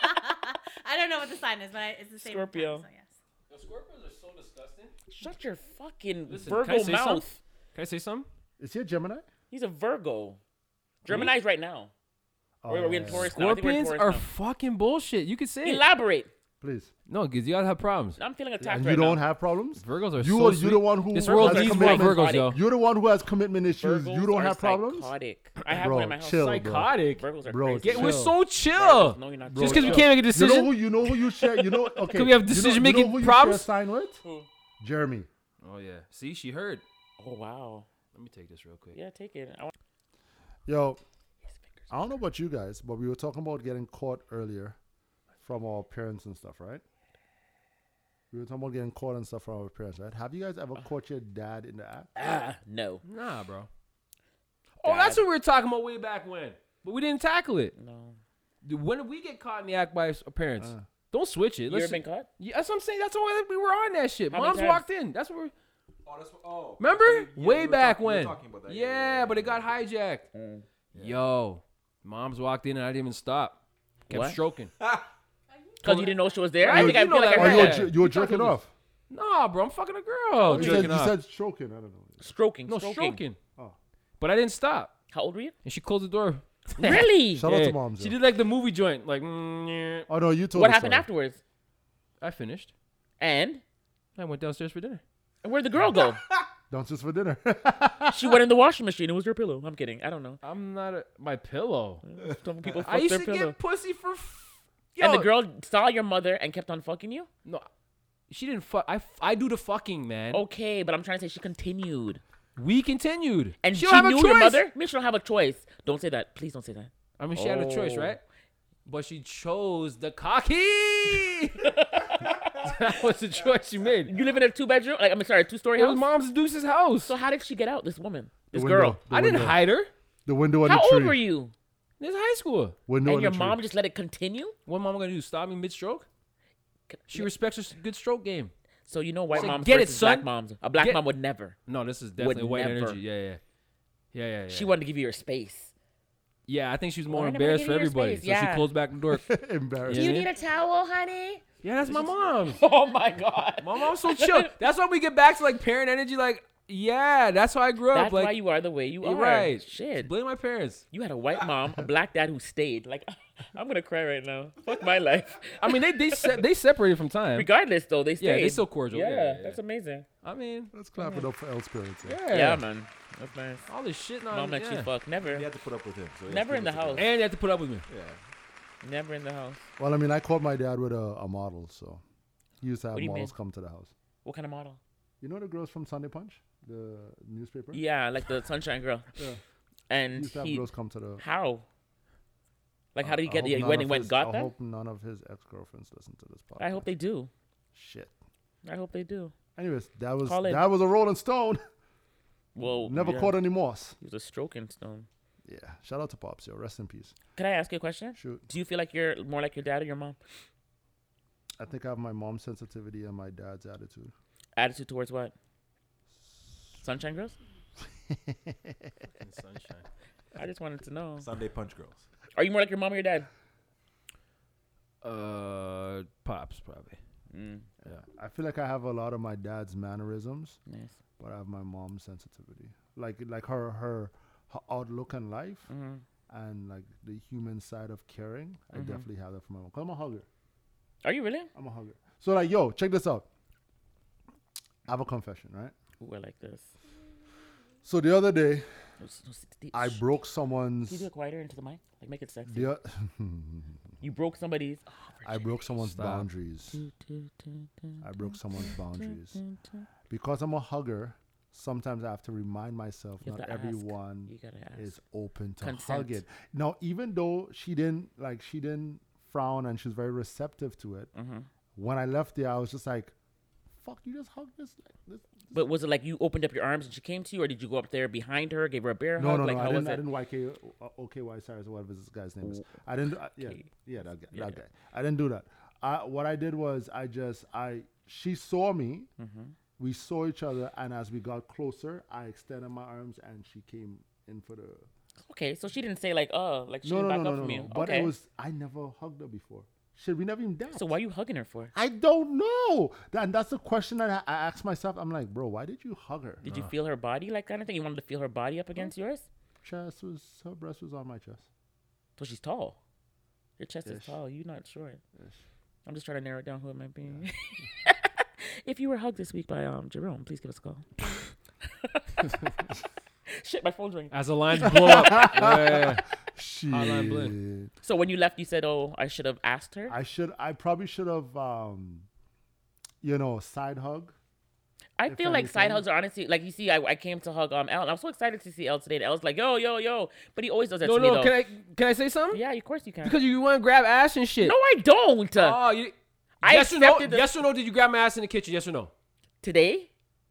S5: I don't know what the sign is, but I, it's the same. kind,
S1: Scorpio.
S5: so yes.
S3: Yo, Scorpios are so disgusting.
S1: Shut your fucking
S3: Listen, can I
S1: Virgo
S3: say
S1: mouth.
S3: something? Can I say something?
S2: Is he a Gemini?
S1: He's a Virgo. Gemini's right now.
S2: Oh,
S1: Wait, are we in
S2: yeah,
S1: Taurus? No, I think we're in
S3: Scorpions
S1: Taurus
S3: are
S1: now.
S3: fucking bullshit. You could say it.
S1: Elaborate.
S2: Please.
S3: No, because you gotta have problems.
S1: I'm feeling attacked
S2: And
S1: right
S2: you don't
S1: now.
S2: have problems.
S3: Virgos are
S2: You
S3: so
S2: are- you
S3: sweet.
S2: the one who
S3: This
S2: has
S3: world
S1: the
S3: needs more
S1: commitment.
S3: Virgos, yo.
S2: You're the one who has commitment issues.
S1: Virgos
S2: you don't
S1: are
S2: have problems.
S1: Psychotic. I have
S2: Bro,
S1: one in my house.
S2: chill,
S1: Psych-
S2: bro.
S3: Psychotic.
S1: Virgos are
S2: Bro,
S1: crazy.
S3: Get, we're
S2: Chill.
S3: so chill.
S1: Virgos, no, you're not.
S3: Just
S1: chill.
S3: because we can't make a
S2: You
S3: decision.
S2: know who you know who you share. You know okay.
S3: we have
S2: you know-
S3: decision-making
S2: you know who
S3: problems?
S2: You share sign with
S1: Who?
S2: Jeremy.
S3: Oh yeah. See, she heard.
S1: Oh wow.
S3: Let me take this real quick.
S1: Yeah, take it. I want
S2: Yo, I don't know about you guys, but we were talking about getting caught earlier from our parents and stuff, right? We were talking about getting caught and stuff from our parents, right? Have you guys
S1: Uh.
S2: ever caught your dad in the act?
S1: ah no.
S3: Nah, bro. Oh, that's
S1: Dad.
S3: what we were talking about way back when, but we didn't tackle it.
S1: No.
S3: Dude, When did we get caught in the act by our parents? Don't switch it.
S1: You ever
S3: Listen,
S1: been caught?
S3: Yeah, that's what I'm saying. That's why we were on that shit.
S1: How many
S3: Mom's
S1: times?
S3: walked in. That's what we're.
S4: Oh, that's what, oh.
S3: Remember?
S4: Yeah,
S3: Way
S4: we were
S3: back
S4: talking- we were
S3: when.
S4: talking about that.
S3: Yeah, but it got hijacked.
S1: Mm.
S3: Yo, mom's walked in and I didn't even stop. Kept
S1: What?
S3: stroking.
S1: Because you didn't know she was there. I
S3: Dude,
S1: think I
S3: you
S1: feel
S3: know
S1: like I
S3: that
S2: Oh,
S1: heard
S2: you were,
S1: that.
S3: Yeah.
S2: ju- you were
S3: You
S2: jerking
S3: talking loose.
S2: off.
S3: nah, bro, I'm fucking a girl.
S2: Oh,
S1: Oh,
S2: You
S3: jerking
S2: said, you
S3: off.
S2: said stroking. I don't know.
S1: Stroking.
S3: no,
S1: stroking.
S3: stroking.
S2: Oh.
S3: But I didn't stop.
S1: How old were you?
S3: And she closed the door.
S1: really?
S2: Shout out
S3: Yeah,
S2: to moms.
S3: She
S2: yo.
S3: did like the movie joint. Like, mm, yeah.
S2: Oh no, you told.
S1: What
S2: the
S1: happened
S2: story.
S1: afterwards?
S3: I finished.
S1: And
S3: I went downstairs for dinner.
S1: And where'd the girl go?
S2: Don't just for dinner.
S1: she went in the washing machine. It was your pillow. I'm kidding. I don't know.
S3: I'm not a, my pillow.
S1: Some people
S3: I
S1: fuck
S3: used
S1: their
S3: to
S1: pillow.
S3: get pussy for. F-
S1: and the
S3: Yo,
S1: girl saw your mother and kept on fucking you.
S3: No, she didn't fuck. I, f- I do the fucking man.
S1: Okay, but I'm trying to say she continued,
S3: We continued,
S1: and she,
S3: don't have a
S1: knew your
S3: choice.
S1: mother. I mean, she don't have a choice. Don't say that. Please don't say that.
S3: I mean, she had a choice,
S1: Oh.
S3: right? But she chose the cocky. that was the choice she made.
S1: You live in a two bedroom, like I'm sorry, two story
S3: It was
S1: house.
S3: mom's Deuce's house.
S1: so how did she get out? This woman, this
S2: The
S1: girl.
S2: window.
S3: I didn't
S2: window.
S3: hide her.
S2: The window on
S1: How
S2: the tree.
S1: old were you?
S3: This is high school.
S2: Window on
S1: and your
S2: the
S1: mom
S2: tree.
S1: just let it continue.
S3: What mom gonna do? Stop me mid stroke? She respects her s- good stroke game.
S1: So you know white
S3: Say,
S1: moms
S3: "Get it,
S1: versus black
S3: son.
S1: moms. A black
S3: Get-
S1: mom would never.
S3: No, this is definitely
S1: Would
S3: white
S1: never.
S3: energy. Yeah, yeah, yeah, yeah, yeah.
S1: She wanted to give you your space.
S3: Yeah, I think she was more
S1: Why nobody
S3: embarrassed
S1: give
S3: for
S1: you your
S3: everybody,
S1: space?
S3: so she
S1: Yeah.
S3: closed back the door.
S2: Embarrassed.
S3: Do you Yeah. need
S1: a towel, honey?
S3: yeah, that's my mom.
S1: Oh my god.
S3: My mom's so chill. That's why we get back to like parent energy. Like, yeah, that's how I grew up.
S1: That's
S3: like,
S1: why you are the way you
S3: you're
S1: are.
S3: right.
S1: Shit.
S3: Blame my parents.
S1: You had a white mom, a black dad who stayed. Like, I'm gonna cry right now. Fuck my life.
S3: I mean, they they se- they separated from time.
S1: Regardless, though, they stayed.
S3: Yeah, they still cordial.
S1: Yeah,
S3: Yeah, yeah, yeah.
S1: that's amazing.
S3: I mean,
S2: Let's clap it up for El's parents. eh?
S3: yeah,
S1: Yeah, man, that's nice.
S3: all this shit. Now,
S1: Mom
S3: yeah.
S1: let you fuck. Never,
S4: He had to put up with him. So he has
S1: Never
S4: to
S1: in
S4: put
S1: the
S4: up with
S3: and they have to put up with me.
S4: him. Yeah.
S1: never in the house.
S2: Well, I mean, I caught my dad with a, a model, so he used to have
S1: What do you
S2: models
S1: mean?
S2: come to the house.
S1: What kind of model?
S2: You know the girls from Sunday Punch, the newspaper.
S1: Yeah, like the Sunshine Girl.
S2: He
S1: And
S2: used to have
S1: he,
S2: girls come to the.
S1: how? Like, how do you
S2: I
S1: get
S2: hope
S1: the
S2: none
S1: when
S2: of
S1: went
S2: his-
S1: got
S2: I
S1: that?
S2: hope none of his ex girlfriends listen to this podcast.
S1: I hope they do.
S2: Shit.
S1: I hope they do.
S2: Anyways, that was
S1: Call in.
S2: that was a Rolling Stone.
S1: Well,
S2: Never
S1: yeah.
S2: caught any moss.
S1: He was a stroking stone.
S2: Yeah. Shout out to Pops, yo. Rest in peace.
S1: Can I ask you a question?
S2: Shoot.
S1: Do you feel like you're more like your dad or your mom?
S2: I think I have my mom's sensitivity and my dad's attitude.
S1: Attitude towards what? Sunshine Girls?
S3: Sunshine.
S1: I just wanted to know.
S4: Sunday Punch Girls.
S1: Are you more like your mom or your dad?
S3: Uh, pops probably.
S1: Mm,
S2: I feel like I have a lot of my dad's mannerisms,
S1: nice.
S2: but I have my mom's sensitivity. Like like her her her outlook on life
S1: Mm-hmm.
S2: and like the human side of caring. I
S1: Mhm.
S2: definitely have that from my mom. i I'm a hugger.
S1: Are you really?
S2: I'm a hugger. So like, yo, check this out. I have a confession, right?
S1: Ooh, I like this.
S2: So the other day,
S1: No, s- no, s- d-
S2: I
S1: shh.
S2: broke
S1: Can you
S2: someone's.
S1: do it quieter into the mic? Like make it sexy.
S2: The, o-
S1: You broke somebody's. Oh,
S2: I broke someone's
S3: Stop.
S2: boundaries. I broke someone's boundaries. Because I'm a hugger, sometimes I have to remind myself
S1: You have
S2: not
S1: to ask.
S2: everyone
S1: you gotta ask.
S2: is open to
S1: Consent.
S2: hugging. Now, even though she didn't like, she didn't frown and she was very receptive to it.
S1: Mm-hmm.
S2: When I left there, I was just like, "Fuck, you just hugged this." this.
S1: But was it like you opened up your arms and she came to you, or did you go up there behind her, gave her a bear
S2: No,
S1: hug?
S2: no,
S1: like
S2: no.
S1: how
S2: I didn't.
S1: was
S2: I
S1: it?
S2: didn't YK. uh, OKY Cyrus, whatever this guy's name is. I didn't. I, yeah, yeah, that guy. that guy. I didn't do that. I, what I did was I just I she saw me.
S1: Mm-hmm.
S2: We saw each other, and as we got closer, I extended my arms, and she came in for the.
S1: Okay, so she didn't say like, oh, like she
S2: No,
S1: didn't
S2: no,
S1: back
S2: no, no,
S1: up
S2: no,
S1: from
S2: no.
S1: you.
S2: But
S1: okay.
S2: it was I never hugged her before. Shit, we never even danced.
S1: so why are you hugging her for?
S2: I don't know. That, and that's the question that I, I asked myself. I'm like, bro, why did you hug her?
S1: Did you feel her body, like kind of thing? You wanted to feel her body up against yours?
S2: Chest was her breast was on my chest.
S1: So she's tall. Your chest is
S2: Ish.
S1: tall. You're not short. I'm just trying to narrow it down who it might be. if you were hugged this week by um Jerome, please give us a call. Shit, my phone's ringing.
S3: As the lines blow up. Yeah, yeah, yeah.
S2: Shit.
S3: Hotline Bling.
S1: So when you left, you said, "Oh, I should have asked her."
S2: I should. I probably should have. Um, you know, side hug.
S1: I
S2: if
S1: feel like side
S2: anything.
S1: hugs are honestly like you see. I, I came to hug um El, and I was so excited to see El today. And El's like, "Yo, yo, yo!" But he always does that
S3: No,
S1: to me
S3: no.
S1: though.
S3: Can I can I say something?
S1: Yeah, of course you can.
S3: Because you want to grab ass and shit.
S1: no, I don't.
S3: Oh, you,
S1: I
S3: yes or no?
S1: accepted the-
S3: Yes or no? Did you grab my ass in the kitchen? Yes or no?
S1: today,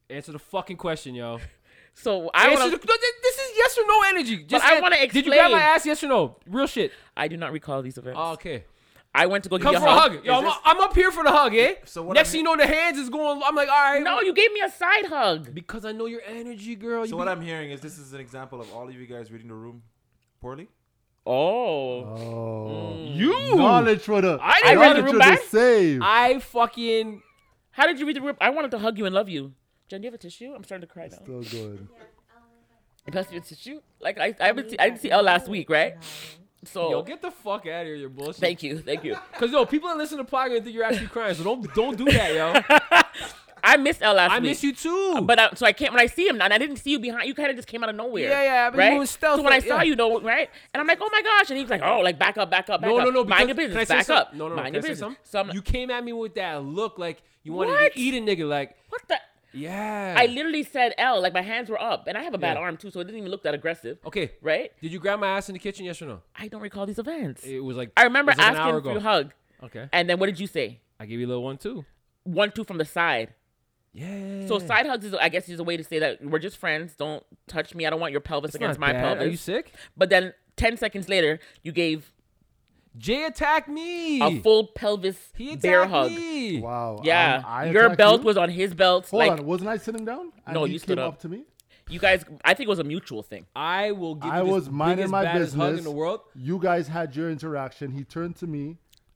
S3: Answer the fucking question, yo.
S1: so I
S3: Answer
S1: wanna,
S3: the- no, thi- this is yes or no energy. Just
S1: I
S3: an-
S1: wanna
S3: Did you grab my
S1: explain.
S3: ass? Yes or no? Real shit.
S1: I do not recall these events.
S3: Oh, okay.
S1: I went to go give
S3: Come
S1: you
S3: for a hug. Yo,
S4: Is
S3: I'm,
S4: this-
S3: I'm up here for the hug, eh?
S4: So what
S3: Next
S4: I'm
S3: thing you know, the hands is going. I'm like, all right.
S1: No, you gave me a side hug.
S3: Because I know your energy, girl. You
S4: So what
S3: be-
S4: I'm hearing is this is an example of all of you guys reading the room poorly.
S1: Oh,
S2: Oh,
S3: you.
S2: knowledge for the.
S3: I didn't
S2: knowledge
S1: read the
S2: for
S1: room
S2: the
S1: back.
S2: save.
S3: I fucking.
S1: how did you read the room? I wanted to hug you and love you. Jen, do you have a tissue? I'm starting to cry now.
S2: Still good.
S1: Pass me a tissue. Like I, I haven't, see, I didn't see El last week, right? So
S3: Yo, get the fuck out of here, your bullshit.
S1: Oh. thank you, thank you.
S3: Cause yo, people that listen to the podcast think you're actually crying, so don't don't do that, yo.
S1: I missed L last
S3: I
S1: week.
S3: miss you too.
S1: Uh, But I, so I can't when I see him now, and I didn't see you behind. You kind of just came out of nowhere.
S3: Yeah, yeah, I've been
S1: right?
S3: moving stealth,
S1: So when I
S3: like,
S1: saw
S3: yeah.
S1: you, though, right? And I'm like, oh my gosh, and he was like, oh, like back up, back up, back
S3: no,
S1: up.
S3: no, no,
S1: mind your
S3: because-
S1: business,
S3: can I
S1: back
S3: say
S1: up.
S3: something? No, no, no.
S1: mind
S3: can
S1: your
S3: I say
S1: business.
S3: something?
S1: So I'm,
S3: you came at me with that look like you wanted
S1: What?
S3: to eat a nigga. Like
S1: what the?
S3: yeah.
S1: I literally said L, like my hands were up, and I have a bad
S3: Yeah.
S1: arm too, so it didn't even look that aggressive,
S3: okay.
S1: right?
S3: Did you grab my ass in the kitchen? Yes or no?
S1: I don't recall these events.
S3: It was like
S1: I remember
S3: it was like an hour
S1: asking for
S3: ago.
S1: a hug,
S3: Okay.
S1: and then what did you say?
S3: I gave you a little one too.
S1: One, two from the side.
S3: Yeah.
S1: So side hugs is, I guess, is a way to say that we're just friends. Don't touch me. I don't want your pelvis
S3: It's
S1: against
S3: not
S1: my
S3: bad.
S1: pelvis.
S3: Are you sick?
S1: But then ten seconds later, you gave
S3: Jay attacked me.
S1: a full pelvis
S3: he attacked
S1: bear hug.
S3: me.
S2: Wow.
S1: Yeah,
S2: um, I
S1: your
S2: attacked
S1: belt
S2: you?
S1: was on his belt.
S2: Hold
S1: like
S2: on, wasn't I sitting down? And
S1: No,
S2: he
S1: you stood
S2: came
S1: up.
S2: to me.
S1: you guys, I think it was a mutual thing.
S3: I will give.
S2: I
S3: you this
S2: was minding
S3: biggest,
S2: my
S3: baddest hug
S2: business.
S3: in the world.
S2: You guys had your interaction. He turned to me,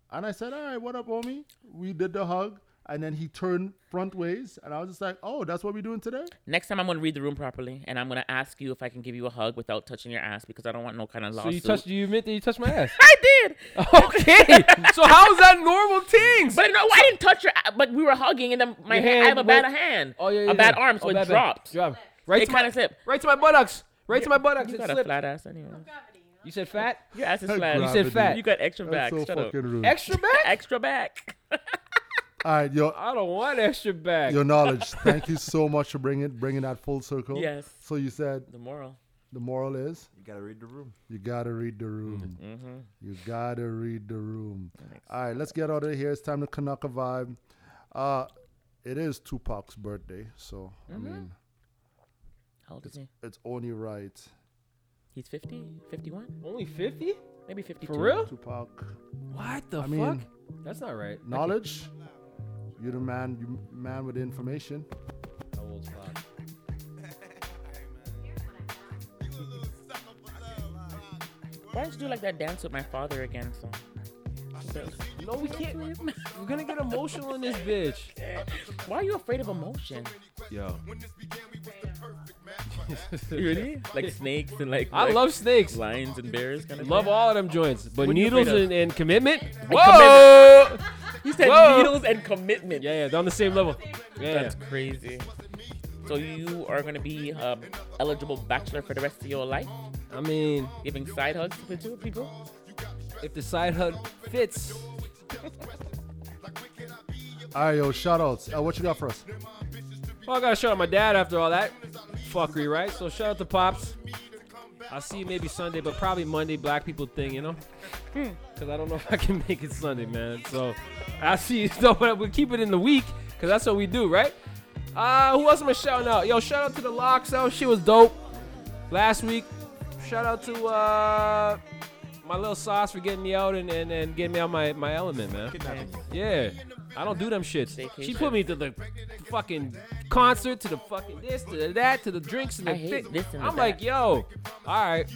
S2: and I said, "All right, what up, homie?" We did the hug, and then he turned front ways, and I was just like, "Oh, that's what we're doing today."
S1: Next time, I'm gonna read the room properly, and I'm gonna ask you if I can give you a hug without touching your ass because I don't want no kind of
S3: So
S1: lawsuit.
S3: you touched. You admit that you touched my ass.
S1: I did,
S3: okay. So how is that normal things?
S1: but no, I didn't touch your. a- But we were hugging, and then my
S3: Your
S1: hand, I have a
S3: hand
S1: bad
S3: went-
S1: hand,
S3: oh yeah, yeah
S1: a bad
S3: yeah.
S1: arm, so
S3: Oh,
S1: it
S3: bad, bad.
S1: dropped.
S3: Drop. Right
S1: It
S3: to my-
S1: kinda slipped.
S3: Right to my buttocks. Right to my buttocks.
S1: You
S3: It
S1: got a
S3: slipped.
S1: flat ass anyway.
S3: You said fat.
S1: Your ass is flat.
S2: You
S3: said fat.
S1: You got extra back.
S2: That's so
S1: Shut up.
S2: fucking rude.
S3: Extra back.
S1: Extra back.
S2: All right, yo,
S3: I don't want extra back.
S2: your knowledge. Thank you so much for bringing bringing that full circle.
S1: Yes.
S2: So you said
S1: the moral.
S2: the moral is
S4: You gotta read the room.
S2: you gotta read the room.
S3: Mm-hmm.
S1: Mm-hmm.
S2: You gotta read the room. All right, let's get out of here. It's time to Kanaka vibe. Uh, it is Tupac's birthday, so I
S3: Mm-hmm.
S2: mean,
S1: How old is he?
S2: it's only right.
S1: He's 50, 51,
S3: Only fifty?
S1: maybe 52.
S3: For real?
S2: Tupac,
S3: What the
S2: I mean-
S3: fuck? That's not right.
S2: knowledge. You're the man, you man with the information.
S3: How old's Fox?
S1: Why don't you do like that dance with my father again song?
S3: No, we can't. We're gonna get emotional in this bitch.
S1: Why are you afraid of emotion?
S3: Yo.
S1: Really? Like snakes and like
S3: I
S1: like
S3: love snakes.
S1: lions and bears kind of
S3: Love all of them joints, but
S1: What are you
S3: needles
S1: afraid of?
S3: and, and commitment. Whoa!
S1: You said
S3: Whoa.
S1: needles and commitment.
S3: Yeah, yeah, they're on the same level. Yeah,
S1: That's crazy. So you are gonna be um, eligible bachelor for the rest of your life,
S3: I mean,
S1: giving side hugs to two people.
S3: if the side hug fits,
S2: All right, yo, shout outs. Uh, what you got for us?
S3: well, I gotta shout out my dad after all that fuckery, right? So shout out to pops. I'll see you maybe Sunday, but probably Monday, Black people thing, you know? Cause I don't know if I can make it Sunday, man. So I'll see you. No, but we'll keep it in the week, cause that's what we do, right? Uh, who else am I shouting out? Yo, shout out to the locks out. She was dope last week. Shout out to uh my little sauce for getting me out and, and, and getting me out my, my element, man. Yeah. I don't do them shits. She put me to the fucking concert, to the fucking this, to the that, to the drinks and the
S1: I hate
S3: thi-
S1: this and the
S3: I'm like,
S1: that.
S3: yo, alright.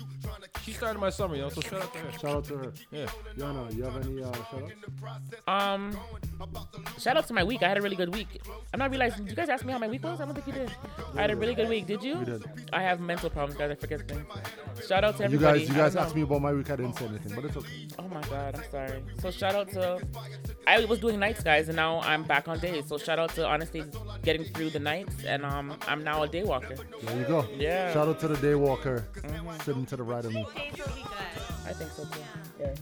S3: She started my summer, yo, so shout out to her.
S2: Shout out to her.
S3: Yeah.
S2: Yana, you have any uh, shout outs?
S1: Um, shout out to my week. I had a really good week. I'm not realizing. Did you guys ask me how my week was? I don't think you did. I had a really good week. Did you?
S2: We did.
S1: I have mental problems, guys. I forget things. Shout out to
S2: You
S1: everybody.
S2: guys, you
S1: I
S2: guys
S1: don't know.
S2: asked me about my week. I didn't say anything, but it's okay.
S1: Oh my god, I'm sorry. So shout out to I was doing nights, guys, and now I'm back on days. So shout out to honestly getting through the nights, and um, I'm now a day walker.
S2: There you go.
S1: Yeah.
S2: Shout out to the day walker sitting to the right of me.
S5: Days will be good.
S1: I think so too. Yeah.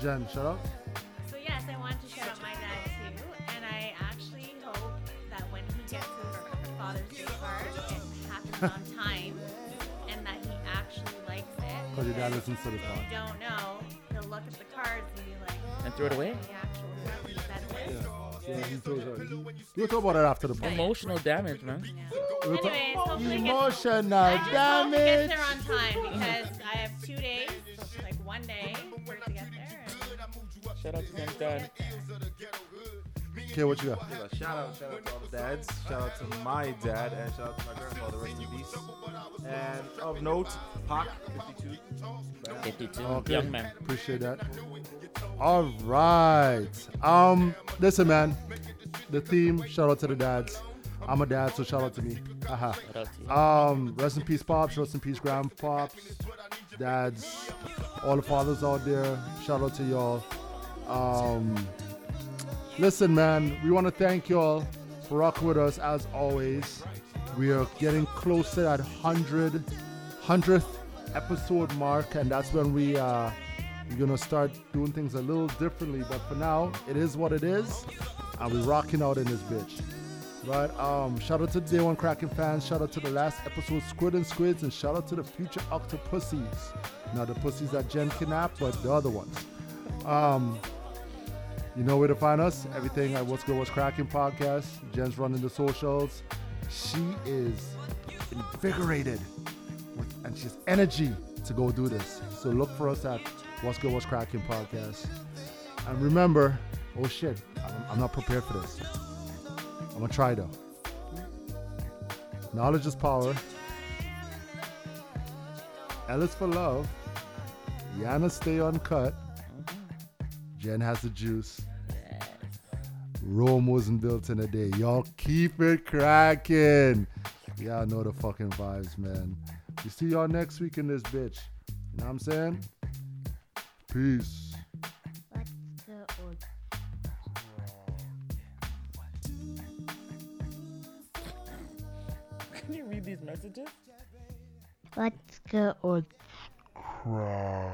S2: Jen, shout out.
S5: So yes, I want to shout out my dad too, and I actually hope that when he gets his Father's Day card, it happens on time, and that he actually likes it.
S2: Because your dad listens to this
S5: If
S2: podcast.
S5: you don't know, he'll look at the cards and be like,
S1: And throw it away.
S5: "The actual stuff he said this."
S2: Yeah, he told her. We'll talk about it after the break.
S1: Emotional damage, man.
S2: We'll talk-
S5: Anyways, hopefully he gets.
S2: Emotional
S5: I just hope he
S2: damage.
S5: gets there on time because I have two days, so it's like one day for it to get there. and-
S1: Shout out to them, done.
S2: Okay, what you got?
S4: Give a shout out, shout out to all the dads. Shout out to my dad and shout out to my grandfather. Rest in peace. And of note, Pac, 52.
S1: 52
S2: Okay.
S1: young man.
S2: Appreciate that. All right. Um, listen, man. The theme. Shout out to the dads. I'm a dad, so shout out to me. Aha.
S1: Shout out to you.
S2: Um, rest in peace, pops. Rest in peace, grandpops, dads, all the fathers out there. Shout out to y'all. Um, listen, man, we want to thank y'all rock with us as always. We are getting close to that 100, 100th episode mark, and that's when we, uh, we're going to start doing things a little differently. But for now, it is what it is, and we're rocking out in this bitch. Right, um, shout out to the Day One Kraken fans, shout out to the last episode Squid and Squids, and shout out to the future Octopussies. Not the pussies that Jen kidnapped, but the other ones. Um, You know where to find us. Everything at What's Good, What's Cracking podcast. Jen's running the socials. She is invigorated with, and she has energy to go do this. So look for us at What's Good, What's Cracking podcast. And remember, oh shit, I'm, I'm not prepared for this. I'm gonna try though. Knowledge is power. L is for love. Yana stay uncut. Jen has the juice. Rome wasn't built in a day. Y'all keep it cracking. Y'all know the fucking vibes, man. We see y'all next week in this bitch. You know what I'm saying? Peace.
S7: What's good? What's
S1: Can you read these messages?
S7: What's good? What's
S2: Cracking.